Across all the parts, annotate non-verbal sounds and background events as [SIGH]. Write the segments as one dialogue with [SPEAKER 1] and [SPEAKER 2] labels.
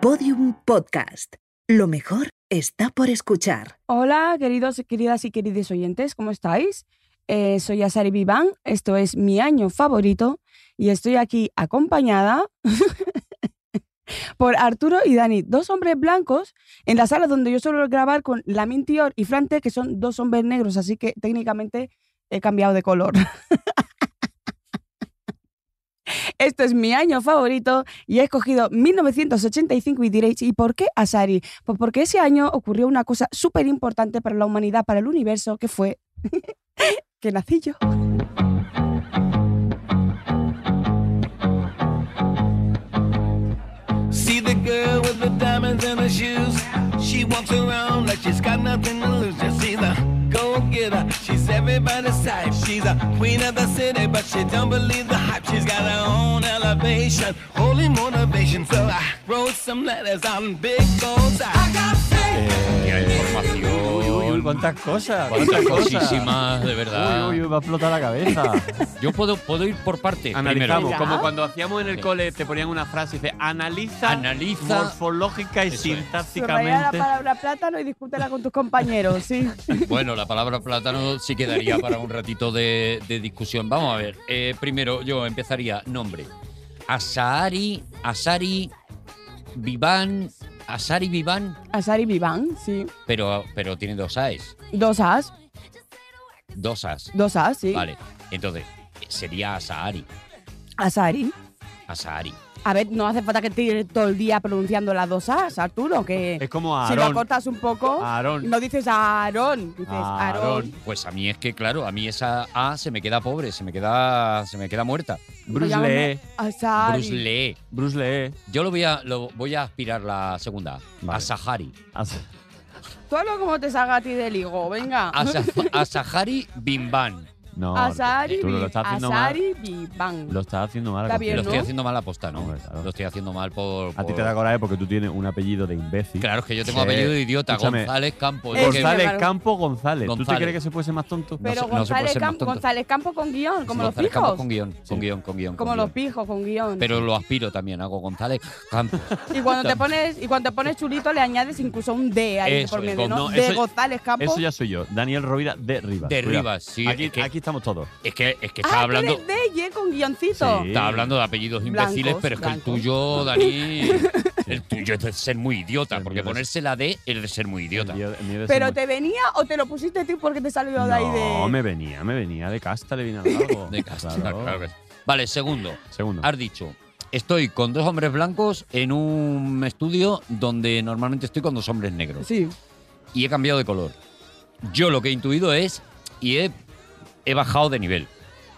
[SPEAKER 1] Podium Podcast. Lo mejor está por escuchar.
[SPEAKER 2] Hola, queridos, queridas y queridos oyentes, ¿cómo estáis? Eh, soy Asari Viván, esto es mi año favorito y estoy aquí acompañada [LAUGHS] por Arturo y Dani, dos hombres blancos en la sala donde yo suelo grabar con Lamin Tior y Frante, que son dos hombres negros, así que técnicamente he cambiado de color. [LAUGHS] Esto es mi año favorito y he escogido 1985 y diréis, ¿y por qué Asari? Pues porque ese año ocurrió una cosa súper importante para la humanidad, para el universo, que fue [LAUGHS] que nací yo.
[SPEAKER 3] See the girl with the diamonds in her shoes. She walks around like she's got nothing to lose. Just she's a go getter. She's everybody's type. She's a queen of the city, but she don't believe the hype. She's got her own elevation, holy motivation. So I wrote some letters on big goals. I got faith.
[SPEAKER 4] Tía,
[SPEAKER 5] Uy, uy, uy,
[SPEAKER 4] información.
[SPEAKER 5] cuántas cosas.
[SPEAKER 4] Cuántas
[SPEAKER 5] Uy,
[SPEAKER 4] cosísimas, de verdad.
[SPEAKER 5] uy, uy, me ha explotado la cabeza.
[SPEAKER 4] [LAUGHS] Yo puedo, puedo ir por partes.
[SPEAKER 5] Analizamos,
[SPEAKER 4] Primero,
[SPEAKER 5] como cuando hacíamos en el
[SPEAKER 4] Sí.
[SPEAKER 5] cole, te ponían una frase y dice analiza,
[SPEAKER 4] Analiza.
[SPEAKER 5] morfológica y
[SPEAKER 4] Eso es.
[SPEAKER 2] Subraya la
[SPEAKER 5] sintácticamente.
[SPEAKER 2] palabra plátano y discútela con tus compañeros,
[SPEAKER 5] [LAUGHS]
[SPEAKER 2] sí.
[SPEAKER 4] bueno, la palabra plátano sí quedaría para un ratito de, de discusión. Vamos a ver. eh, primero, yo empezaría nombre. Asari, Asari, Vivan, Asari Vivan,
[SPEAKER 2] Asari Viván, sí.
[SPEAKER 4] pero, pero tiene dos A's.
[SPEAKER 2] Dos as,
[SPEAKER 4] Dos A's.
[SPEAKER 2] dos as, sí.
[SPEAKER 4] Vale. Entonces, sería Asari.
[SPEAKER 2] Asari.
[SPEAKER 4] Asari.
[SPEAKER 2] A ver, no hace falta que tires todo el día pronunciando las dos as, Arturo, que
[SPEAKER 5] Es como
[SPEAKER 2] si lo
[SPEAKER 5] Aarón.
[SPEAKER 2] acortas un poco,
[SPEAKER 5] Aarón.
[SPEAKER 2] no dices Aarón, dices
[SPEAKER 5] Aarón.
[SPEAKER 2] Aarón.
[SPEAKER 4] Pues a mí es que, claro, a mí esa A se me queda pobre, se me queda, se me queda muerta.
[SPEAKER 5] Bruce
[SPEAKER 2] Lo
[SPEAKER 5] Lee.
[SPEAKER 2] Asari.
[SPEAKER 4] Bruce Lee.
[SPEAKER 5] Bruce Lee.
[SPEAKER 4] Yo lo voy a, lo voy a aspirar la segunda.
[SPEAKER 5] Vale.
[SPEAKER 4] A Sahari.
[SPEAKER 5] As-
[SPEAKER 2] Tú hazlo como te salga a ti del higo, venga.
[SPEAKER 5] Ah.
[SPEAKER 4] A,
[SPEAKER 5] [LAUGHS]
[SPEAKER 4] Sa- a Sahari Bimban.
[SPEAKER 5] No,
[SPEAKER 2] Asari,
[SPEAKER 5] tú lo
[SPEAKER 2] Bi-
[SPEAKER 5] estás haciendo mal.
[SPEAKER 2] Asari Bibang.
[SPEAKER 5] Lo estás haciendo mal.
[SPEAKER 2] Está bien,
[SPEAKER 4] Lo
[SPEAKER 5] Concepción.
[SPEAKER 4] estoy haciendo mal aposta, ¿no?
[SPEAKER 5] Hombre, claro.
[SPEAKER 4] Lo estoy haciendo mal por.
[SPEAKER 5] A ti
[SPEAKER 4] por-
[SPEAKER 5] te da coraje porque tú tienes un apellido de imbécil.
[SPEAKER 4] Claro, es que yo tengo
[SPEAKER 5] Sí.
[SPEAKER 4] apellido de idiota.
[SPEAKER 5] Escúchame.
[SPEAKER 4] González Campos. Es que-
[SPEAKER 5] González
[SPEAKER 2] claro.
[SPEAKER 5] Campo González. ¿Tú te
[SPEAKER 4] González.
[SPEAKER 5] crees que se puede ser más
[SPEAKER 2] Pero
[SPEAKER 4] no
[SPEAKER 5] tonto?
[SPEAKER 4] se puede
[SPEAKER 2] González,
[SPEAKER 4] ser más
[SPEAKER 2] Cam-
[SPEAKER 4] tonto.
[SPEAKER 2] González Campo con guión, como los
[SPEAKER 4] González Campos
[SPEAKER 2] fijos.
[SPEAKER 4] con guión, con
[SPEAKER 5] Sí.
[SPEAKER 4] guión, con guión.
[SPEAKER 2] Como
[SPEAKER 4] con
[SPEAKER 2] los
[SPEAKER 4] guión.
[SPEAKER 2] pijos con guión.
[SPEAKER 4] Pero lo aspiro también, hago González Campos.
[SPEAKER 2] y cuando te pones y cuando te pones chulito le añades incluso un D ahí
[SPEAKER 4] Eso
[SPEAKER 2] por
[SPEAKER 4] es,
[SPEAKER 2] medio,
[SPEAKER 4] con-
[SPEAKER 2] ¿no?
[SPEAKER 5] no,
[SPEAKER 2] de
[SPEAKER 5] eso-
[SPEAKER 2] González Campo.
[SPEAKER 5] Eso ya soy yo. Daniel Rovira de Rivas.
[SPEAKER 4] De
[SPEAKER 5] Cuidado.
[SPEAKER 4] Rivas, sí,
[SPEAKER 5] Aquí,
[SPEAKER 4] es que-
[SPEAKER 5] aquí estamos todos.
[SPEAKER 4] Es que, es que
[SPEAKER 2] ah,
[SPEAKER 4] estaba
[SPEAKER 2] tú eres
[SPEAKER 4] hablando.
[SPEAKER 2] de Y con guioncito.
[SPEAKER 5] Sí.
[SPEAKER 4] Estaba hablando de apellidos
[SPEAKER 2] Blancos,
[SPEAKER 4] imbéciles, pero es que el
[SPEAKER 2] blancos.
[SPEAKER 4] tuyo, Dani.
[SPEAKER 2] [LAUGHS]
[SPEAKER 4] El tuyo es de ser muy idiota,
[SPEAKER 5] El
[SPEAKER 4] porque
[SPEAKER 5] mío es-
[SPEAKER 4] ponerse la D es de ser muy idiota.
[SPEAKER 5] El mío- el mío debe ser
[SPEAKER 2] Pero
[SPEAKER 5] muy-
[SPEAKER 2] te venía o te lo pusiste tú porque te salió de ahí de
[SPEAKER 5] No, me venía, me venía de casta, le vine al algo.
[SPEAKER 4] [LAUGHS] De Castilla,
[SPEAKER 5] Claro.
[SPEAKER 4] claro Ah, que sí. Vale, segundo.
[SPEAKER 5] Segundo.
[SPEAKER 4] Has dicho, estoy con dos hombres blancos en un estudio donde normalmente estoy con dos hombres negros.
[SPEAKER 2] Sí.
[SPEAKER 4] Y he cambiado de color. Yo lo que he intuido es, y he, he bajado de nivel.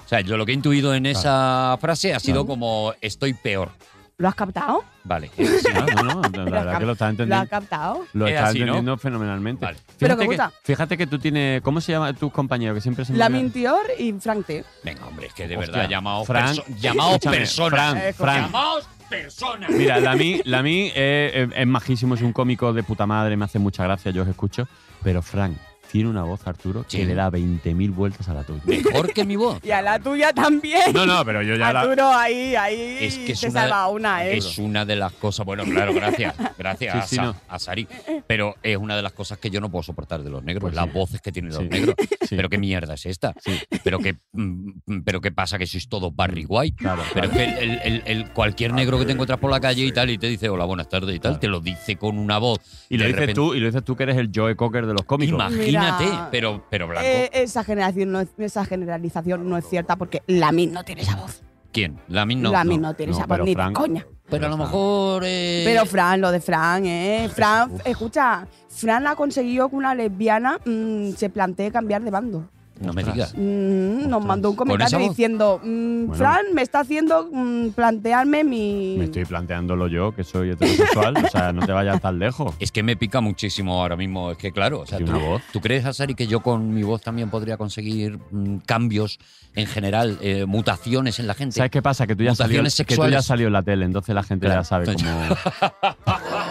[SPEAKER 4] O sea, yo lo que he intuido en esa frase ha sido como, estoy peor.
[SPEAKER 2] ¿Lo has captado?
[SPEAKER 4] Vale.
[SPEAKER 2] [LAUGHS]
[SPEAKER 4] ese sí, ¿no?
[SPEAKER 5] Ah, no, no,
[SPEAKER 4] [LAUGHS]
[SPEAKER 5] la verdad que lo
[SPEAKER 2] ¿Lo
[SPEAKER 5] estás
[SPEAKER 2] has
[SPEAKER 5] entendiendo.
[SPEAKER 2] captado?
[SPEAKER 5] Lo
[SPEAKER 4] Es
[SPEAKER 5] estás
[SPEAKER 4] así, ¿no?
[SPEAKER 5] entendiendo fenomenalmente.
[SPEAKER 4] Vale.
[SPEAKER 2] Pero que
[SPEAKER 5] que,
[SPEAKER 2] gusta.
[SPEAKER 5] fíjate que tú tienes. ¿Cómo se llaman tus compañeros? Que siempre se me
[SPEAKER 2] La
[SPEAKER 5] olvidan?
[SPEAKER 2] Mintior y Frank T.
[SPEAKER 4] Venga, hombre, es que de
[SPEAKER 5] Hostia,
[SPEAKER 4] verdad, llamaos,
[SPEAKER 5] Fran,
[SPEAKER 4] perso- llamaos
[SPEAKER 5] escúchame,
[SPEAKER 4] personas.
[SPEAKER 5] Fran, Fran.
[SPEAKER 4] Llamaos personas.
[SPEAKER 5] Mira, Lami, Lami eh, eh, es majísimo, es un cómico de puta madre, me hace mucha gracia, yo os escucho. Pero Frank tiene una voz, Arturo, que
[SPEAKER 4] Sí.
[SPEAKER 5] le da 20.000 vueltas a
[SPEAKER 4] [LAUGHS]
[SPEAKER 5] la tuya.
[SPEAKER 4] Mejor que mi voz.
[SPEAKER 2] Y a la tuya también.
[SPEAKER 5] No, no, pero yo ya la.
[SPEAKER 2] [LAUGHS] Arturo, ahí, ahí
[SPEAKER 4] Es que es
[SPEAKER 2] te
[SPEAKER 4] una-
[SPEAKER 2] salva una, ¿eh?
[SPEAKER 4] Es una de las cosas, bueno, claro, gracias, gracias
[SPEAKER 5] [LAUGHS] Sí, sí,
[SPEAKER 4] a, Sa-
[SPEAKER 5] no.
[SPEAKER 4] a Sari, pero es una de las cosas que yo no puedo soportar de los negros,
[SPEAKER 5] Pues
[SPEAKER 4] las
[SPEAKER 5] sí.
[SPEAKER 4] voces que tienen
[SPEAKER 5] Sí.
[SPEAKER 4] los negros.
[SPEAKER 5] [LAUGHS] Sí.
[SPEAKER 4] Pero qué mierda es esta.
[SPEAKER 5] Sí. Mm,
[SPEAKER 4] Pero qué, mm, pero qué pasa que sois todos Barry White.
[SPEAKER 5] Claro,
[SPEAKER 4] Pero es que el, el- el- el- cualquier negro que te encuentras por la calle y tal y te dice hola, buenas tardes y tal,
[SPEAKER 5] Claro.
[SPEAKER 4] te lo dice con una voz.
[SPEAKER 5] Y lo
[SPEAKER 4] de
[SPEAKER 5] dices
[SPEAKER 4] repente-
[SPEAKER 5] tú, y lo dices tú que eres el Joe Cocker de los cómicos.
[SPEAKER 4] Imagínate,
[SPEAKER 2] Mira.
[SPEAKER 4] pero, pero blanco.
[SPEAKER 2] Eh, esa, generación no es- esa generalización no es cierta porque Lamin no tiene esa voz.
[SPEAKER 4] ¿Quién? La misma.
[SPEAKER 2] Lamin no tiene
[SPEAKER 5] no,
[SPEAKER 2] esa voz
[SPEAKER 5] pero
[SPEAKER 2] ni de
[SPEAKER 5] Frank-
[SPEAKER 2] coña.
[SPEAKER 4] Pero a lo
[SPEAKER 5] Pero Fran.
[SPEAKER 4] mejor. eh,
[SPEAKER 2] Pero Fran, lo de Fran, ¿eh? Fran, escucha, Fran ha conseguido que una lesbiana mm, se plantee cambiar de bando.
[SPEAKER 4] no me
[SPEAKER 5] Ostras.
[SPEAKER 4] digas.
[SPEAKER 2] Mm, nos
[SPEAKER 5] Ostras.
[SPEAKER 2] mandó un
[SPEAKER 4] ¿Con
[SPEAKER 2] comentario
[SPEAKER 4] esa voz?
[SPEAKER 2] diciendo, mm,
[SPEAKER 5] Bueno.
[SPEAKER 2] Fran me está haciendo mm, plantearme mi...
[SPEAKER 5] Me estoy planteándolo yo, que soy heterosexual. o sea, no te vayas tan lejos.
[SPEAKER 4] Es que me pica muchísimo ahora mismo. Es que claro, o sea,
[SPEAKER 5] Tiene
[SPEAKER 4] tú,
[SPEAKER 5] una voz.
[SPEAKER 4] ¿tú crees, Asari, que yo con mi voz también podría conseguir mm, cambios en general, eh, mutaciones en la gente?
[SPEAKER 5] [LAUGHS] ¿Sabes qué pasa? Que tú ya salió,
[SPEAKER 4] Mutaciones
[SPEAKER 5] que tú ya
[SPEAKER 4] sexuales.
[SPEAKER 5] salió en la tele, entonces la gente
[SPEAKER 4] Claro.
[SPEAKER 5] ya
[SPEAKER 4] [LAUGHS]
[SPEAKER 5] sabe cómo.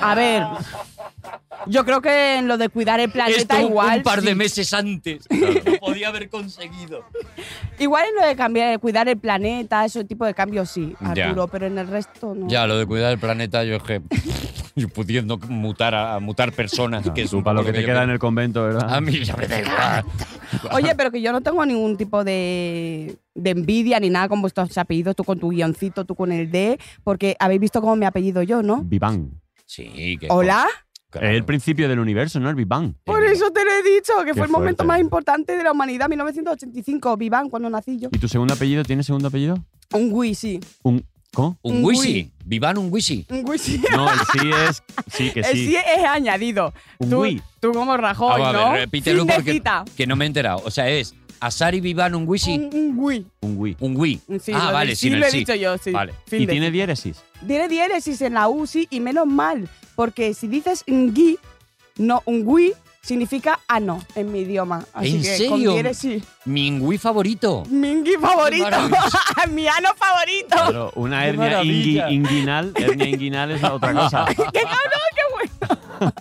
[SPEAKER 2] A ver, yo creo que en lo de cuidar el planeta
[SPEAKER 4] Esto un-
[SPEAKER 2] igual...
[SPEAKER 4] un par de
[SPEAKER 2] sí.
[SPEAKER 4] meses antes [LAUGHS] lo podía haber conseguido.
[SPEAKER 2] Igual en lo de cambiar, cuidar el planeta, ese tipo de cambios sí,
[SPEAKER 4] Ya.
[SPEAKER 2] Arturo, pero en el resto no.
[SPEAKER 4] Ya, lo de cuidar el planeta, yo es que [LAUGHS] yo pudiendo mutar a, a mutar personas que es un
[SPEAKER 5] para lo
[SPEAKER 4] poco
[SPEAKER 5] que te
[SPEAKER 4] yo
[SPEAKER 5] queda en
[SPEAKER 4] creo. Ah,
[SPEAKER 5] el convento, ¿verdad?
[SPEAKER 4] A mí ya me [LAUGHS] da igual. [LAUGHS]
[SPEAKER 2] Oye, pero que yo no tengo ningún tipo de, de envidia ni nada con vuestros apellidos, tú con tu guioncito, tú con el D, porque habéis visto cómo me apellido yo, ¿no?
[SPEAKER 5] Viván.
[SPEAKER 4] Sí, que.
[SPEAKER 2] Hola,
[SPEAKER 4] claro.
[SPEAKER 5] Es el principio del universo, ¿no? El Big Bang.
[SPEAKER 2] por eso te lo he dicho, que
[SPEAKER 5] Qué
[SPEAKER 2] fue el momento
[SPEAKER 5] fuerte.
[SPEAKER 2] más importante de la humanidad, 1985, Viván, cuando nací yo.
[SPEAKER 5] ¿Y tu segundo apellido? ¿Tienes segundo apellido?
[SPEAKER 2] Un Wii, sí.
[SPEAKER 5] Un, ¿Cómo?
[SPEAKER 4] Un
[SPEAKER 2] Un
[SPEAKER 4] wisi. Vivan un wisi.
[SPEAKER 2] Un Wii,
[SPEAKER 4] [LAUGHS]
[SPEAKER 2] sí.
[SPEAKER 5] No, el sí es. Sí,
[SPEAKER 2] [LAUGHS]
[SPEAKER 5] que
[SPEAKER 2] El sí
[SPEAKER 5] sí.
[SPEAKER 2] es añadido.
[SPEAKER 5] Un
[SPEAKER 2] tú,
[SPEAKER 5] Wii.
[SPEAKER 2] tú como Rajoy,
[SPEAKER 4] Vamos Ah, a ver,
[SPEAKER 2] ¿no?
[SPEAKER 4] repítelo
[SPEAKER 2] Fin de
[SPEAKER 4] porque
[SPEAKER 2] cita.
[SPEAKER 4] que no me he enterado. O sea, es Asari Vivan un wisi.
[SPEAKER 2] Un, un Wii.
[SPEAKER 5] Un Wii.
[SPEAKER 4] Un Wii.
[SPEAKER 2] Sí, lo
[SPEAKER 4] ah,
[SPEAKER 2] del
[SPEAKER 4] vale,
[SPEAKER 2] sí
[SPEAKER 4] sin
[SPEAKER 2] lo
[SPEAKER 4] el
[SPEAKER 2] he
[SPEAKER 4] sí.
[SPEAKER 2] dicho yo, sí.
[SPEAKER 4] Vale.
[SPEAKER 2] Fin
[SPEAKER 5] ¿Y
[SPEAKER 2] de
[SPEAKER 5] tiene diéresis?
[SPEAKER 2] Tiene diéresis en la U, sí, y menos mal, porque si dices ngui, no ngui, significa ano en mi idioma. Así
[SPEAKER 4] ¿En
[SPEAKER 2] que
[SPEAKER 4] serio?
[SPEAKER 2] con diéresis.
[SPEAKER 4] Mi Wii favorito.
[SPEAKER 2] Mi ngui favorito.
[SPEAKER 4] maravilla.
[SPEAKER 2] [LAUGHS] mi ano favorito.
[SPEAKER 4] [LAUGHS]
[SPEAKER 5] Claro,
[SPEAKER 2] [LAUGHS]
[SPEAKER 5] una
[SPEAKER 4] Qué
[SPEAKER 5] hernia ingui-
[SPEAKER 4] maravilla.
[SPEAKER 5] inguinal. Hernia inguinal es otra cosa.
[SPEAKER 2] [LAUGHS] ¡Qué cabrón, qué bueno!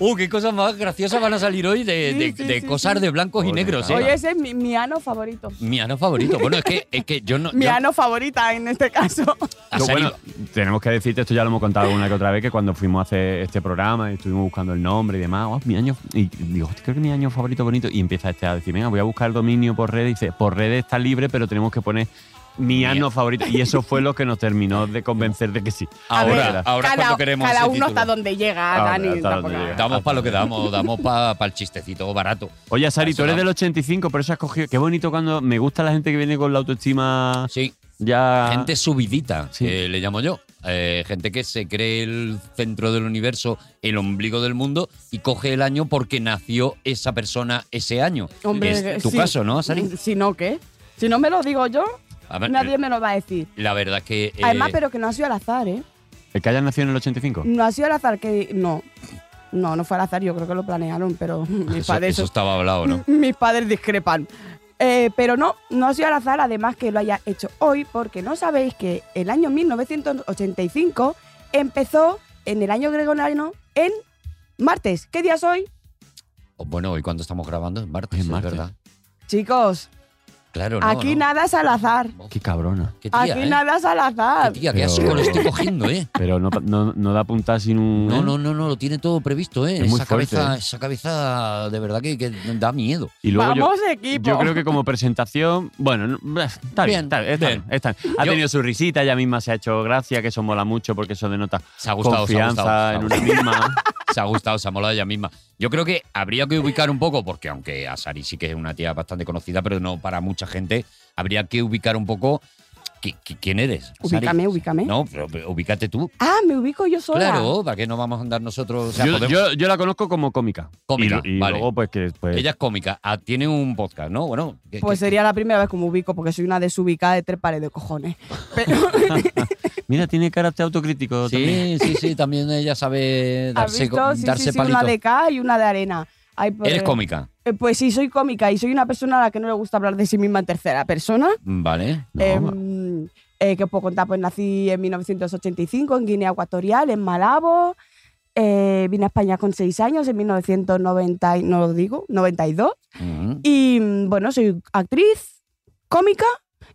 [SPEAKER 4] Uh, qué cosas más graciosas van a salir hoy de,
[SPEAKER 2] Sí,
[SPEAKER 4] de-
[SPEAKER 2] sí,
[SPEAKER 4] de
[SPEAKER 2] sí,
[SPEAKER 4] cosas
[SPEAKER 2] sí.
[SPEAKER 4] de blancos y
[SPEAKER 5] Joder,
[SPEAKER 4] negros. ¿eh?
[SPEAKER 5] claro.
[SPEAKER 2] Oye, ese es mi, mi ano favorito.
[SPEAKER 4] Mi ano favorito. Bueno, es que, es que yo no.
[SPEAKER 2] Mi
[SPEAKER 4] yo-
[SPEAKER 2] ano favorita en este caso.
[SPEAKER 5] Yo,
[SPEAKER 4] Asari-
[SPEAKER 5] bueno, tenemos que decirte, esto ya lo hemos contado una que otra vez, que cuando fuimos a hacer este programa y estuvimos buscando el nombre y demás, "Oh, mi año, y digo, "Hostia, creo que mi año favorito bonito, y empieza este a decir, venga, voy a buscar el dominio por redes, y dice, por redes está libre, pero tenemos que poner mi
[SPEAKER 4] Mía.
[SPEAKER 5] año favorito, y eso fue lo que nos terminó de convencer de que sí.
[SPEAKER 2] A
[SPEAKER 4] [LAUGHS] ahora,
[SPEAKER 2] ver,
[SPEAKER 4] ahora es
[SPEAKER 2] cada,
[SPEAKER 4] cuando queremos.
[SPEAKER 2] cada
[SPEAKER 4] ese
[SPEAKER 2] uno
[SPEAKER 4] título.
[SPEAKER 2] hasta donde llega,
[SPEAKER 5] Ahora,
[SPEAKER 2] Dani.
[SPEAKER 5] hasta donde
[SPEAKER 2] tampoco-
[SPEAKER 5] llega.
[SPEAKER 4] Damos para lo que damos, damos para el chistecito barato.
[SPEAKER 5] Oye, Sari,
[SPEAKER 4] Eso
[SPEAKER 5] tú eres
[SPEAKER 4] no.
[SPEAKER 5] del 85, por eso has cogido, qué bonito cuando, me gusta la gente que viene con la autoestima
[SPEAKER 4] Sí,
[SPEAKER 5] ya...
[SPEAKER 4] gente subidita,
[SPEAKER 5] Ah. Sí.
[SPEAKER 4] que le llamo yo. Eh, gente que se cree el centro del universo, el ombligo del mundo y coge el año porque nació esa persona ese año.
[SPEAKER 2] Hombre,
[SPEAKER 4] es tu
[SPEAKER 2] sí.
[SPEAKER 4] caso,
[SPEAKER 2] [LAUGHS]
[SPEAKER 4] ¿no, Sari?
[SPEAKER 2] Si no, ¿qué? Si no me lo digo yo,
[SPEAKER 4] A ver,
[SPEAKER 2] nadie me lo va a decir.
[SPEAKER 4] La verdad es que. eh,
[SPEAKER 2] Además, pero que no ha sido al azar, ¿eh?
[SPEAKER 5] ¿El que haya nacido en el 85?
[SPEAKER 2] No ha sido al azar que. No. No, no fue al azar, yo creo que lo planearon, pero [LAUGHS] mis
[SPEAKER 4] eso,
[SPEAKER 2] padres.
[SPEAKER 4] eso estaba hablado,
[SPEAKER 2] [LAUGHS]
[SPEAKER 4] ¿no?
[SPEAKER 2] m- Mis padres discrepan. Eh, pero no, no ha sido al azar, además que lo haya hecho hoy, porque no sabéis que el año 1985 empezó en el año gregoriano en martes. ¿Qué día es hoy?
[SPEAKER 4] Oh, Bueno, hoy cuando estamos grabando es martes,
[SPEAKER 5] Es
[SPEAKER 4] es
[SPEAKER 5] martes.
[SPEAKER 4] verdad.
[SPEAKER 2] Chicos,
[SPEAKER 4] Claro, Pues no,
[SPEAKER 2] aquí
[SPEAKER 4] no.
[SPEAKER 2] nada es al azar.
[SPEAKER 5] Qué cabrona.
[SPEAKER 4] Qué tía,
[SPEAKER 2] Aquí
[SPEAKER 4] ¿eh?
[SPEAKER 2] nada es al
[SPEAKER 4] Qué
[SPEAKER 2] azar.
[SPEAKER 4] tía, qué
[SPEAKER 5] Pero-
[SPEAKER 4] asco
[SPEAKER 5] [LAUGHS]
[SPEAKER 4] lo estoy cogiendo, ¿eh?
[SPEAKER 5] Pero no, no, no da puntada sin un... ¿eh?
[SPEAKER 4] No, no, no, no, lo tiene todo previsto, ¿eh?
[SPEAKER 5] Es muy
[SPEAKER 4] esa,
[SPEAKER 5] fuerte,
[SPEAKER 4] cabeza,
[SPEAKER 5] ¿eh?
[SPEAKER 4] esa cabeza de verdad que, que da miedo.
[SPEAKER 5] Y luego yo-
[SPEAKER 2] Vamos, equipo.
[SPEAKER 5] Yo creo que como presentación, bueno, no- eh, está
[SPEAKER 4] Bien,
[SPEAKER 5] bien, está bien, está
[SPEAKER 4] bien.
[SPEAKER 5] bien, está bien. Ha
[SPEAKER 4] Yo-
[SPEAKER 5] tenido su risita, ella misma se ha hecho gracia, que eso mola mucho porque eso denota
[SPEAKER 4] Se ha gustado, se ha
[SPEAKER 5] confianza
[SPEAKER 4] gustado, se ha
[SPEAKER 5] en
[SPEAKER 4] gustado.
[SPEAKER 5] una misma.
[SPEAKER 4] Se ha gustado, se ha molado ella misma. Yo creo que habría que ubicar un poco, porque aunque Asari sí que es una tía bastante conocida, pero no para mucha gente, habría que ubicar un poco qui- qui- quién eres. Asari.
[SPEAKER 2] Ubícame, ubícame.
[SPEAKER 4] No, pero- pero ubícate tú.
[SPEAKER 2] Ah, me ubico yo sola.
[SPEAKER 4] Claro, ¿para qué no vamos a andar nosotros? [LAUGHS] O sea,
[SPEAKER 5] yo,
[SPEAKER 4] podemos-
[SPEAKER 5] yo- yo la conozco como cómica.
[SPEAKER 4] Cómica,
[SPEAKER 5] y, y
[SPEAKER 4] vale.
[SPEAKER 5] luego pues que pues,
[SPEAKER 4] Ella es cómica, ah, tiene un podcast, ¿no? Bueno, que-
[SPEAKER 2] Pues
[SPEAKER 4] que-
[SPEAKER 2] sería la primera vez que me ubico, porque soy una desubicada de tres pares de cojones. [LAUGHS] Pero
[SPEAKER 5] mira, tiene carácter autocrítico también.
[SPEAKER 4] Sí, sí, sí, también ella sabe
[SPEAKER 2] ¿has
[SPEAKER 4] darse,
[SPEAKER 2] visto? Sí, sí,
[SPEAKER 4] darse
[SPEAKER 2] sí,
[SPEAKER 4] palitos.
[SPEAKER 2] una de cal y una de arena. Ay, pues,
[SPEAKER 4] Eres cómica,
[SPEAKER 2] eh, Pues sí, soy cómica y soy una persona a la que no le gusta hablar de sí misma en tercera persona.
[SPEAKER 4] ¿vale?
[SPEAKER 5] No,
[SPEAKER 2] Em, eh, ¿Qué os puedo contar? Pues nací en 1985 en Guinea Ecuatorial, en Malabo. Eh, vine a España con seis años, en 1990, y- no lo digo, 92.
[SPEAKER 4] Mm.
[SPEAKER 2] Y mm, bueno, soy actriz, cómica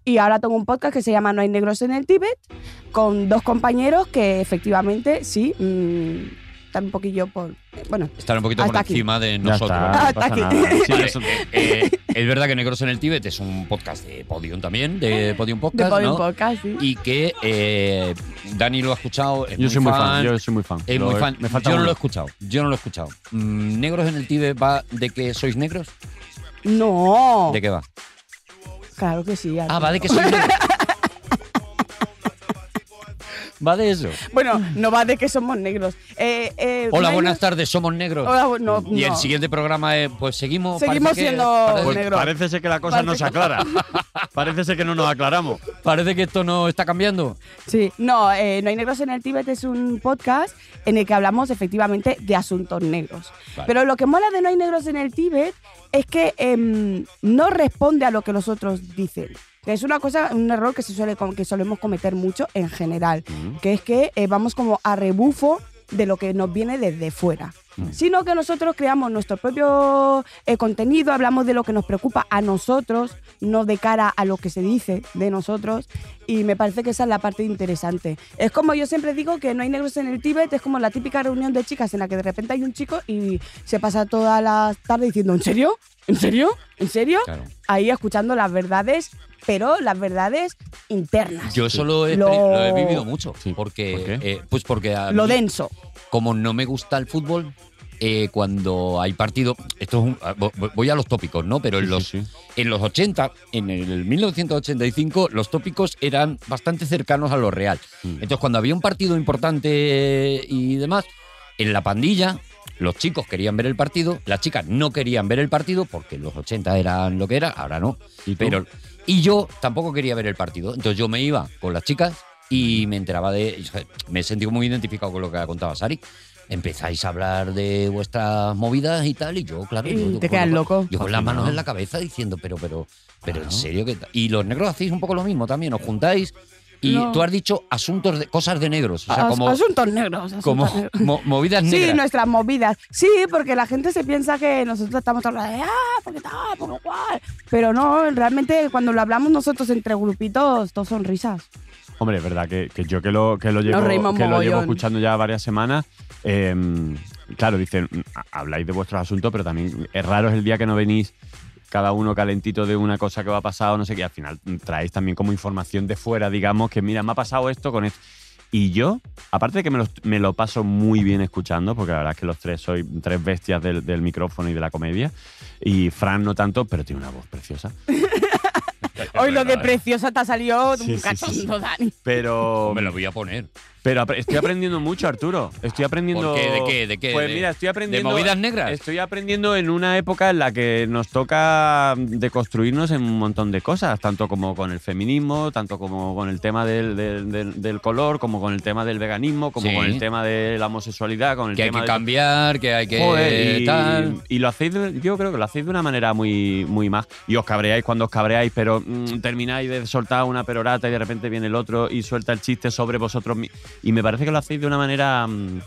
[SPEAKER 2] y ahora tengo un podcast que se llama No hay negros en el Tíbet con dos compañeros que efectivamente sí, mm, están un poquillo por... Bueno,
[SPEAKER 4] Estar un poquito por
[SPEAKER 2] Hasta aquí.
[SPEAKER 4] encima de
[SPEAKER 5] Ya
[SPEAKER 4] nosotros.
[SPEAKER 5] está,
[SPEAKER 4] ¿no?
[SPEAKER 5] no
[SPEAKER 2] Ah,
[SPEAKER 5] pasa
[SPEAKER 2] aquí.
[SPEAKER 5] nada. Sí,
[SPEAKER 4] Vale,
[SPEAKER 5] eso-
[SPEAKER 4] eh, eh, es verdad que Negros en el Tíbet es un podcast de Podium también, de
[SPEAKER 2] Eh,
[SPEAKER 4] Podium
[SPEAKER 2] de
[SPEAKER 4] Podcast,
[SPEAKER 2] por un
[SPEAKER 4] ¿no?
[SPEAKER 2] podcast, sí.
[SPEAKER 4] Y que eh, Dani lo ha escuchado. Es
[SPEAKER 5] yo soy muy fan, yo soy muy fan.
[SPEAKER 4] es
[SPEAKER 5] Lo-
[SPEAKER 4] muy fan.
[SPEAKER 5] Me falta
[SPEAKER 4] yo no
[SPEAKER 5] uno.
[SPEAKER 4] lo he escuchado. Yo no lo he escuchado. Mm, ¿Negros en el Tíbet va de que sois negros?
[SPEAKER 2] No,
[SPEAKER 4] ¿De qué va?
[SPEAKER 2] claro que sí.
[SPEAKER 4] Ah,
[SPEAKER 2] Alberto.
[SPEAKER 4] va de que sois negros. [LAUGHS] va de eso.
[SPEAKER 2] Bueno, no va de que somos negros. Eh, eh,
[SPEAKER 4] Hola,
[SPEAKER 2] no hay-
[SPEAKER 4] buenas tardes, somos negros.
[SPEAKER 2] Hola, bu- no,
[SPEAKER 4] y el
[SPEAKER 2] no.
[SPEAKER 4] siguiente programa es, pues seguimos.
[SPEAKER 2] Seguimos
[SPEAKER 4] parece que-
[SPEAKER 2] siendo
[SPEAKER 4] parece-
[SPEAKER 5] Pues
[SPEAKER 2] negro.
[SPEAKER 5] Parece ser que la cosa no se aclara. Parece ser que no nos aclaramos.
[SPEAKER 4] parece que esto no está cambiando.
[SPEAKER 2] Sí, no, eh, No hay negros en el Tíbet es un podcast en el que hablamos efectivamente de asuntos negros.
[SPEAKER 4] Vale.
[SPEAKER 2] Pero lo que mola de No hay negros en el Tíbet es que em, no responde a lo que los otros dicen. Que Es una cosa, un error que, se suele, com- que solemos cometer mucho en general, que es que eh, vamos como a rebufo de lo que nos viene desde fuera,
[SPEAKER 4] Mm.
[SPEAKER 2] sino que nosotros creamos nuestro propio eh, contenido, hablamos de lo que nos preocupa a nosotros, no de cara a lo que se dice de nosotros, y me parece que esa es la parte interesante. Es como yo siempre digo que no hay negros en el Tíbet, es como la típica reunión de chicas en la que de repente hay un chico y se pasa toda la tarde diciendo, ¿en serio? ¿En serio? ¿En serio?
[SPEAKER 4] Claro.
[SPEAKER 2] Ahí escuchando las verdades, pero las verdades internas.
[SPEAKER 4] Yo eso lo he,
[SPEAKER 2] Lo-
[SPEAKER 4] lo he vivido mucho.
[SPEAKER 5] Sí.
[SPEAKER 4] Porque,
[SPEAKER 5] ¿Por qué?
[SPEAKER 4] eh, pues porque a
[SPEAKER 2] lo
[SPEAKER 4] mí-
[SPEAKER 2] denso.
[SPEAKER 4] como no me gusta el fútbol, eh, cuando hay partido, esto es un- ah, vo- vo- voy a los tópicos, ¿no? Pero en
[SPEAKER 5] Sí,
[SPEAKER 4] los,
[SPEAKER 5] sí, sí.
[SPEAKER 4] en los 80, en el 1985, los tópicos eran bastante cercanos a lo real.
[SPEAKER 5] Mm.
[SPEAKER 4] Entonces, cuando había un partido importante y demás, en la pandilla, los chicos querían ver el partido, las chicas no querían ver el partido, porque en los 80 eran lo que era, ahora no.
[SPEAKER 5] ¿Y tú?
[SPEAKER 4] Pero, y yo tampoco quería ver el partido. Entonces yo me iba con las chicas y me enteraba de. Me he sentido muy identificado con lo que contaba Sari. Empezáis a hablar de vuestras movidas y tal, y yo, claro.
[SPEAKER 2] Y
[SPEAKER 4] yo- yo
[SPEAKER 2] Mm, te
[SPEAKER 4] con
[SPEAKER 2] quedas
[SPEAKER 4] lo-
[SPEAKER 2] loco.
[SPEAKER 4] Yo con las
[SPEAKER 5] Fascinado.
[SPEAKER 4] manos en la cabeza diciendo, pero, pero, pero en
[SPEAKER 5] Claro.
[SPEAKER 4] serio que. Y los negros hacéis un poco lo mismo también, os juntáis y
[SPEAKER 2] No.
[SPEAKER 4] tú has dicho asuntos de cosas de negros. O sea,
[SPEAKER 2] As-
[SPEAKER 4] como,
[SPEAKER 2] asuntos negros. asuntos
[SPEAKER 4] como
[SPEAKER 2] negros.
[SPEAKER 4] [LAUGHS]
[SPEAKER 5] [LAUGHS]
[SPEAKER 4] mo- movidas negras.
[SPEAKER 2] Sí, nuestras movidas. Sí, porque la gente se piensa que nosotros estamos hablando de, ah, porque tal, porque cual. Pero no, realmente cuando lo hablamos nosotros entre grupitos, todos son risas.
[SPEAKER 5] Hombre, es verdad que, que yo que lo, que lo llevo,
[SPEAKER 2] reímos
[SPEAKER 5] que lo llevo
[SPEAKER 2] mogollón.
[SPEAKER 5] escuchando ya varias semanas, eh, claro, dicen, "Ha- habláis de vuestros asuntos, pero también es raro es el día que no venís cada uno calentito de una cosa que va a pasar o no sé qué. Al final mm, traéis también como información de fuera, digamos, que mira, me ha pasado esto con esto. Y yo, aparte de que me lo, me lo paso muy bien escuchando, porque la verdad es que los tres soy tres bestias del, del micrófono y de la comedia, y Fran no tanto, pero tiene una voz preciosa.
[SPEAKER 2] Hoy lo de preciosa te ha salido
[SPEAKER 5] ¿eh? Sí,
[SPEAKER 2] un
[SPEAKER 5] sí, sí,
[SPEAKER 2] cachondo,
[SPEAKER 5] sí.
[SPEAKER 2] Dani.
[SPEAKER 5] Pero
[SPEAKER 4] [LAUGHS] Me lo voy a poner.
[SPEAKER 5] Pero apre- estoy aprendiendo mucho, Arturo. Estoy aprendiendo.
[SPEAKER 4] ¿Por qué? ¿De qué? ¿De qué?
[SPEAKER 5] Pues
[SPEAKER 4] ¿De-
[SPEAKER 5] mira, estoy aprendiendo.
[SPEAKER 4] ¿De movidas negras?
[SPEAKER 5] Estoy aprendiendo en una época en la que nos toca mm, deconstruirnos en un montón de cosas, tanto como con el feminismo, tanto como con el tema del, del- del- del color, como con el tema del veganismo, como
[SPEAKER 4] Sí.
[SPEAKER 5] con el tema de la homosexualidad, con el
[SPEAKER 4] Que hay
[SPEAKER 5] tema
[SPEAKER 4] que
[SPEAKER 5] de-
[SPEAKER 4] cambiar, que hay que.
[SPEAKER 5] Joder, y,
[SPEAKER 4] tal.
[SPEAKER 5] y lo hacéis, de- yo creo que lo hacéis de una manera muy, muy más. Y os cabreáis cuando os cabreáis, pero mm, termináis de soltar una perorata y de repente viene el otro y suelta el chiste sobre vosotros. mi- Y me parece que lo hacéis de una manera mm,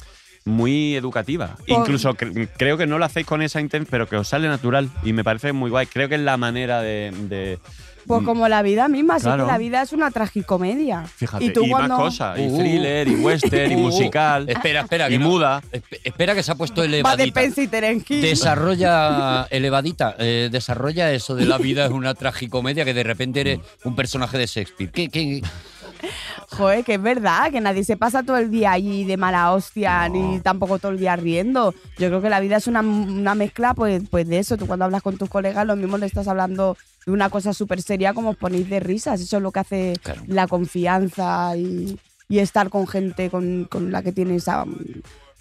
[SPEAKER 5] muy educativa.
[SPEAKER 2] Por-
[SPEAKER 5] Incluso cre- creo que no lo hacéis con esa intención, pero que os sale natural. Y me parece muy guay. Creo que es la manera de. de-
[SPEAKER 2] Pues
[SPEAKER 5] mm,
[SPEAKER 2] como la vida misma, así
[SPEAKER 5] Claro.
[SPEAKER 2] que la vida es una tragicomedia.
[SPEAKER 5] Fíjate,
[SPEAKER 2] y tú cuando-
[SPEAKER 5] más cosas, y
[SPEAKER 4] Uh.
[SPEAKER 5] thriller, y western, y
[SPEAKER 4] Uh,
[SPEAKER 5] musical,
[SPEAKER 4] Espera, espera.
[SPEAKER 5] y
[SPEAKER 4] que no-
[SPEAKER 5] muda.
[SPEAKER 4] espe- Espera que se ha
[SPEAKER 2] Va
[SPEAKER 4] puesto
[SPEAKER 2] de
[SPEAKER 4] elevadita.
[SPEAKER 2] Pensi y Terence Hill.
[SPEAKER 4] Desarrolla, elevadita, eh, desarrolla eso de la vida es una tragicomedia que de repente eres un personaje de Shakespeare. ¿Qué, qué?
[SPEAKER 2] Joder, que es verdad, que nadie se pasa todo el día allí de mala hostia, ni tampoco todo el día riendo. Yo creo que la vida es una, una mezcla pues, pues de eso. Tú cuando hablas con tus colegas, lo mismo le estás hablando de una cosa súper seria como os ponéis de risas. Eso es lo que hace
[SPEAKER 4] Claro.
[SPEAKER 2] la confianza y, y estar con gente con, con la que tienes ah,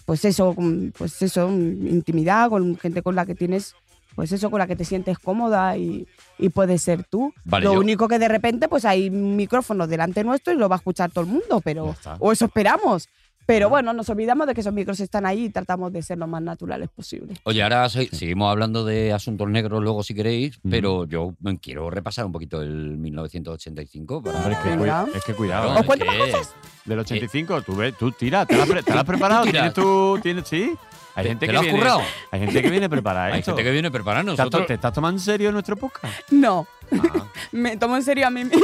[SPEAKER 2] pues eso, con- pues eso, intimidad, con gente con la que tienes, pues eso, con la que te sientes cómoda y, y puedes ser tú.
[SPEAKER 4] Vale,
[SPEAKER 2] lo
[SPEAKER 4] yo-
[SPEAKER 2] único que de repente, pues hay micrófonos delante nuestro y lo va a escuchar todo el mundo,
[SPEAKER 5] Ya
[SPEAKER 2] pero.
[SPEAKER 5] está.
[SPEAKER 2] O eso esperamos. Pero bueno, nos olvidamos de que esos micros están ahí y tratamos de ser lo más naturales posible.
[SPEAKER 4] Oye, ahora se- seguimos hablando de asuntos negros luego si queréis, pero yo mm, quiero repasar un poquito el 1985. para-
[SPEAKER 5] Hombre, es que
[SPEAKER 2] Venga.
[SPEAKER 5] cuida- es que cuidado.
[SPEAKER 4] Claro,
[SPEAKER 5] ¿eh?
[SPEAKER 4] es
[SPEAKER 2] cuento
[SPEAKER 4] que-
[SPEAKER 2] más cosas?
[SPEAKER 5] Del 85, tú, ves, tú tira, te lo has, pre-
[SPEAKER 4] [LAUGHS]
[SPEAKER 5] te lo has preparado,
[SPEAKER 4] Tira.
[SPEAKER 5] tienes tú, tienes, sí. Hay
[SPEAKER 4] ¿Te-
[SPEAKER 5] gente
[SPEAKER 4] te
[SPEAKER 5] que
[SPEAKER 4] lo has
[SPEAKER 5] viene,
[SPEAKER 4] currado?
[SPEAKER 5] Hay gente que viene preparada
[SPEAKER 4] Hay
[SPEAKER 5] esto.
[SPEAKER 4] gente que viene preparada.
[SPEAKER 5] ¿Te has to-
[SPEAKER 4] Nosotros,
[SPEAKER 5] ¿Te estás tomando en serio nuestro podcast?
[SPEAKER 2] No,
[SPEAKER 5] Ah,
[SPEAKER 2] [LAUGHS] me tomo en serio a mí misma.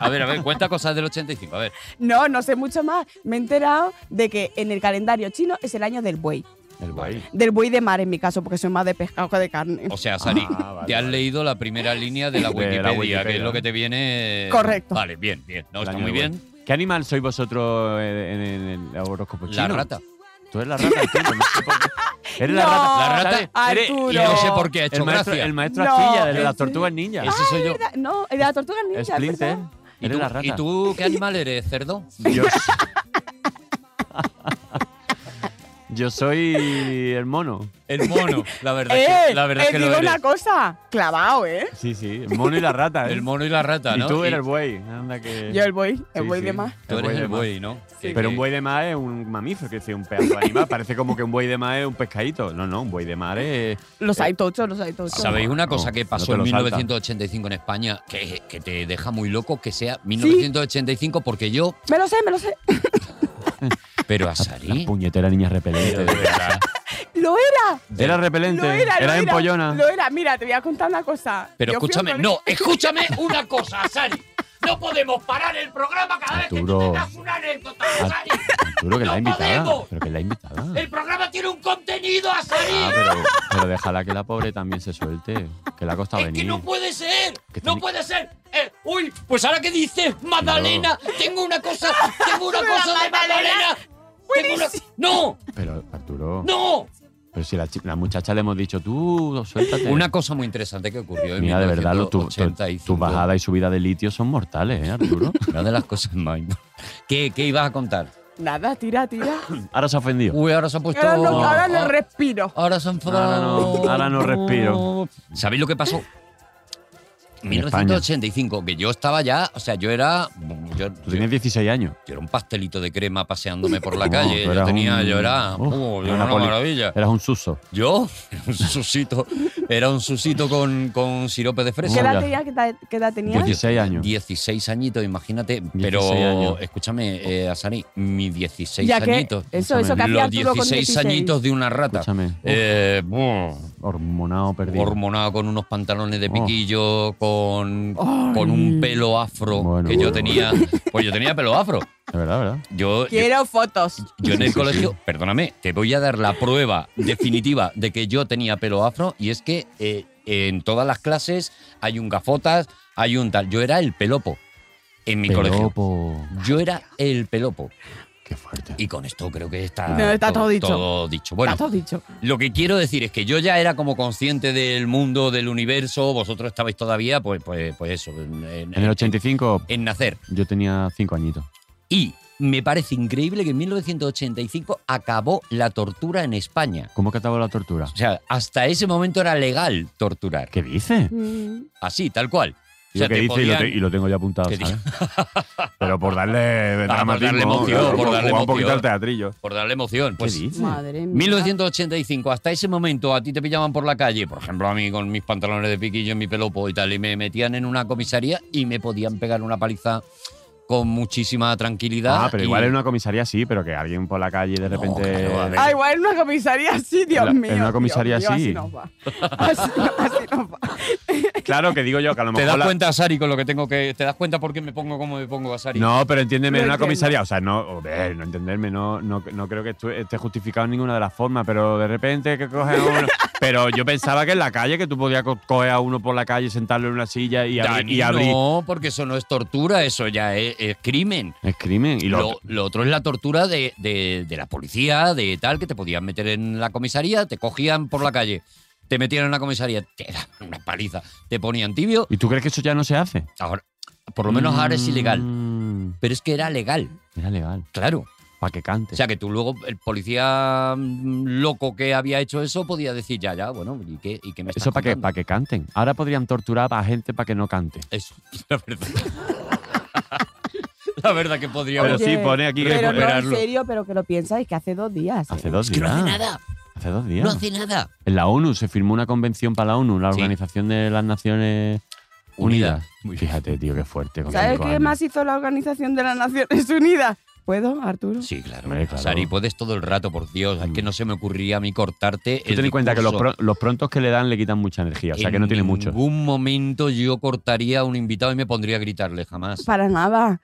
[SPEAKER 4] a ver, a ver, cuenta cosas del 85. A ver,
[SPEAKER 2] No, no sé mucho más. Me he enterado de que en el calendario chino es el año del buey.
[SPEAKER 5] el guay.
[SPEAKER 2] Del buey de mar en mi caso, porque soy más de pescado que de carne.
[SPEAKER 4] o sea, Sari,
[SPEAKER 5] Ah, vale,
[SPEAKER 4] te has
[SPEAKER 5] vale.
[SPEAKER 4] leído la primera línea de la
[SPEAKER 5] De la
[SPEAKER 4] Wikipedia, que es
[SPEAKER 5] Wikipedia.
[SPEAKER 4] lo que te viene.
[SPEAKER 2] Correcto.
[SPEAKER 4] Vale, bien, bien. No,
[SPEAKER 5] El
[SPEAKER 4] está
[SPEAKER 5] año
[SPEAKER 4] muy
[SPEAKER 5] del
[SPEAKER 4] bien.
[SPEAKER 5] guay. ¿Qué animal sois vosotros en, en- en el horóscopo chino?
[SPEAKER 4] La rata.
[SPEAKER 5] Tú eres la rata, entiendo, no sé
[SPEAKER 4] [LAUGHS]
[SPEAKER 5] por qué. Eres la
[SPEAKER 2] No,
[SPEAKER 5] rata.
[SPEAKER 4] La rata-
[SPEAKER 5] ¿sabes? Eres-
[SPEAKER 2] Arturo.
[SPEAKER 4] Y no sé por qué ha hecho
[SPEAKER 5] El maestro,
[SPEAKER 4] gracia.
[SPEAKER 5] el maestro
[SPEAKER 2] No,
[SPEAKER 5] Astilla, de
[SPEAKER 2] es-
[SPEAKER 5] las tortugas ninja.
[SPEAKER 4] Ese soy yo.
[SPEAKER 2] ¿Verdad? No, el de la tortuga ninja. es
[SPEAKER 5] Splinter.
[SPEAKER 2] verdad.
[SPEAKER 4] ¿Y
[SPEAKER 5] Eres
[SPEAKER 4] tú,
[SPEAKER 5] la rata.
[SPEAKER 4] ¿Y tú qué animal eres, cerdo? [LAUGHS]
[SPEAKER 5] Yo, [LAUGHS] yo soy el mono.
[SPEAKER 4] El mono, la verdad
[SPEAKER 2] [LAUGHS]
[SPEAKER 4] es
[SPEAKER 2] Eh,
[SPEAKER 4] que, la verdad es
[SPEAKER 2] eh,
[SPEAKER 4] que
[SPEAKER 2] digo
[SPEAKER 4] lo eres.
[SPEAKER 2] una cosa, clavado, ¿eh?
[SPEAKER 5] Sí, sí, el mono y la rata.
[SPEAKER 4] [LAUGHS]
[SPEAKER 5] ¿eh?
[SPEAKER 4] El mono y la rata, ¿no?
[SPEAKER 5] Y tú
[SPEAKER 4] Y
[SPEAKER 5] eres el buey. Anda que...
[SPEAKER 2] Yo el buey, el
[SPEAKER 5] Sí,
[SPEAKER 2] buey
[SPEAKER 5] sí.
[SPEAKER 2] de mar.
[SPEAKER 4] tú eres el
[SPEAKER 5] de mar.
[SPEAKER 4] buey, ¿no? Que-
[SPEAKER 5] Pero un
[SPEAKER 4] que-
[SPEAKER 5] buey de mar es un mamífero, que es decir, un pedazo de animal. Parece como que un buey de mar es un pescadito. No, no, un buey de mar es.
[SPEAKER 2] Los
[SPEAKER 4] Eh,
[SPEAKER 2] hay tochos, los hay tochos.
[SPEAKER 4] ¿Sabéis una
[SPEAKER 5] No,
[SPEAKER 4] cosa que
[SPEAKER 5] no
[SPEAKER 4] pasó
[SPEAKER 5] te
[SPEAKER 4] en
[SPEAKER 5] lo salta.
[SPEAKER 4] 1985 en España que, que te deja muy loco que sea 1985? Porque yo,
[SPEAKER 2] Me lo sé, me lo sé.
[SPEAKER 4] Pero
[SPEAKER 5] La
[SPEAKER 4] Asari.
[SPEAKER 5] puñetera niña
[SPEAKER 4] tío, de
[SPEAKER 5] repelente.
[SPEAKER 4] verdad.
[SPEAKER 2] [LAUGHS] ¡Lo era!
[SPEAKER 5] Era repelente,
[SPEAKER 2] ¡Lo era! lo
[SPEAKER 5] era empollona.
[SPEAKER 2] Lo era. Mira, te voy a contar una cosa.
[SPEAKER 4] Pero
[SPEAKER 2] Yo fui a un
[SPEAKER 4] escúchame,
[SPEAKER 2] colegio-
[SPEAKER 4] no, escúchame una cosa, Asari. No podemos parar el programa cada vez que tú
[SPEAKER 5] Arturo.
[SPEAKER 4] tengas una anécdota, Asari.
[SPEAKER 5] Arturo, Ah, que la
[SPEAKER 4] ¡No
[SPEAKER 5] ha invitado.
[SPEAKER 4] podemos!
[SPEAKER 5] Pero que la ha invitado.
[SPEAKER 4] El programa tiene un contenido,
[SPEAKER 5] Ah,
[SPEAKER 4] Asari.
[SPEAKER 5] pero, pero déjala que la pobre también se suelte. Que le ha costado
[SPEAKER 4] Es que
[SPEAKER 5] venir.
[SPEAKER 4] no puede ser,
[SPEAKER 5] Que
[SPEAKER 4] no
[SPEAKER 5] tiene-
[SPEAKER 4] puede ser. Eh, uy, pues ahora que dices Magdalena, tengo una cosa,
[SPEAKER 2] [LAUGHS]
[SPEAKER 4] tengo una cosa de Magdalena. Tengo una- No,
[SPEAKER 5] Pero, Arturo.
[SPEAKER 4] no.
[SPEAKER 5] Pero si la, chi- la muchacha le hemos dicho, tú, suéltate.
[SPEAKER 4] Una cosa muy interesante que ocurrió en
[SPEAKER 5] Mira, de verdad, lo- tu, tu-
[SPEAKER 4] 1985.
[SPEAKER 5] tu bajada y subida de litio son mortales, ¿eh, Arturo?
[SPEAKER 4] [LAUGHS] Una de las cosas más. impor- [LAUGHS] ¿Qué, ¿Qué ibas a contar?
[SPEAKER 2] Nada, tira,
[SPEAKER 5] [LAUGHS]
[SPEAKER 2] tira.
[SPEAKER 5] Ahora se ha ofendido.
[SPEAKER 4] Uy, ahora se ha puesto.
[SPEAKER 2] Ahora no, ahora no
[SPEAKER 4] Ah,
[SPEAKER 2] respiro.
[SPEAKER 4] Ahora se ha enfadado.
[SPEAKER 5] Ahora no, ahora no respiro.
[SPEAKER 4] ¿Sabéis lo que pasó?
[SPEAKER 5] En
[SPEAKER 4] 1985, que yo estaba ya, o sea, yo era. Yo,
[SPEAKER 5] Tú tenías 16 años.
[SPEAKER 4] yo era un pastelito de crema paseándome por la
[SPEAKER 5] No,
[SPEAKER 4] calle.
[SPEAKER 5] tú
[SPEAKER 4] yo
[SPEAKER 5] eras
[SPEAKER 4] tenía,
[SPEAKER 5] un-
[SPEAKER 4] yo era.
[SPEAKER 5] Uf,
[SPEAKER 4] uh, yo era
[SPEAKER 5] era una
[SPEAKER 4] una
[SPEAKER 5] poli- Eh.
[SPEAKER 4] maravilla.
[SPEAKER 5] Eras un suso.
[SPEAKER 4] Yo, un susito, era un susito con, con sirope de
[SPEAKER 2] ¿Qué
[SPEAKER 4] fresa.
[SPEAKER 5] Mira.
[SPEAKER 2] edad, tenía, qué, edad, qué edad tenías?
[SPEAKER 5] 16 años.
[SPEAKER 4] 16 añitos, imagínate. Pero
[SPEAKER 5] 16 años.
[SPEAKER 4] escúchame, eh, Asani, mis 16
[SPEAKER 2] ya que
[SPEAKER 4] añitos.
[SPEAKER 2] eso, eso que
[SPEAKER 5] Escúchame.
[SPEAKER 2] hacía
[SPEAKER 4] Los
[SPEAKER 2] Arturo con
[SPEAKER 4] 16 añitos de una rata.
[SPEAKER 5] Escúchame.
[SPEAKER 4] Eh, buh,
[SPEAKER 5] Hormonado perdido. Oh.
[SPEAKER 4] hormonado con unos pantalones de piquillo, con,
[SPEAKER 2] Ay.
[SPEAKER 4] con un pelo afro
[SPEAKER 5] Bueno,
[SPEAKER 4] que yo
[SPEAKER 5] bueno,
[SPEAKER 4] tenía. Pues yo tenía pelo afro.
[SPEAKER 5] de verdad, ¿verdad?
[SPEAKER 4] Yo, yo,
[SPEAKER 2] Quiero fotos.
[SPEAKER 4] yo en el
[SPEAKER 5] Sí, sí,
[SPEAKER 4] colegio, perdóname, te voy a dar la prueba definitiva de que yo tenía pelo afro y es que eh, en todas las clases hay un gafotas, hay un tal. Yo era el pelopo en mi colegio.
[SPEAKER 5] Pelopo.
[SPEAKER 4] Yo era el pelopo.
[SPEAKER 5] Qué fuerte.
[SPEAKER 4] Y con esto creo que está,
[SPEAKER 2] No, está todo dicho.
[SPEAKER 4] todo dicho. Bueno,
[SPEAKER 2] Está todo dicho.
[SPEAKER 4] lo que quiero decir es que yo ya era como consciente del mundo, del universo, vosotros estabais todavía, pues, pues, pues eso, en, en-
[SPEAKER 5] En el 85
[SPEAKER 4] en nacer.
[SPEAKER 5] yo tenía 5 añitos.
[SPEAKER 4] Y me parece increíble que en 1985 acabó la tortura en España.
[SPEAKER 5] ¿Cómo que acabó la tortura?
[SPEAKER 4] O sea, hasta ese momento era legal torturar.
[SPEAKER 5] ¿Qué dice?
[SPEAKER 2] Mm.
[SPEAKER 4] Así, tal cual. O
[SPEAKER 5] Yo
[SPEAKER 4] sea,
[SPEAKER 5] que
[SPEAKER 4] te
[SPEAKER 5] dice y, lo
[SPEAKER 4] podían-
[SPEAKER 5] te- y lo tengo ya apuntado.
[SPEAKER 4] ¿Qué
[SPEAKER 5] ¿sabes?
[SPEAKER 4] dice?
[SPEAKER 5] Pero
[SPEAKER 4] [LAUGHS]
[SPEAKER 5] por darle
[SPEAKER 4] Ah, por darle
[SPEAKER 5] dramatismo,
[SPEAKER 4] emoción,
[SPEAKER 5] claro,
[SPEAKER 4] por darle
[SPEAKER 5] jugar un poquito
[SPEAKER 4] emoción.
[SPEAKER 5] al teatrillo.
[SPEAKER 4] Por darle emoción. Pues,
[SPEAKER 5] ¿Qué dice?
[SPEAKER 2] Madre mía.
[SPEAKER 4] 1985, hasta ese momento a ti te pillaban por la calle, por ejemplo a mí con mis pantalones de piquillo en mi pelopo y tal, y me metían en una comisaría y me podían pegar una paliza con muchísima tranquilidad.
[SPEAKER 5] Ah, pero
[SPEAKER 4] y-
[SPEAKER 5] igual en una comisaría sí, pero que alguien por la calle de repente.
[SPEAKER 4] claro, a ver.
[SPEAKER 2] Ah, igual en una comisaría sí, Dios
[SPEAKER 5] En la- en
[SPEAKER 2] mío.
[SPEAKER 5] una
[SPEAKER 2] Dios
[SPEAKER 5] comisaría
[SPEAKER 2] mío,
[SPEAKER 5] sí.
[SPEAKER 2] Así nos va. Así, no- así nos va.
[SPEAKER 5] [LAUGHS] claro que digo yo que a lo
[SPEAKER 4] ¿Te
[SPEAKER 5] mejor.
[SPEAKER 4] das
[SPEAKER 5] la-
[SPEAKER 4] cuenta, Sari, con lo que tengo que. ¿Te das cuenta por qué me pongo como me pongo a Sari?
[SPEAKER 5] No, pero entiéndeme,
[SPEAKER 2] Lo
[SPEAKER 5] en una
[SPEAKER 2] entiendo.
[SPEAKER 5] comisaría, o sea, no, a ver, no entenderme, no, no, no creo que estu- esté justificado en ninguna de las formas, pero de repente que cogen a
[SPEAKER 4] [LAUGHS]
[SPEAKER 5] uno. pero yo pensaba que en la calle, que tú podías co- coger a uno por la calle, sentarlo en una silla y abrir.
[SPEAKER 4] Dani,
[SPEAKER 5] y abrir.
[SPEAKER 4] No, porque eso no es tortura, eso ya es, es crimen.
[SPEAKER 5] Es crimen. Y lo,
[SPEAKER 4] Lo, lo otro es la tortura de, de- de la policía, de tal, que te podían meter en la comisaría, te cogían por la calle, te metían en la comisaría, te daban una paliza, te ponían tibio.
[SPEAKER 5] ¿Y tú crees que eso ya no se hace?
[SPEAKER 4] Ahora, por lo menos ahora es ilegal.
[SPEAKER 5] Mm,
[SPEAKER 4] Pero es que era legal,
[SPEAKER 5] Era legal.
[SPEAKER 4] claro.
[SPEAKER 5] Para que cante.
[SPEAKER 4] O sea que tú luego, el policía mm, loco que había hecho eso, podía decir, ya, ya, bueno, ¿y qué, y qué me estás
[SPEAKER 5] eso para que,
[SPEAKER 4] contando?
[SPEAKER 5] para que canten. Ahora podrían torturar a gente para que no cante.
[SPEAKER 4] Eso, [LAUGHS] la verdad. la verdad que podría
[SPEAKER 5] [LAUGHS] Pero
[SPEAKER 4] haber-
[SPEAKER 5] sí, pone aquí que
[SPEAKER 2] Pero no, en
[SPEAKER 4] recuperarlo.
[SPEAKER 2] serio, pero que lo piensáis, que hace dos días. ¿eh?
[SPEAKER 5] Hace dos
[SPEAKER 4] Es que no
[SPEAKER 5] días.
[SPEAKER 4] hace nada,
[SPEAKER 5] Hace dos días.
[SPEAKER 4] no hace nada.
[SPEAKER 5] En la ONU se firmó una convención para la ONU, la
[SPEAKER 4] Sí.
[SPEAKER 5] Organización de las Naciones
[SPEAKER 4] Unidas.
[SPEAKER 5] Unidas.
[SPEAKER 4] Muy bien.
[SPEAKER 5] Fíjate, tío, qué fuerte. con
[SPEAKER 2] ¿Sabes
[SPEAKER 5] cinco
[SPEAKER 2] qué
[SPEAKER 5] años.
[SPEAKER 2] más hizo la Organización de las Naciones Unidas? ¿Puedo, Arturo?
[SPEAKER 4] Sí, claro.
[SPEAKER 5] Hombre, claro. Mm.
[SPEAKER 4] Sari, puedes todo el rato, por Dios. Es que no se me ocurría a mí cortarte.
[SPEAKER 5] Tú ten en cuenta que los, pro- los prontos que le dan le quitan mucha energía, o sea que no tiene mucho.
[SPEAKER 4] En ningún momento yo cortaría a un invitado y me pondría a gritarle, jamás.
[SPEAKER 2] Para nada.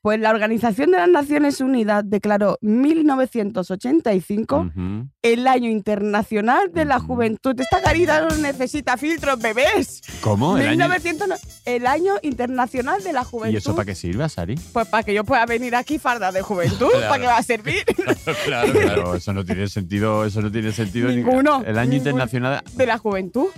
[SPEAKER 2] Pues la Organización de las Naciones Unidas declaró 1985
[SPEAKER 5] Ujú.
[SPEAKER 2] el Año Internacional de la
[SPEAKER 5] Ujú.
[SPEAKER 2] Juventud. Esta carita no necesita filtros, bebés.
[SPEAKER 5] ¿Cómo? Oh, ¿El año?
[SPEAKER 2] 1900 no- el año Internacional de la Juventud.
[SPEAKER 5] ¿Y eso para qué sirve, Sari?
[SPEAKER 2] Pues para que yo pueda venir aquí farda de juventud,
[SPEAKER 4] Claro.
[SPEAKER 2] ¿para qué va a servir?
[SPEAKER 4] claro,
[SPEAKER 5] [LAUGHS] [LAUGHS] Claro, eso no tiene sentido, eso no tiene sentido ni-
[SPEAKER 2] Ninguno,
[SPEAKER 5] El año
[SPEAKER 2] ninguno.
[SPEAKER 5] internacional.
[SPEAKER 2] De la juventud.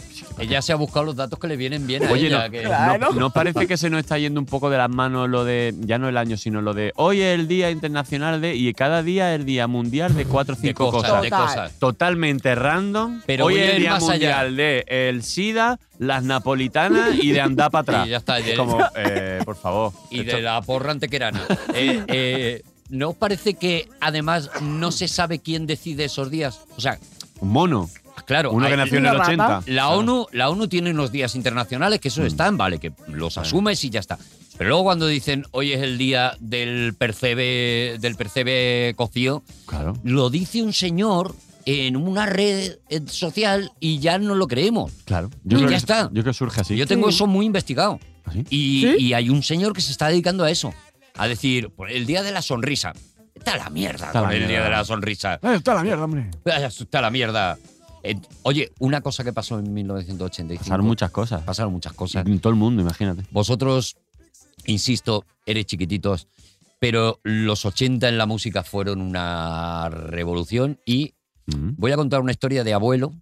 [SPEAKER 4] Ella se ha buscado los datos que le vienen bien a
[SPEAKER 5] Oye,
[SPEAKER 4] ella.
[SPEAKER 5] no,
[SPEAKER 4] que-
[SPEAKER 2] Claro.
[SPEAKER 5] ¿no- ¿no os parece que se nos está yendo un poco de las manos lo de, ya no el año, sino lo de hoy es el Día Internacional de, y cada día es el Día Mundial de cuatro o
[SPEAKER 4] de
[SPEAKER 5] cinco
[SPEAKER 4] cosas,
[SPEAKER 5] cosas?
[SPEAKER 4] de
[SPEAKER 2] Total.
[SPEAKER 4] cosas.
[SPEAKER 5] totalmente random.
[SPEAKER 4] Pero
[SPEAKER 5] Hoy
[SPEAKER 4] voy a
[SPEAKER 5] es
[SPEAKER 4] ir
[SPEAKER 5] el día
[SPEAKER 4] más allá.
[SPEAKER 5] mundial de el SIDA, las napolitanas y de andar
[SPEAKER 4] [LAUGHS]
[SPEAKER 5] para atrás.
[SPEAKER 4] Y ya está, y de-
[SPEAKER 5] Como, eh, por favor.
[SPEAKER 4] [LAUGHS] Y
[SPEAKER 5] Esto-
[SPEAKER 4] de la porra antequerana. Eh, eh, ¿No os parece que además no se sabe quién decide esos días? O sea,
[SPEAKER 5] Un mono.
[SPEAKER 4] claro.
[SPEAKER 5] Uno que
[SPEAKER 4] hay-
[SPEAKER 5] nació en el
[SPEAKER 2] Una
[SPEAKER 5] 80.
[SPEAKER 2] rata.
[SPEAKER 5] Mm.
[SPEAKER 4] La ONU, la ONU tiene unos días internacionales que eso están, vale, que los asumes y ya está. Pero luego cuando dicen hoy es el día del percebe, del percebe cocido,
[SPEAKER 5] Claro.
[SPEAKER 4] lo dice un señor en una red eh, social y ya no lo creemos.
[SPEAKER 5] Claro.
[SPEAKER 4] Y ya
[SPEAKER 5] que-
[SPEAKER 4] está.
[SPEAKER 5] Yo creo que surge así.
[SPEAKER 4] Yo tengo
[SPEAKER 2] Sí.
[SPEAKER 4] eso muy investigado.
[SPEAKER 5] ¿Así?
[SPEAKER 4] Y,
[SPEAKER 2] ¿Sí?
[SPEAKER 4] y hay un señor que se está dedicando a eso. A decir, "Pues el día de la sonrisa. Está la mierda
[SPEAKER 5] Está la
[SPEAKER 4] con el día
[SPEAKER 5] mierda.
[SPEAKER 4] de la sonrisa. [LAUGHS]
[SPEAKER 5] ¡Eh, está la mierda, hombre!
[SPEAKER 4] Está la mierda. Eh, Oye, una cosa que pasó en 1985.
[SPEAKER 5] Pasaron muchas cosas.
[SPEAKER 4] Pasaron muchas cosas.
[SPEAKER 5] En todo el mundo, imagínate.
[SPEAKER 4] Vosotros, insisto, eres chiquititos, pero los 80 en la música fueron una revolución y
[SPEAKER 5] Mm.
[SPEAKER 4] voy a contar una historia de abuelo,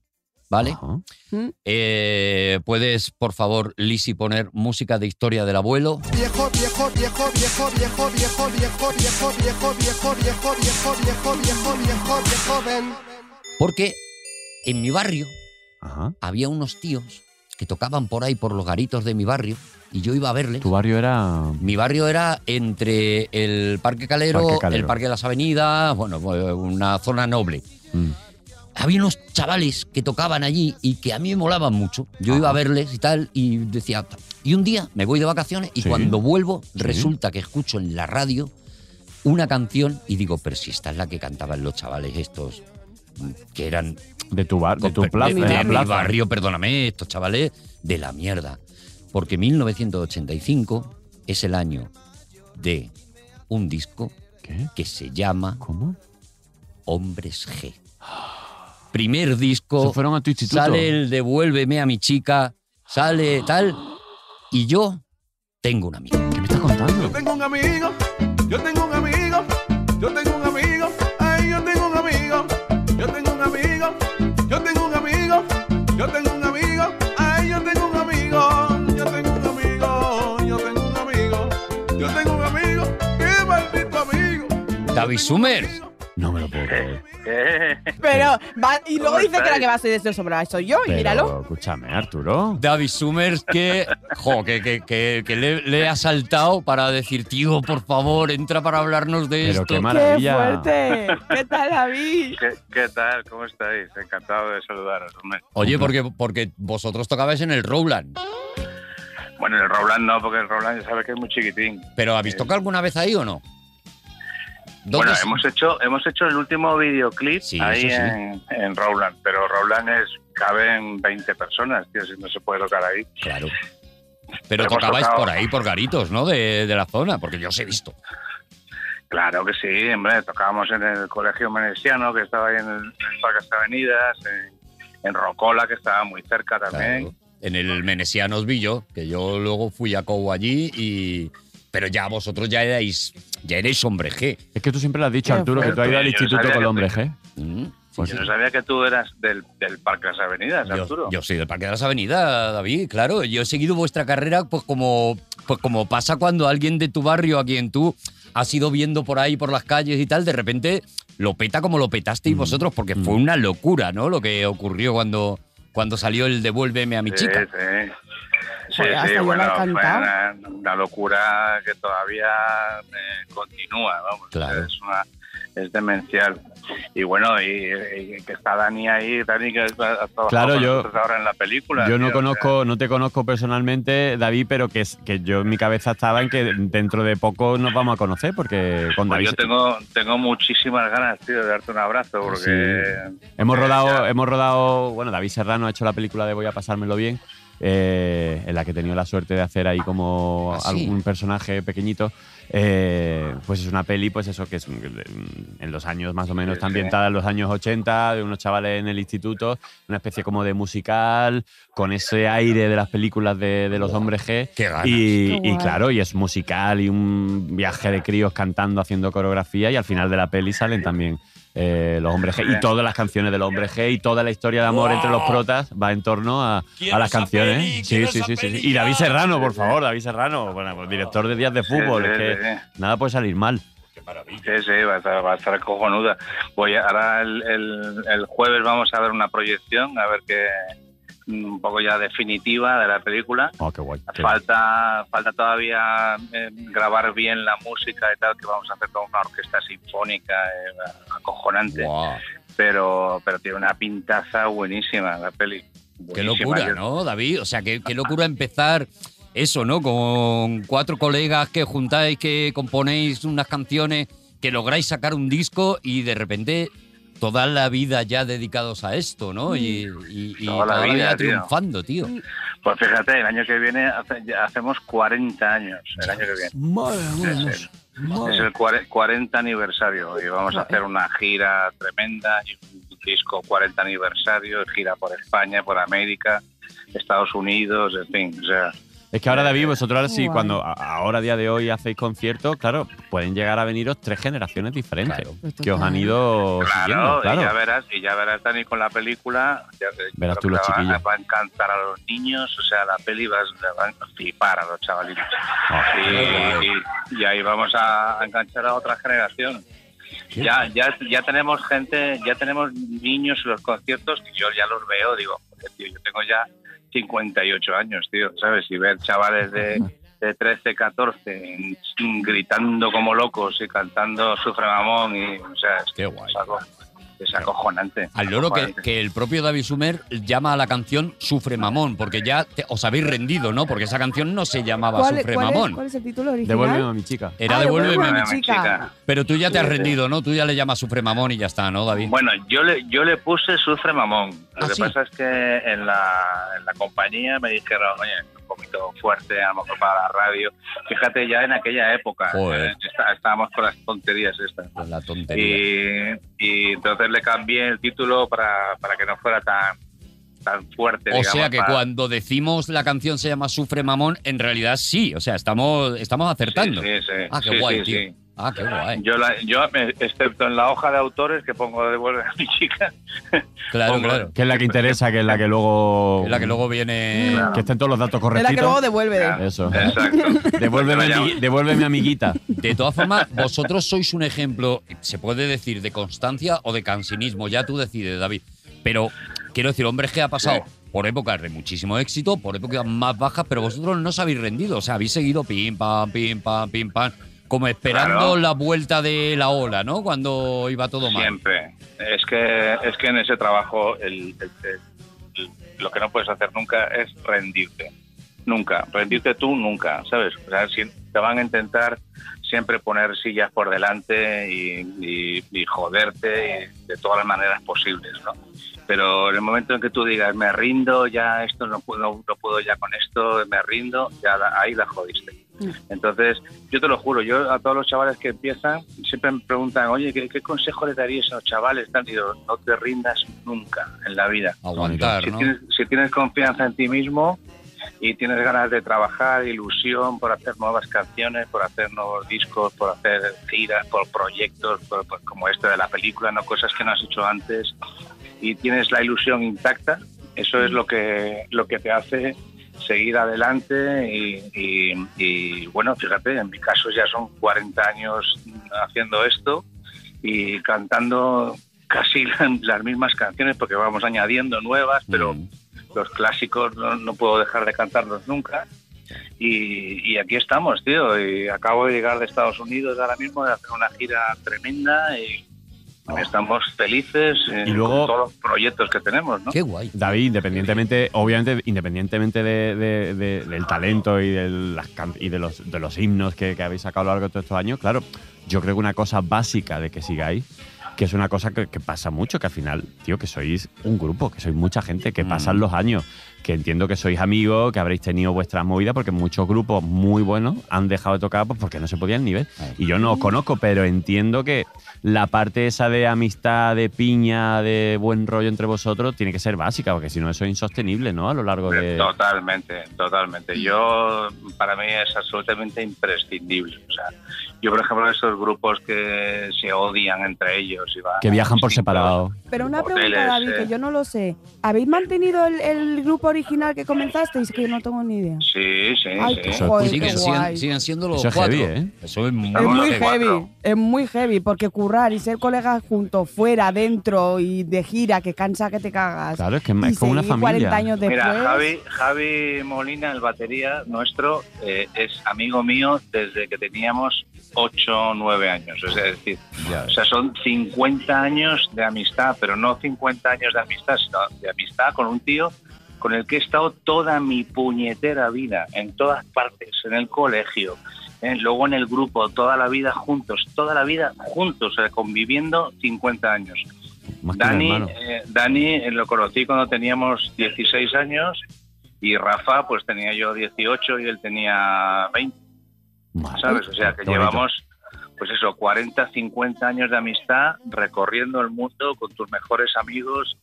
[SPEAKER 4] ¿vale?
[SPEAKER 5] Ajá.
[SPEAKER 2] ¿Mm?
[SPEAKER 4] Eh, Puedes, por favor, Lisi, poner música de historia del abuelo.
[SPEAKER 6] Viejo, viejo, viejo, viejo, viejo, viejo, viejo, viejo, viejo, viejo, viejo, viejo, viejo, viejo, viejo, viejo, ven.
[SPEAKER 4] Porque en mi barrio
[SPEAKER 5] Ajá.
[SPEAKER 4] había unos tíos que tocaban por ahí por los garitos de mi barrio y yo iba a verles.
[SPEAKER 5] Tu barrio era.
[SPEAKER 4] Mi barrio era entre el Parque Calero,
[SPEAKER 5] Parque Calero.
[SPEAKER 4] el Parque de las Avenidas, bueno, pues, una zona noble.
[SPEAKER 5] Mm.
[SPEAKER 4] Había unos chavales que tocaban allí y que a mí me molaban mucho. Yo
[SPEAKER 5] Ajá.
[SPEAKER 4] iba a verles y tal y decía, y un día me voy de vacaciones y
[SPEAKER 5] Sí.
[SPEAKER 4] cuando vuelvo
[SPEAKER 5] Sí.
[SPEAKER 4] resulta que escucho en la radio una canción y digo, pero si esta es la que cantaban los chavales estos, que eran
[SPEAKER 5] De tu bar, de tu
[SPEAKER 4] con
[SPEAKER 5] plaza.
[SPEAKER 4] permiso,
[SPEAKER 5] de la
[SPEAKER 4] mi
[SPEAKER 5] plaza.
[SPEAKER 4] barrio, perdóname, estos chavales de la mierda. Porque 1985 es el año de un disco
[SPEAKER 5] ¿Qué?
[SPEAKER 4] que se llama
[SPEAKER 5] ¿Cómo?
[SPEAKER 4] Hombres G. Primer
[SPEAKER 5] ¿Se
[SPEAKER 4] disco,
[SPEAKER 5] fueron a tu instituto?
[SPEAKER 4] Oh, sale el Devuélveme a mi chica, sale tal, y yo tengo un amigo.
[SPEAKER 5] ¿Qué me estás contando?
[SPEAKER 7] Yo tengo un amigo, yo tengo un amigo, yo tengo un amigo, ay, yo tengo un amigo, yo tengo un amigo, yo tengo un amigo, yo tengo un amigo, ay, yo tengo un amigo, yo tengo un amigo, yo tengo un amigo, yo tengo un amigo, qué maldito amigo.
[SPEAKER 4] David Summers.
[SPEAKER 5] No me lo puedo creer.
[SPEAKER 8] Pero va, y luego
[SPEAKER 9] ¿Cómo
[SPEAKER 8] dice que la
[SPEAKER 9] estáis?
[SPEAKER 8] que va a ser desobrada soy yo, y
[SPEAKER 5] Pero,
[SPEAKER 8] míralo.
[SPEAKER 5] Escúchame, Arturo.
[SPEAKER 4] David Summers que, jo, que, que, que- que le, le ha saltado para decir, tío, por favor, entra para hablarnos de
[SPEAKER 5] Pero
[SPEAKER 4] esto.
[SPEAKER 5] qué
[SPEAKER 2] ¡Qué
[SPEAKER 5] maravilla.
[SPEAKER 2] fuerte! ¿Qué tal, David?
[SPEAKER 9] ¿Qué, qué tal? ¿Cómo estáis? Encantado de saludaros. hombre.
[SPEAKER 4] Oye, porque, porque vosotros tocabais en el Rowland,
[SPEAKER 9] Bueno, el Roland no, porque el Roland ya sabes que es muy chiquitín.
[SPEAKER 4] pero ¿habéis tocado alguna vez ahí o no? ¿Dónde
[SPEAKER 9] Bueno,
[SPEAKER 4] se-
[SPEAKER 9] hemos hecho, hemos hecho el último videoclip
[SPEAKER 4] Sí,
[SPEAKER 9] ahí
[SPEAKER 4] eso sí.
[SPEAKER 9] en, en Roland, pero Roland es caben 20 personas, tío, si no se puede tocar ahí.
[SPEAKER 4] Claro. Pero
[SPEAKER 9] Hemos
[SPEAKER 4] tocabais
[SPEAKER 9] tocado.
[SPEAKER 4] por ahí, por garitos, ¿no? De, de la zona, porque yo os he visto.
[SPEAKER 9] Claro que sí, hombre, tocábamos en el Colegio Menesiano, que estaba ahí en el, en el Parque Hasta Avenidas, en, en Rocola, que estaba muy cerca también.
[SPEAKER 4] Claro. En el Menesianos Villo, que yo luego fui a Cobo allí y... Pero ya vosotros ya erais, ya erais hombre G.
[SPEAKER 5] Es que tú siempre lo has dicho,
[SPEAKER 8] Qué
[SPEAKER 5] Arturo, que tú has ido al
[SPEAKER 9] fuerte. Yo
[SPEAKER 5] instituto
[SPEAKER 9] sabía
[SPEAKER 5] con el
[SPEAKER 9] que
[SPEAKER 5] hombre,
[SPEAKER 9] te-
[SPEAKER 5] ¿eh?
[SPEAKER 4] Mm.
[SPEAKER 5] Pues
[SPEAKER 9] Yo no sabía que tú eras del, del Parque Las Avenidas, Arturo.
[SPEAKER 4] Yo, yo soy del Parque de las Avenidas, David, claro. Yo he seguido vuestra carrera pues como, pues como pasa cuando alguien de tu barrio, a quien tú has ido viendo por ahí, por las calles y tal, de repente lo peta como lo petasteis vosotros, porque fue una locura, ¿no? Lo que ocurrió cuando, cuando salió el Devuélveme a mi
[SPEAKER 9] Sí,
[SPEAKER 4] chica.
[SPEAKER 9] sí. Sí,
[SPEAKER 2] Joder, hasta
[SPEAKER 9] sí,
[SPEAKER 2] yo me
[SPEAKER 9] bueno,
[SPEAKER 2] ha
[SPEAKER 9] fue
[SPEAKER 2] encantado.
[SPEAKER 9] una, una locura que todavía eh, continúa, vamos.
[SPEAKER 4] Claro.
[SPEAKER 9] Es, una, es demencial. Y bueno, y, y- y que está Dani ahí, Dani que ha trabajado
[SPEAKER 5] Claro,
[SPEAKER 9] con
[SPEAKER 5] yo-
[SPEAKER 9] nosotros ahora en la película.
[SPEAKER 5] Yo no
[SPEAKER 9] tío, o sea,
[SPEAKER 5] conozco, no te conozco personalmente, David, pero que, es- que yo en mi cabeza estaba en que dentro de poco nos vamos a conocer, porque con
[SPEAKER 9] pues
[SPEAKER 5] David
[SPEAKER 9] yo tengo, tengo muchísimas ganas, tío, de darte un abrazo, porque...
[SPEAKER 5] hemos
[SPEAKER 9] eh,
[SPEAKER 5] rodado,
[SPEAKER 9] ya-
[SPEAKER 5] hemos rodado, bueno, David Serrano ha hecho la película de Voy a pasármelo bien, eh, en la que he tenido la suerte de hacer ahí como
[SPEAKER 4] Ah, sí.
[SPEAKER 5] algún personaje pequeñito. Eh, pues es una peli, pues eso, que es mm, en los años más o menos,
[SPEAKER 9] Sí,
[SPEAKER 5] está
[SPEAKER 9] sí.
[SPEAKER 5] ambientada en los años 80, de unos chavales en el instituto, una especie como de musical, con ese aire de las películas de, de los hombres G.
[SPEAKER 4] Qué ganas.
[SPEAKER 5] Y,
[SPEAKER 2] Qué
[SPEAKER 5] y
[SPEAKER 2] guay.
[SPEAKER 5] claro, y es musical y un viaje de críos cantando, haciendo coreografía y al final de la peli salen también eh, los hombres G y todas las canciones de los hombres G y toda la historia de amor
[SPEAKER 4] ¡Guau!
[SPEAKER 5] entre los protas va en torno a, a
[SPEAKER 4] Quiero
[SPEAKER 5] las
[SPEAKER 4] esa
[SPEAKER 5] canciones. ¿eh?
[SPEAKER 4] peli,
[SPEAKER 5] sí,
[SPEAKER 4] quiero
[SPEAKER 5] sí,
[SPEAKER 4] esa
[SPEAKER 5] sí, sí, sí.
[SPEAKER 4] peli
[SPEAKER 5] Y
[SPEAKER 4] ya.
[SPEAKER 5] David Serrano, por favor, David Serrano, bueno, pues director de Días de Fútbol,
[SPEAKER 9] Sí,
[SPEAKER 5] es
[SPEAKER 9] sí,
[SPEAKER 5] que
[SPEAKER 9] sí, sí.
[SPEAKER 5] nada puede salir mal.
[SPEAKER 9] Sí, sí, va a estar, va a estar cojonuda. Voy a- ahora el, el- el jueves vamos a ver una proyección, a ver qué un poco ya definitiva de la película.
[SPEAKER 5] Oh, qué guay. qué guay.
[SPEAKER 9] Falta, falta todavía eh, grabar bien la música y tal, que vamos a hacer con una orquesta sinfónica eh, acojonante,
[SPEAKER 4] Guau,
[SPEAKER 9] pero, pero tiene una pintaza buenísima la peli.
[SPEAKER 4] qué
[SPEAKER 9] Buenísima.
[SPEAKER 4] locura,
[SPEAKER 9] Yo-
[SPEAKER 4] ¿no, David? O sea, qué, qué locura empezar eso, ¿no? Con cuatro colegas que juntáis, que componéis unas canciones, que lográis sacar un disco y de repente toda la vida ya dedicados a esto, ¿no? Y, y- y
[SPEAKER 9] Toda la vida, tío.
[SPEAKER 4] triunfando, tío.
[SPEAKER 9] Pues fíjate, el año que viene hace- ya hacemos 40 años. El año que viene. Es el- Es el cuare- 40 aniversario y vamos a hacer una gira tremenda y un disco 40 aniversario, gira por España, por América, Estados Unidos, en fin. O sea,
[SPEAKER 5] Es que ahora, David, vosotros ahora sí,
[SPEAKER 2] Guau.
[SPEAKER 5] cuando a- ahora a día de hoy hacéis conciertos, claro, pueden llegar a veniros tres generaciones diferentes
[SPEAKER 4] Claro.
[SPEAKER 2] Pues
[SPEAKER 5] que os han
[SPEAKER 2] total.
[SPEAKER 5] ido siguiendo,
[SPEAKER 9] claro,
[SPEAKER 5] claro.
[SPEAKER 9] y ya verás, y ya verás Dani con la película, ya- yo
[SPEAKER 5] Verás
[SPEAKER 9] creo
[SPEAKER 5] tú los
[SPEAKER 9] que la va-
[SPEAKER 5] chiquillos.
[SPEAKER 9] Va a encantar a los niños, o sea, la peli va, le van a flipar a los chavalitos.
[SPEAKER 5] Ah,
[SPEAKER 9] Y, y- y ahí vamos a enganchar a otra generación. Ya, ya, ya tenemos gente, ya tenemos niños en los conciertos que yo ya los veo, digo, "Joder, tío, yo tengo ya 58 años, tío, ¿sabes? Y ver chavales de, de 13, 14 en- en- gritando como locos y cantando Sufre Mamón, y, o sea, es,
[SPEAKER 4] Qué guay.
[SPEAKER 9] es algo- es acojonante.
[SPEAKER 4] Al loro que,
[SPEAKER 9] acojonante.
[SPEAKER 4] que el propio David Sumer llama a la canción Sufre Mamón, porque ya te- os habéis rendido, ¿no? Porque esa canción no se llamaba
[SPEAKER 2] ¿Cuál,
[SPEAKER 4] Sufre
[SPEAKER 2] cuál
[SPEAKER 4] Mamón.
[SPEAKER 2] es, cuál es el título original?
[SPEAKER 5] Devuélveme a mi chica.
[SPEAKER 4] Era
[SPEAKER 2] Ah,
[SPEAKER 4] Devuélveme a mi
[SPEAKER 9] Devuélveme a
[SPEAKER 2] mi
[SPEAKER 9] mi
[SPEAKER 2] chica.
[SPEAKER 9] chica.
[SPEAKER 4] Pero tú ya te has
[SPEAKER 9] Sí, sí.
[SPEAKER 4] rendido, ¿no? Tú ya le llamas Sufre Mamón y ya está, ¿no, David?
[SPEAKER 9] Bueno, yo le, yo le puse Sufre Mamón. Lo
[SPEAKER 4] Ah,
[SPEAKER 9] que
[SPEAKER 4] sí.
[SPEAKER 9] pasa es que en la, en la compañía me dijeron, oye, un poquito fuerte, a lo mejor para la radio. Fíjate, ya en aquella época
[SPEAKER 4] Joder.
[SPEAKER 9] eh, está- estábamos con las tonterías estas.
[SPEAKER 4] Pues la tontería.
[SPEAKER 9] Y, y entonces le cambié el título para, para que no fuera tan, tan fuerte.
[SPEAKER 4] o
[SPEAKER 9] digamos,
[SPEAKER 4] sea que
[SPEAKER 9] para-
[SPEAKER 4] cuando decimos la canción se llama Sufre Mamón, en realidad sí. O sea, estamos, estamos acertando.
[SPEAKER 9] Sí, sí, sí.
[SPEAKER 4] Ah, qué
[SPEAKER 9] Sí,
[SPEAKER 4] guay,
[SPEAKER 9] sí,
[SPEAKER 4] tío.
[SPEAKER 9] sí.
[SPEAKER 4] Ah, qué guay.
[SPEAKER 9] Yo, la- yo, me- excepto en la hoja de autores que pongo de vuelta a mi chica,
[SPEAKER 4] Claro,
[SPEAKER 9] Hombre.
[SPEAKER 4] claro.
[SPEAKER 5] Que es la que interesa, que es la que luego.
[SPEAKER 4] Es la que luego viene.
[SPEAKER 5] Que estén todos los datos
[SPEAKER 8] Es la que luego
[SPEAKER 5] correctitos.
[SPEAKER 8] devuelve.
[SPEAKER 9] Ya.
[SPEAKER 5] Eso.
[SPEAKER 9] Exacto.
[SPEAKER 5] [LAUGHS] Devuélveme,
[SPEAKER 9] Pero
[SPEAKER 5] a
[SPEAKER 9] ya-
[SPEAKER 5] mi, devuélveme amiguita.
[SPEAKER 4] De todas formas, vosotros sois un ejemplo, se puede decir, de constancia o de cansinismo. Ya tú decides, David. Pero quiero decir, hombres que ha pasado por épocas de muchísimo éxito, por épocas más bajas, pero vosotros no os habéis rendido. O sea, habéis seguido pim, pam, pim, pam, pim, pam. Como esperando
[SPEAKER 9] Claro.
[SPEAKER 4] la vuelta de la ola, ¿no? Cuando iba todo mal.
[SPEAKER 9] Siempre. Es que, es que en ese trabajo el- el- el- lo que no puedes hacer nunca es rendirte. Nunca. Rendirte tú nunca, ¿sabes? O sea, si- te van a intentar siempre poner sillas por delante y, y- y joderte y de todas las maneras posibles, ¿no? Pero en el momento en que tú digas, me rindo, ya esto no puedo, no puedo ya con esto, me rindo, ya la- ahí la jodiste. Entonces, yo te lo juro, yo a todos los chavales que empiezan siempre me preguntan, oye, ¿qué, qué consejo le darías a los chavales? Tal, y digo, no te rindas nunca en la vida.
[SPEAKER 4] Aguantar,
[SPEAKER 9] Si,
[SPEAKER 4] ¿no?
[SPEAKER 9] tienes, si tienes confianza en ti mismo y tienes ganas de trabajar, ilusión por hacer nuevas canciones, por hacer nuevos discos, por hacer giras, por proyectos, por- por- como este de la película, no cosas que no has hecho antes, y tienes la ilusión intacta, eso es lo que, lo que te hace seguir adelante y, y- y, bueno, fíjate, en mi caso ya son 40 años haciendo esto y cantando casi [LAUGHS] las mismas canciones porque vamos añadiendo nuevas, pero
[SPEAKER 4] Mm.
[SPEAKER 9] los clásicos no, no puedo dejar de cantarlos nunca. Y, y aquí estamos, tío. Y acabo de llegar de Estados Unidos ahora mismo, de hacer una gira tremenda y estamos felices eh,
[SPEAKER 5] Oh. Y luego-
[SPEAKER 9] con todos los proyectos que tenemos, ¿no?
[SPEAKER 4] Qué guay.
[SPEAKER 5] David, independientemente, obviamente, independientemente de, de- de- del talento y de, las can- y de los, de los himnos que, que habéis sacado a lo largo de todos estos años, claro, yo creo que una cosa básica de que sigáis, que es una cosa que, que pasa mucho, que al final, tío, que sois un grupo, que sois mucha gente, que
[SPEAKER 4] Mm.
[SPEAKER 5] pasan los años, que entiendo que sois amigos, que habréis tenido vuestras movidas, porque muchos grupos muy buenos han dejado de tocar pues, porque no se podía el nivel. Y yo no os conozco, pero entiendo que la parte esa de amistad, de piña, de buen rollo entre vosotros, tiene que ser básica, porque si no eso es insostenible, ¿no? A lo largo de...
[SPEAKER 9] Totalmente,
[SPEAKER 5] Mm.
[SPEAKER 9] totalmente. Yo, para mí es absolutamente imprescindible. O sea, yo, por ejemplo, esos grupos que se odian entre ellos y van
[SPEAKER 5] Que
[SPEAKER 9] a
[SPEAKER 5] viajan por
[SPEAKER 9] distintos-
[SPEAKER 5] separado.
[SPEAKER 2] Pero una
[SPEAKER 9] Hoteles,
[SPEAKER 2] pregunta, David,
[SPEAKER 9] eh.
[SPEAKER 2] que yo no lo sé. ¿Habéis mantenido el, el grupo original que comenzasteis? Que yo no tengo ni idea.
[SPEAKER 9] Sí, sí,
[SPEAKER 2] Ay,
[SPEAKER 9] sí.
[SPEAKER 2] qué
[SPEAKER 5] Eso-
[SPEAKER 2] joder,
[SPEAKER 4] Siguen,
[SPEAKER 2] qué
[SPEAKER 4] siguen-
[SPEAKER 2] guay.
[SPEAKER 4] siguen siendo los
[SPEAKER 5] Eso es
[SPEAKER 4] cuatro.
[SPEAKER 5] heavy, ¿eh?
[SPEAKER 4] Eso es muy,
[SPEAKER 2] Es muy
[SPEAKER 9] Vámonos de
[SPEAKER 2] heavy,
[SPEAKER 9] cuatro.
[SPEAKER 2] es muy heavy, porque currar y ser colegas juntos, fuera, dentro y de gira, que cansa que te cagas.
[SPEAKER 5] Claro, es que
[SPEAKER 2] y
[SPEAKER 5] es como una
[SPEAKER 2] seguir
[SPEAKER 5] familia.
[SPEAKER 2] 40 años después.
[SPEAKER 9] Mira, Javi, Javi Molina, el batería nuestro, eh, es amigo mío desde que teníamos 8 o 9 años. O sea, es decir, o sea, son 50 años de amistad, pero no 50 años de amistad, sino de amistad con un tío con el que he estado toda mi puñetera vida, en todas partes, en el colegio, eh, luego en el grupo, toda la vida juntos, toda la vida juntos, o sea, conviviendo 50 años.
[SPEAKER 5] Más que un
[SPEAKER 9] Dani,
[SPEAKER 5] hermano.
[SPEAKER 9] eh, Dani eh, lo conocí cuando teníamos 16 años y Rafa pues tenía yo 18 y él tenía 20,
[SPEAKER 5] Madre,
[SPEAKER 9] ¿sabes? O sea que
[SPEAKER 5] Ah, qué bonito.
[SPEAKER 9] llevamos pues eso, 40, 50 años de amistad recorriendo el mundo con tus mejores amigos,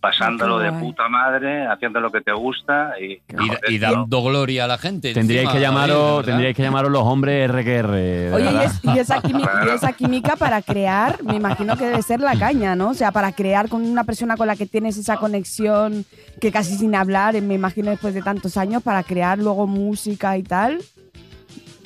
[SPEAKER 9] pasándolo
[SPEAKER 2] Qué
[SPEAKER 9] de
[SPEAKER 2] guay.
[SPEAKER 9] puta madre, haciendo lo que te gusta y, joder,
[SPEAKER 4] Y, y dando gloria a la gente.
[SPEAKER 5] Tendríais
[SPEAKER 4] encima,
[SPEAKER 5] que,
[SPEAKER 4] David,
[SPEAKER 5] llamaros,
[SPEAKER 4] ¿verdad?
[SPEAKER 5] tendríais que llamaros los hombres RQR. de
[SPEAKER 2] Oye, y,
[SPEAKER 5] verdad.
[SPEAKER 2] es- y esa química, y esa química para crear, me imagino que debe ser la caña, ¿no? O sea, para crear con una persona con la que tienes esa conexión, que casi sin hablar, eh, me imagino después de tantos años, para crear luego música y tal.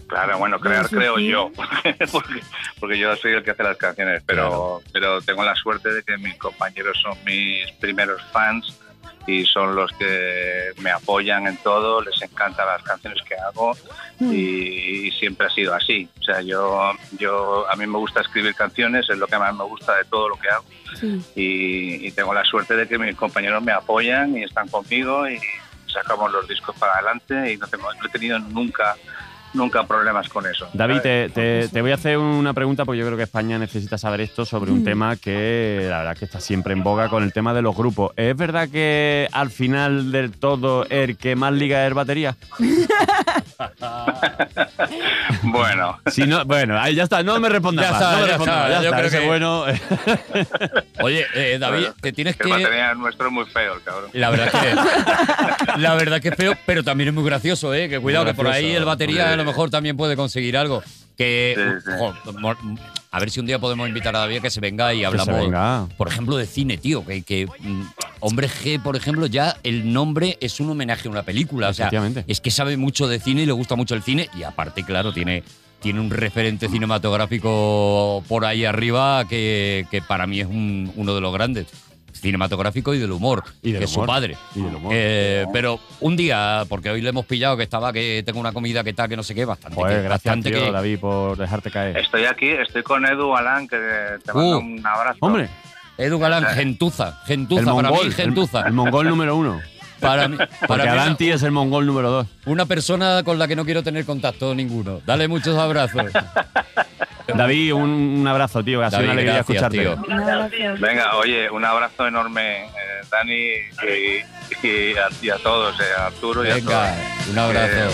[SPEAKER 9] Claro, bueno, crear
[SPEAKER 2] Sí, sí,
[SPEAKER 9] creo
[SPEAKER 2] sí.
[SPEAKER 9] yo, [LAUGHS] porque, porque yo soy el que hace las canciones, pero, pero tengo la suerte de que mis compañeros son mis primeros fans y son los que me apoyan en todo, les encantan las canciones que hago
[SPEAKER 2] Mm,
[SPEAKER 9] y, y siempre ha sido así. O sea, yo, yo a mí me gusta escribir canciones, es lo que más me gusta de todo lo que hago
[SPEAKER 2] Sí.
[SPEAKER 9] y, y tengo la suerte de que mis compañeros me apoyan y están conmigo y sacamos los discos para adelante y no, tengo, no he tenido nunca nunca problemas con eso.
[SPEAKER 5] David, eh,
[SPEAKER 9] ¿sabes?
[SPEAKER 4] pues
[SPEAKER 5] te, te- te voy a hacer una pregunta porque yo creo que España necesita saber esto sobre un
[SPEAKER 2] Mm.
[SPEAKER 5] tema que la verdad que está siempre en boga con el tema de los grupos. ¿Es verdad que al final del todo el que más liga es batería?
[SPEAKER 9] [LAUGHS] Bueno,
[SPEAKER 4] [LAUGHS]
[SPEAKER 5] Si no, bueno, ahí ya está, no me respondas.
[SPEAKER 4] Ya
[SPEAKER 5] más,
[SPEAKER 4] está,
[SPEAKER 5] no me
[SPEAKER 4] ya
[SPEAKER 5] respondas
[SPEAKER 4] está,
[SPEAKER 5] más,
[SPEAKER 4] yo
[SPEAKER 5] ya
[SPEAKER 4] creo
[SPEAKER 5] está, ese
[SPEAKER 4] que-
[SPEAKER 5] [LAUGHS] bueno.
[SPEAKER 4] Oye, eh, David,
[SPEAKER 9] Bueno,
[SPEAKER 4] te tienes
[SPEAKER 9] el
[SPEAKER 4] que.
[SPEAKER 9] material nuestro es muy feo, el cabrón.
[SPEAKER 4] [LAUGHS] La verdad que la verdad que es feo, pero también es muy gracioso, ¿eh? Que cuidado,
[SPEAKER 5] Muy
[SPEAKER 4] que por
[SPEAKER 5] gracioso,
[SPEAKER 4] ahí el batería
[SPEAKER 9] hombre.
[SPEAKER 4] a lo mejor también puede conseguir algo. Que
[SPEAKER 9] Sí, sí.
[SPEAKER 4] jo, mo- a ver si un día podemos invitar a David a que se venga y hablamos.
[SPEAKER 5] pues venga.
[SPEAKER 4] Por ejemplo, de cine, tío, que, que, mm, Hombre G, por ejemplo, ya el nombre es un homenaje a una película. O sea,
[SPEAKER 5] Efectivamente.
[SPEAKER 4] [LAUGHS] es que sabe mucho de cine y le gusta mucho el cine. Y aparte, claro, tiene, tiene un referente cinematográfico por ahí arriba que, que para mí es un- uno de los grandes. Cinematográfico y del humor,
[SPEAKER 5] Y del
[SPEAKER 4] que es su
[SPEAKER 5] humor.
[SPEAKER 4] padre.
[SPEAKER 5] Y del humor.
[SPEAKER 4] Eh, pero un día, porque hoy le hemos pillado que estaba, que tengo una comida que tal, que no sé qué, bastante.
[SPEAKER 5] Joder,
[SPEAKER 4] que-
[SPEAKER 5] gracias,
[SPEAKER 4] bastante
[SPEAKER 5] tío,
[SPEAKER 4] que-
[SPEAKER 5] David, por dejarte caer.
[SPEAKER 9] Estoy aquí, estoy con Edu Alan, que te mando
[SPEAKER 4] Uh,
[SPEAKER 9] un abrazo.
[SPEAKER 5] Hombre,
[SPEAKER 4] Edu Galán, gentuza, gentuza,
[SPEAKER 5] el
[SPEAKER 4] para
[SPEAKER 5] mongol.
[SPEAKER 4] mí,
[SPEAKER 5] el,
[SPEAKER 4] gentuza.
[SPEAKER 5] el mongol número uno.
[SPEAKER 4] para mí, para
[SPEAKER 5] [LAUGHS] Porque
[SPEAKER 4] mí una-
[SPEAKER 5] Alanti es el mongol número dos.
[SPEAKER 4] Una persona con la que no quiero tener contacto ninguno. Dale muchos
[SPEAKER 5] [LAUGHS]
[SPEAKER 4] abrazos.
[SPEAKER 5] David, un, un abrazo, tío. que Ha sido
[SPEAKER 4] David,
[SPEAKER 5] una alegría
[SPEAKER 4] gracias,
[SPEAKER 5] escucharte.
[SPEAKER 4] tío.
[SPEAKER 9] Venga, oye, un abrazo enorme, eh, Dani, y, y a, y a todos, eh, a Arturo y a
[SPEAKER 4] Venga,
[SPEAKER 9] todos.
[SPEAKER 4] un abrazo.
[SPEAKER 5] eh.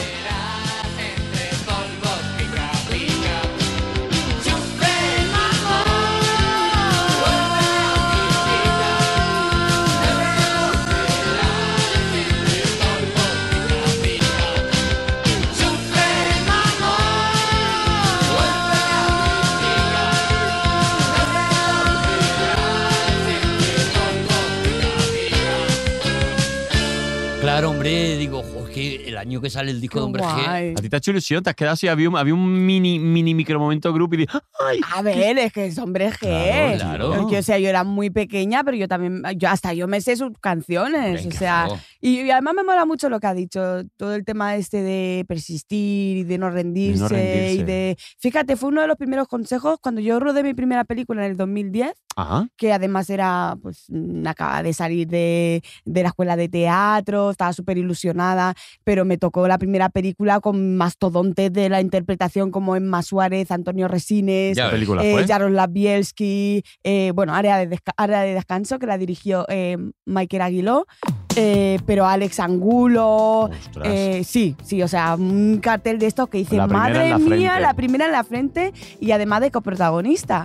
[SPEAKER 4] Claro, hombre, digo, jo, es que el año que sale el disco
[SPEAKER 2] Qué
[SPEAKER 4] de Hombre G.
[SPEAKER 2] guay.
[SPEAKER 5] A ti te ha hecho ilusión, te has quedado así. Había un, había un mini, mini micromomento grupo y di- ¡ay!
[SPEAKER 2] A ver, es que es hombre G.
[SPEAKER 5] Claro,
[SPEAKER 4] claro.
[SPEAKER 2] Porque, o sea, yo era muy pequeña, pero yo también, yo hasta yo me sé sus canciones.
[SPEAKER 4] Venga,
[SPEAKER 2] o sea,
[SPEAKER 4] jo.
[SPEAKER 2] y, y además me mola mucho lo que ha dicho, todo el tema este de persistir y de no rendirse.
[SPEAKER 5] rendirse.
[SPEAKER 2] Y de, fíjate, fue uno de los primeros consejos cuando yo rodé mi primera película en el 2010
[SPEAKER 5] Ajá.
[SPEAKER 2] que además era, pues, mm, acaba de salir de, de la escuela de teatro, estaba súper ilusionada, pero me tocó la primera película con mastodontes de la interpretación como Emma Suárez, Antonio Resines,
[SPEAKER 4] Ya
[SPEAKER 5] ¿Qué
[SPEAKER 4] ves.
[SPEAKER 5] película
[SPEAKER 2] eh,
[SPEAKER 5] fue?
[SPEAKER 2] Jaroslav Bielski, eh, bueno, área de, Desca- Área de descanso que la dirigió eh, Michael Aguiló, eh, pero Alex Angulo.
[SPEAKER 5] Ostras.
[SPEAKER 2] eh, sí, sí, o sea, un cartel de estos que dice,
[SPEAKER 5] La primera en
[SPEAKER 2] madre
[SPEAKER 5] la
[SPEAKER 2] mía,
[SPEAKER 5] frente".
[SPEAKER 2] la primera en la frente y además de coprotagonista.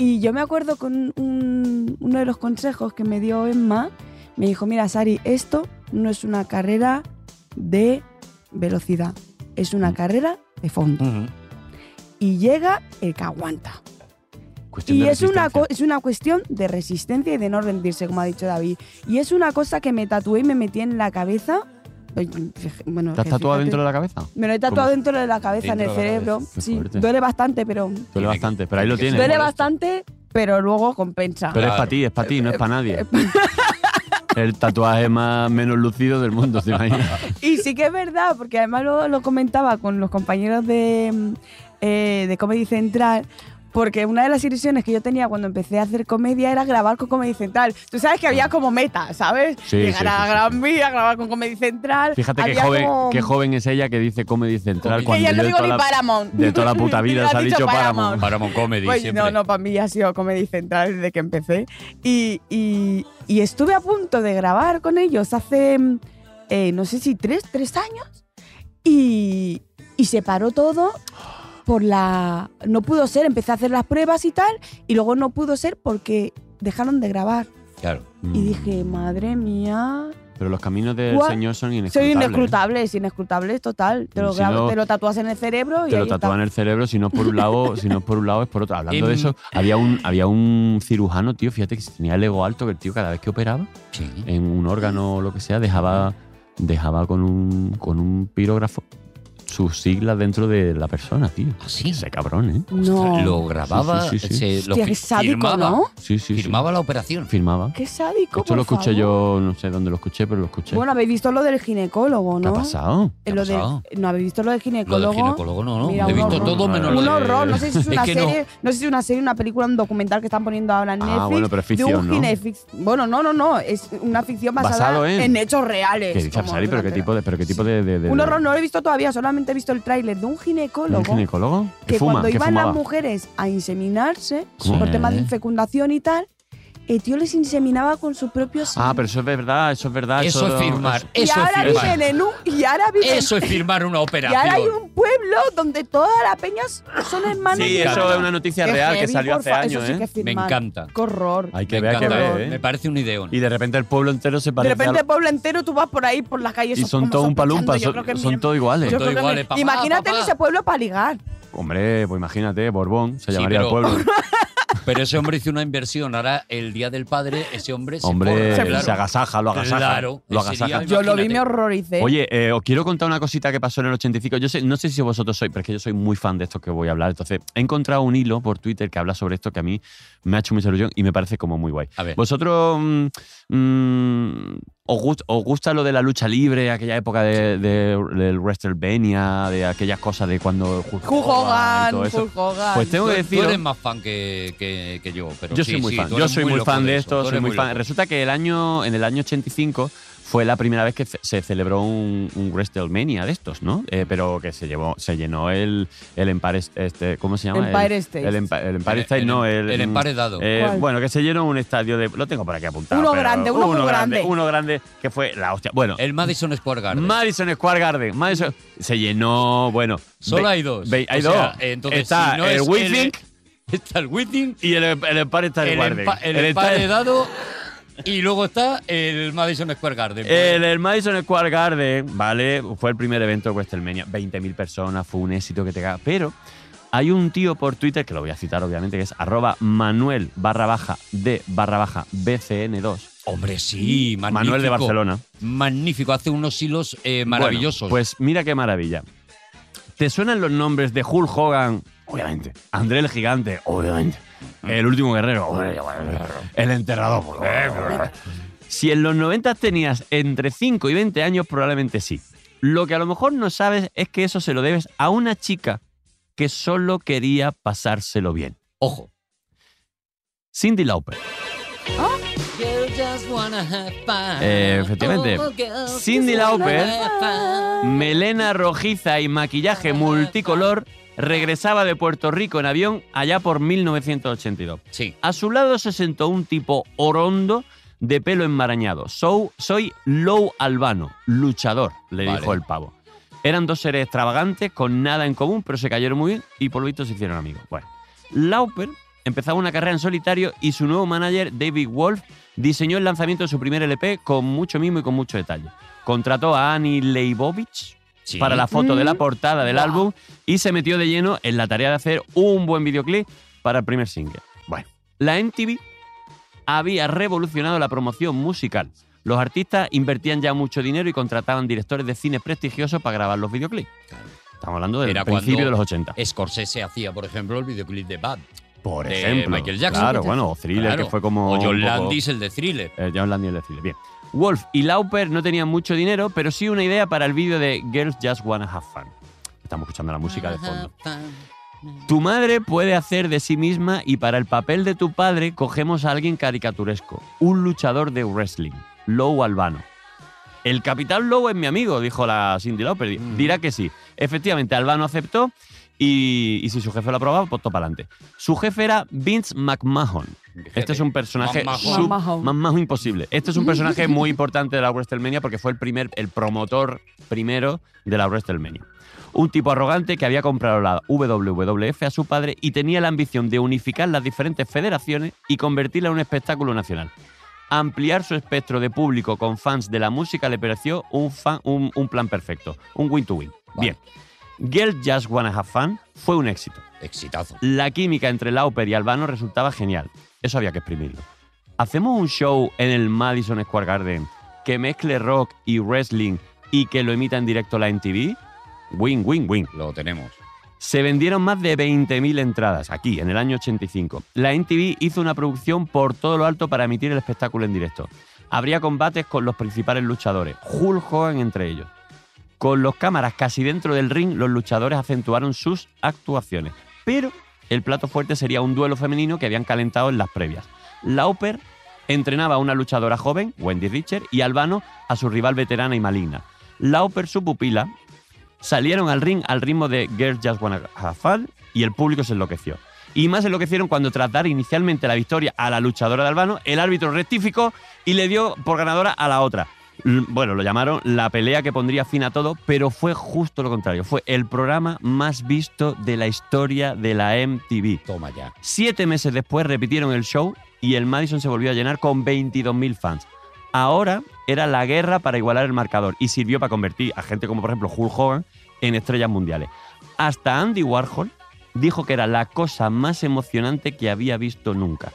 [SPEAKER 2] Y yo me acuerdo con un- uno de los consejos que me dio Emma, me dijo, mira, Sari, esto no es una carrera de velocidad, es una
[SPEAKER 5] Mm.
[SPEAKER 2] carrera de fondo.
[SPEAKER 4] Ujú.
[SPEAKER 2] Y llega el que aguanta.
[SPEAKER 5] Cuestión
[SPEAKER 2] Y
[SPEAKER 5] de
[SPEAKER 2] es una,
[SPEAKER 5] resistencia.
[SPEAKER 2] co- es una cuestión de resistencia y de no rendirse, como ha dicho David. Y es una cosa que me tatué y me metí en la cabeza. Oye, fij- Bueno,
[SPEAKER 5] ¿Te has
[SPEAKER 2] que
[SPEAKER 5] tatuado
[SPEAKER 2] fíjate.
[SPEAKER 5] dentro de la cabeza?
[SPEAKER 2] Me lo he tatuado
[SPEAKER 5] ¿Cómo?
[SPEAKER 2] dentro de la cabeza, en el
[SPEAKER 4] Dentro de la
[SPEAKER 2] cerebro.
[SPEAKER 4] cabeza,
[SPEAKER 5] qué
[SPEAKER 2] Sí,
[SPEAKER 5] fuerte.
[SPEAKER 2] duele bastante, pero.
[SPEAKER 5] Duele bastante, pero ahí lo
[SPEAKER 4] tiene que
[SPEAKER 5] tienes.
[SPEAKER 2] Duele
[SPEAKER 4] molesto.
[SPEAKER 2] bastante, pero luego compensa.
[SPEAKER 5] Pero es
[SPEAKER 4] Claro.
[SPEAKER 5] para ti, es para ti, no es para
[SPEAKER 2] Eh,
[SPEAKER 5] nadie. [LAUGHS] El tatuaje más menos lucido del mundo,
[SPEAKER 2] [LAUGHS]
[SPEAKER 5] ¿te imaginas?
[SPEAKER 2] Y sí que es verdad, porque además lo, lo comentaba con los compañeros de, mm, eh, de Comedy Central. Porque una de las ilusiones que yo tenía cuando empecé a hacer comedia era grabar con Comedy Central. Tú sabes que había como meta, ¿sabes?
[SPEAKER 5] Ah. Sí,
[SPEAKER 2] Llegar
[SPEAKER 5] sí,
[SPEAKER 2] a
[SPEAKER 5] sí, sí.
[SPEAKER 2] Gran Vía, grabar con Comedy Central.
[SPEAKER 5] Fíjate qué
[SPEAKER 2] había
[SPEAKER 5] joven,
[SPEAKER 2] como-
[SPEAKER 5] qué joven es ella que dice Comedy Central.
[SPEAKER 4] Que
[SPEAKER 5] cuando
[SPEAKER 2] ella no
[SPEAKER 5] yo de
[SPEAKER 2] digo
[SPEAKER 5] toda
[SPEAKER 2] ni
[SPEAKER 5] la- [LAUGHS]
[SPEAKER 2] Paramount.
[SPEAKER 5] De toda
[SPEAKER 2] [LAUGHS]
[SPEAKER 5] la puta vida
[SPEAKER 2] Has
[SPEAKER 5] se ha
[SPEAKER 2] dicho
[SPEAKER 5] dicho
[SPEAKER 2] Paramount.
[SPEAKER 5] Paramount.
[SPEAKER 4] Paramount Comedy
[SPEAKER 2] Pues
[SPEAKER 4] siempre.
[SPEAKER 2] no, no, para mí ha sido Comedy Central desde que empecé. Y, y- y estuve a punto de grabar con ellos hace, mm, eh, no sé si tres, tres años. Y, y se paró todo por la... No pudo ser, empecé a hacer las pruebas y tal, y luego no pudo ser porque dejaron de grabar.
[SPEAKER 4] Claro.
[SPEAKER 2] Y
[SPEAKER 5] Mm,
[SPEAKER 2] dije, madre mía,
[SPEAKER 5] Pero los caminos del
[SPEAKER 2] Gua-
[SPEAKER 5] Señor son
[SPEAKER 2] soy
[SPEAKER 5] inescrutables.
[SPEAKER 2] inescrutable, es inescrutable, total. Te lo,
[SPEAKER 5] ¿eh? Si
[SPEAKER 2] grabo-
[SPEAKER 5] no,
[SPEAKER 2] te lo tatúas en el cerebro y
[SPEAKER 5] Te lo
[SPEAKER 2] ahí está.
[SPEAKER 5] tatúan en el cerebro, si no es por un lado, si no es por un lado, es por otro. Hablando de
[SPEAKER 4] Em.
[SPEAKER 5] eso, había un, había un cirujano, tío, fíjate que tenía el ego alto, que el tío cada vez que operaba,
[SPEAKER 4] Sí.
[SPEAKER 5] en un órgano o lo que sea, dejaba, dejaba con un con un pirógrafo sus siglas dentro de la persona, tío.
[SPEAKER 4] ¿Ah, sí?
[SPEAKER 5] Ese cabrón, ¿eh?
[SPEAKER 2] No.
[SPEAKER 4] Lo grababa,
[SPEAKER 5] Sí, sí, sí, sí.
[SPEAKER 4] se lo
[SPEAKER 2] Hostia,
[SPEAKER 4] fi-
[SPEAKER 2] qué sádico,
[SPEAKER 4] firmaba,
[SPEAKER 2] ¿no?
[SPEAKER 5] Sí, sí, sí.
[SPEAKER 4] firmaba la operación.
[SPEAKER 5] Firmaba.
[SPEAKER 2] Qué sádico,
[SPEAKER 5] Esto
[SPEAKER 2] por
[SPEAKER 5] lo escuché
[SPEAKER 2] favor.
[SPEAKER 5] yo, no sé dónde lo escuché, pero lo escuché.
[SPEAKER 2] Bueno, habéis visto lo del ginecólogo,
[SPEAKER 5] ¿Qué
[SPEAKER 2] ¿no?
[SPEAKER 5] ha pasado?
[SPEAKER 4] ¿Qué ha
[SPEAKER 2] Lo de-
[SPEAKER 4] pasado?
[SPEAKER 2] no habéis visto lo del
[SPEAKER 4] Lo
[SPEAKER 2] ginecólogo.
[SPEAKER 4] del ginecólogo no, no.
[SPEAKER 2] Mira,
[SPEAKER 4] He
[SPEAKER 2] un
[SPEAKER 4] visto
[SPEAKER 2] horror.
[SPEAKER 4] todo menos lo
[SPEAKER 2] un
[SPEAKER 4] de-
[SPEAKER 2] horror, no
[SPEAKER 5] [LAUGHS]
[SPEAKER 2] sé si es una
[SPEAKER 4] que no.
[SPEAKER 2] serie, no. sé si es una serie, una película, un documental que están poniendo ahora en
[SPEAKER 5] Ah,
[SPEAKER 2] Netflix.
[SPEAKER 5] bueno, pero es
[SPEAKER 2] de
[SPEAKER 5] ficción,
[SPEAKER 2] un
[SPEAKER 5] ¿no?
[SPEAKER 2] ginefic- Bueno, no, no, no, es una ficción basada
[SPEAKER 5] Basado en-
[SPEAKER 2] en... hechos reales.
[SPEAKER 5] ¿Qué dice
[SPEAKER 2] como
[SPEAKER 5] Absari? ¿Pero
[SPEAKER 2] durante
[SPEAKER 5] qué
[SPEAKER 2] la-
[SPEAKER 5] tipo de.? Pero qué tipo de, de- de-
[SPEAKER 2] Un
[SPEAKER 5] de-
[SPEAKER 2] horror no lo he visto todavía, solamente he visto el tráiler de un
[SPEAKER 5] ¿de
[SPEAKER 2] ginecólogo
[SPEAKER 5] ¿Un ginecólogo?
[SPEAKER 2] que
[SPEAKER 5] ¿Qué fuma?
[SPEAKER 2] cuando
[SPEAKER 5] ¿Qué
[SPEAKER 2] iban
[SPEAKER 5] fumaba?
[SPEAKER 2] las mujeres a inseminarse
[SPEAKER 5] Sí.
[SPEAKER 2] por temas de infecundación y tal, el tío les inseminaba con su propio
[SPEAKER 5] Ah,
[SPEAKER 2] semen.
[SPEAKER 5] pero eso es verdad, eso es verdad.
[SPEAKER 4] Eso es firmar.
[SPEAKER 5] eso-
[SPEAKER 2] y
[SPEAKER 4] Eso es
[SPEAKER 2] ahora
[SPEAKER 4] firmar.
[SPEAKER 2] viven en un y ahora viven
[SPEAKER 4] [LAUGHS] Eso es firmar
[SPEAKER 2] Y
[SPEAKER 4] una
[SPEAKER 2] ahora hay
[SPEAKER 4] operación.
[SPEAKER 2] un pueblo donde todas las peñas son hermanas.
[SPEAKER 5] Sí,
[SPEAKER 2] y
[SPEAKER 5] eso
[SPEAKER 2] hermanos.
[SPEAKER 5] es una noticia
[SPEAKER 2] Qué
[SPEAKER 5] real que
[SPEAKER 2] heavy,
[SPEAKER 5] salió hace
[SPEAKER 2] porfa, eso
[SPEAKER 5] años,
[SPEAKER 2] sí que
[SPEAKER 5] ¿eh?
[SPEAKER 2] es
[SPEAKER 4] Me
[SPEAKER 2] firmar.
[SPEAKER 4] encanta.
[SPEAKER 2] Qué horror.
[SPEAKER 5] Hay que
[SPEAKER 4] Me
[SPEAKER 5] ver, hay que
[SPEAKER 4] encanta,
[SPEAKER 5] ver,
[SPEAKER 4] Me
[SPEAKER 5] ¿eh?
[SPEAKER 4] parece un ideón.
[SPEAKER 5] Y de repente el pueblo entero se
[SPEAKER 2] De
[SPEAKER 5] parece.
[SPEAKER 2] repente
[SPEAKER 5] a-
[SPEAKER 2] el pueblo entero tú vas por ahí por las calles
[SPEAKER 5] y son todos un palumpa,
[SPEAKER 2] palumpa,
[SPEAKER 5] son, son todos iguales.
[SPEAKER 4] Yo- Todos iguales, papá,
[SPEAKER 2] Imagínate en
[SPEAKER 4] papá.
[SPEAKER 2] ese pueblo para ligar.
[SPEAKER 5] Hombre, pues imagínate, Borbón, se
[SPEAKER 4] Sí,
[SPEAKER 5] llamaría
[SPEAKER 4] pero-
[SPEAKER 5] el pueblo.
[SPEAKER 4] Pero ese hombre hizo una inversión. Ahora, el día del padre, ese hombre se
[SPEAKER 5] Hombre,
[SPEAKER 4] forra,
[SPEAKER 5] se,
[SPEAKER 4] claro.
[SPEAKER 5] agasaja, lo agasaja.
[SPEAKER 4] Claro,
[SPEAKER 5] lo
[SPEAKER 4] ese día-
[SPEAKER 5] agasaja.
[SPEAKER 2] Yo lo vi,
[SPEAKER 4] Imagínate.
[SPEAKER 2] me horroricé.
[SPEAKER 5] Oye, eh, os quiero contar una cosita que pasó en el 85. Yo sé, no sé si vosotros sois, pero es que yo soy muy fan de esto que voy a hablar. Entonces, he encontrado un hilo por Twitter que habla sobre esto que a mí me ha hecho mucha ilusión y me parece como muy guay.
[SPEAKER 4] A ver.
[SPEAKER 5] Vosotros. mm, mm, os, gust- os gusta lo de la lucha libre, aquella época de, de- del WrestleMania, de aquellas cosas de cuando Hulk
[SPEAKER 2] Hulk
[SPEAKER 5] Hogan y
[SPEAKER 2] Hogan,
[SPEAKER 5] todo eso?
[SPEAKER 2] Hulk Hogan.
[SPEAKER 5] Pues tengo
[SPEAKER 4] Tú-
[SPEAKER 5] que
[SPEAKER 4] Tú
[SPEAKER 5] decir.
[SPEAKER 4] eres más fan que, que- que yo, pero
[SPEAKER 5] Yo
[SPEAKER 4] sí,
[SPEAKER 5] soy muy
[SPEAKER 4] sí,
[SPEAKER 5] fan.
[SPEAKER 4] tú
[SPEAKER 5] Yo
[SPEAKER 4] eres
[SPEAKER 5] soy muy
[SPEAKER 4] loco
[SPEAKER 5] fan de
[SPEAKER 4] eso,
[SPEAKER 5] esto,
[SPEAKER 4] tú
[SPEAKER 5] soy
[SPEAKER 4] eres
[SPEAKER 5] muy fan.
[SPEAKER 4] loco.
[SPEAKER 5] Resulta que el año, en el año 85 fue la primera vez que ce- se celebró un, un WrestleMania de estos, ¿no? Eh, pero que se llevó, se llenó el, el Empire este, ¿cómo se llama?
[SPEAKER 2] Empire
[SPEAKER 5] el,
[SPEAKER 2] State.
[SPEAKER 5] El, Empa- el Empire
[SPEAKER 4] El- el-
[SPEAKER 5] State,
[SPEAKER 4] Em-,
[SPEAKER 5] no, el,
[SPEAKER 4] el emparedado.
[SPEAKER 5] eh,
[SPEAKER 2] ¿Cuál?
[SPEAKER 5] bueno, que se llenó un estadio de, lo tengo por aquí apuntado.
[SPEAKER 2] Uno
[SPEAKER 5] pero
[SPEAKER 2] grande, uno muy grande.
[SPEAKER 5] uno grande que fue la hostia. Bueno,
[SPEAKER 4] El Madison Square Eh, Garden.
[SPEAKER 5] eh, Madison Square Garden, Madison se llenó, bueno,
[SPEAKER 4] Solo
[SPEAKER 5] ve-
[SPEAKER 4] hay dos.
[SPEAKER 5] ve- hay
[SPEAKER 4] O sea,
[SPEAKER 5] dos.
[SPEAKER 4] entonces,
[SPEAKER 5] está
[SPEAKER 4] si no
[SPEAKER 5] el
[SPEAKER 4] es
[SPEAKER 5] Wizink
[SPEAKER 4] [LAUGHS] Está el Withing,
[SPEAKER 5] y el, el Empire State
[SPEAKER 4] el,
[SPEAKER 5] Garden.
[SPEAKER 4] empa- el
[SPEAKER 5] El Empire-
[SPEAKER 4] emparedado [LAUGHS] y luego está el Madison Square Garden.
[SPEAKER 5] El, el Madison Square Garden, ¿vale? Fue el primer evento de WrestleMania. 20.000 personas, fue un éxito que te caga. Pero hay un tío por Twitter, que lo voy a citar obviamente, que es arroba manuel barra baja de barra baja bcn2.
[SPEAKER 4] Pues, Hombre, sí, magnífico.
[SPEAKER 5] Manuel de Barcelona.
[SPEAKER 4] Magnífico, hace unos hilos eh, maravillosos.
[SPEAKER 5] Bueno, pues mira qué maravilla. ¿Te suenan los nombres de Hulk Hogan? Obviamente. André el Gigante, obviamente. El último guerrero, obviamente. el enterrador. obviamente. Si en los 90 tenías entre 5 y 20 años, probablemente sí. Lo que a lo mejor no sabes es que eso se lo debes a una chica que solo quería pasárselo bien.
[SPEAKER 4] Ojo.
[SPEAKER 5] Cindy Lauper. Eh, efectivamente. Cindy Lauper, melena rojiza y maquillaje multicolor, regresaba de Puerto Rico en avión allá por 1982.
[SPEAKER 4] Sí.
[SPEAKER 5] A su lado se sentó un tipo orondo de pelo enmarañado. Sou- soy Low Albano, luchador, le
[SPEAKER 4] Vale.
[SPEAKER 5] dijo el pavo. Eran dos seres extravagantes con nada en común, pero se cayeron muy bien y por lo visto se hicieron amigos. Bueno, Lauper empezaba una carrera en solitario y su nuevo manager, David Wolf, diseñó el lanzamiento de su primer LP con mucho mimo y con mucho detalle. Contrató a Annie Leibovich
[SPEAKER 4] sí.
[SPEAKER 5] para la foto de la portada del
[SPEAKER 2] Guau.
[SPEAKER 5] álbum y se metió de lleno en la tarea de hacer un buen videoclip para el primer single. Bueno, la MTV había revolucionado la promoción musical. Los artistas invertían ya mucho dinero y contrataban directores de cine prestigiosos para grabar los videoclips.
[SPEAKER 4] Claro.
[SPEAKER 5] Estamos hablando del
[SPEAKER 4] Era
[SPEAKER 5] principio
[SPEAKER 4] cuando- Eh,
[SPEAKER 5] de los 80.
[SPEAKER 4] Scorsese hacía, por ejemplo, el videoclip de Bad.
[SPEAKER 5] Por
[SPEAKER 4] de
[SPEAKER 5] ejemplo,
[SPEAKER 4] Michael Jackson.
[SPEAKER 5] Claro, bueno, o Thriller,
[SPEAKER 4] Claro.
[SPEAKER 5] que fue como.
[SPEAKER 4] O John
[SPEAKER 5] un poco-
[SPEAKER 4] Landis, el de Thriller.
[SPEAKER 5] Eh, John Landis el Bien. Wolf y Lauper no tenían mucho dinero, pero sí una idea para el vídeo de Girls Just Wanna Have Fun. Estamos escuchando la música de fondo. Tu madre puede hacer de sí misma y para el papel de tu padre cogemos a alguien caricaturesco, un luchador de wrestling, Low Albano. El capitán Low es mi amigo, dijo la Cindy Lauper. Di-
[SPEAKER 4] Mm.
[SPEAKER 5] Dirá que sí. Efectivamente, Albano aceptó y, y si su jefe lo aprobaba, pues todo para adelante. Su jefe era Vince McMahon. Este es un personaje
[SPEAKER 4] McMahon.
[SPEAKER 5] sup-
[SPEAKER 2] McMahon.
[SPEAKER 5] McMahon imposible. Este es un personaje muy importante de la WrestleMania porque fue el primer, el promotor primero de la WrestleMania. Un tipo arrogante que había comprado la WWF a su padre y tenía la ambición de unificar las diferentes federaciones y convertirla en un espectáculo nacional. Ampliar su espectro de público con fans de la música le pareció un, fan- un- un plan perfecto, un win-to-win.
[SPEAKER 4] Vale.
[SPEAKER 5] Bien, Girl Just Wanna Have Fun fue un éxito.
[SPEAKER 4] Exitazo.
[SPEAKER 5] La química entre Lauper y Albano resultaba genial. Eso había que exprimirlo. Hacemos un show en el Madison Square Garden que mezcle rock y wrestling y que lo emita en directo la MTV. Win, win, win.
[SPEAKER 4] Lo tenemos.
[SPEAKER 5] Se vendieron más de 20.000 entradas aquí, en el año 85. La NTV hizo una producción por todo lo alto para emitir el espectáculo en directo. Habría combates con los principales luchadores, Hulk Hogan entre ellos. Con los cámaras casi dentro del ring, los luchadores acentuaron sus actuaciones. Pero el plato fuerte sería un duelo femenino que habían calentado en las previas. Lauper entrenaba a una luchadora joven, Wendy Richard, y Albano a su rival veterana y maligna. Lauper, su pupila, salieron al ring al ritmo de Girls Just Wanna Have Fun y el público se enloqueció. Y más se enloquecieron cuando tras dar inicialmente la victoria a la luchadora de Albano, el árbitro rectificó y le dio por ganadora a la otra. L- Bueno, lo llamaron la pelea que pondría fin a todo, pero fue justo lo contrario. Fue el programa más visto de la historia de la MTV.
[SPEAKER 4] Toma ya.
[SPEAKER 5] Siete meses después repitieron el show y el Madison se volvió a llenar con 22.000 fans. Ahora era la guerra para igualar el marcador y sirvió para convertir a gente como por ejemplo Hulk Hogan en estrellas mundiales. Hasta Andy Warhol dijo que era la cosa más emocionante que había visto nunca.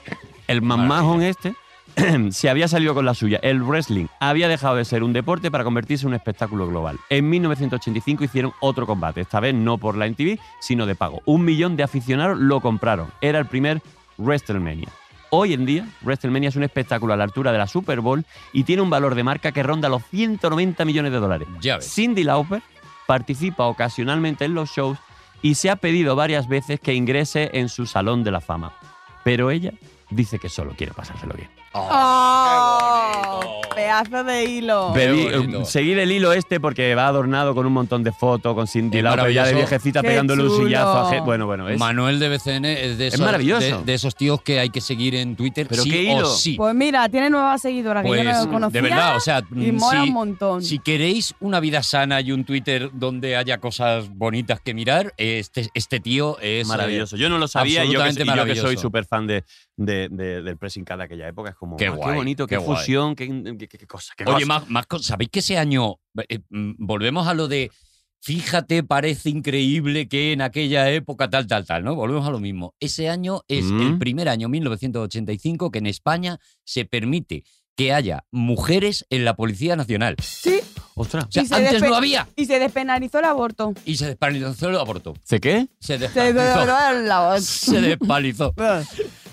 [SPEAKER 5] El McMahon este [CLEARS THROAT] se había salido con la suya. El wrestling había dejado de ser un deporte para convertirse en un espectáculo global. En 1985 hicieron otro combate, esta vez no por la MTV, sino de pago. Un millón de aficionados lo compraron. Era el primer WrestleMania. Hoy en día, WrestleMania es un espectáculo a la altura de la Super Bowl y tiene un valor de marca que ronda los 190 millones de dólares.
[SPEAKER 4] Ya ves.
[SPEAKER 5] Cindy Lauper participa ocasionalmente en los shows y se ha pedido varias veces que ingrese en su salón de la fama. Pero ella dice que solo quiere pasárselo bien.
[SPEAKER 8] ¡Oh!
[SPEAKER 4] bonito!
[SPEAKER 8] Pedazo de hilo.
[SPEAKER 4] Ve-
[SPEAKER 5] Pedí-
[SPEAKER 4] bonito.
[SPEAKER 5] eh, seguir el hilo este porque va adornado con un montón de fotos, con Cindy
[SPEAKER 4] Es
[SPEAKER 5] Lauper ya de
[SPEAKER 4] maravilloso.
[SPEAKER 5] viejecita
[SPEAKER 8] Qué
[SPEAKER 5] pegándole un
[SPEAKER 8] chulo.
[SPEAKER 5] sillazo a gen- Bueno, bueno, es.
[SPEAKER 4] Manuel de BCN es de
[SPEAKER 5] Es
[SPEAKER 4] esos,
[SPEAKER 5] maravilloso.
[SPEAKER 4] De, de esos tíos que hay que seguir en Twitter
[SPEAKER 5] Pero
[SPEAKER 4] sí
[SPEAKER 5] qué
[SPEAKER 4] o
[SPEAKER 5] hilo.
[SPEAKER 4] sí.
[SPEAKER 8] Pues mira, tiene nuevas seguidoras que yo
[SPEAKER 4] Pues,
[SPEAKER 8] no conocía.
[SPEAKER 4] de verdad, o sea,
[SPEAKER 8] Y
[SPEAKER 4] mm,
[SPEAKER 8] mola
[SPEAKER 4] si-
[SPEAKER 8] un montón.
[SPEAKER 4] Si queréis una vida sana y un Twitter donde haya cosas bonitas que mirar, este, este tío es
[SPEAKER 5] Es maravilloso. Yo no lo sabía y yo que,
[SPEAKER 4] absolutamente
[SPEAKER 5] y yo que
[SPEAKER 4] maravilloso.
[SPEAKER 5] soy súper fan de, de- de- del pressing cada aquella época. Es como,
[SPEAKER 4] Qué
[SPEAKER 5] ah,
[SPEAKER 4] guay,
[SPEAKER 5] bonito, qué,
[SPEAKER 4] qué guay.
[SPEAKER 5] fusión, qué, qué- qué- qué cosa. qué
[SPEAKER 4] eh, Oye,
[SPEAKER 5] cosa.
[SPEAKER 4] más, más cosas. ¿Sabéis que ese año eh, mm, volvemos a lo de fíjate, parece increíble que en aquella época tal, tal, tal, ¿no? Volvemos a lo mismo. Ese año es
[SPEAKER 5] Mm.
[SPEAKER 4] el primer año, 1985, que en España se permite que haya mujeres en la Policía Nacional.
[SPEAKER 8] Sí,
[SPEAKER 5] Ostras.
[SPEAKER 4] O sea,
[SPEAKER 8] Y se
[SPEAKER 4] antes
[SPEAKER 8] despe-
[SPEAKER 4] no había.
[SPEAKER 8] y se despenalizó el aborto.
[SPEAKER 4] Y se despenalizó el aborto.
[SPEAKER 5] ¿Se qué?
[SPEAKER 4] Se
[SPEAKER 8] Se despenalizó
[SPEAKER 4] despenalizó.
[SPEAKER 8] el aborto.
[SPEAKER 4] Se despenalizó.
[SPEAKER 8] Ah.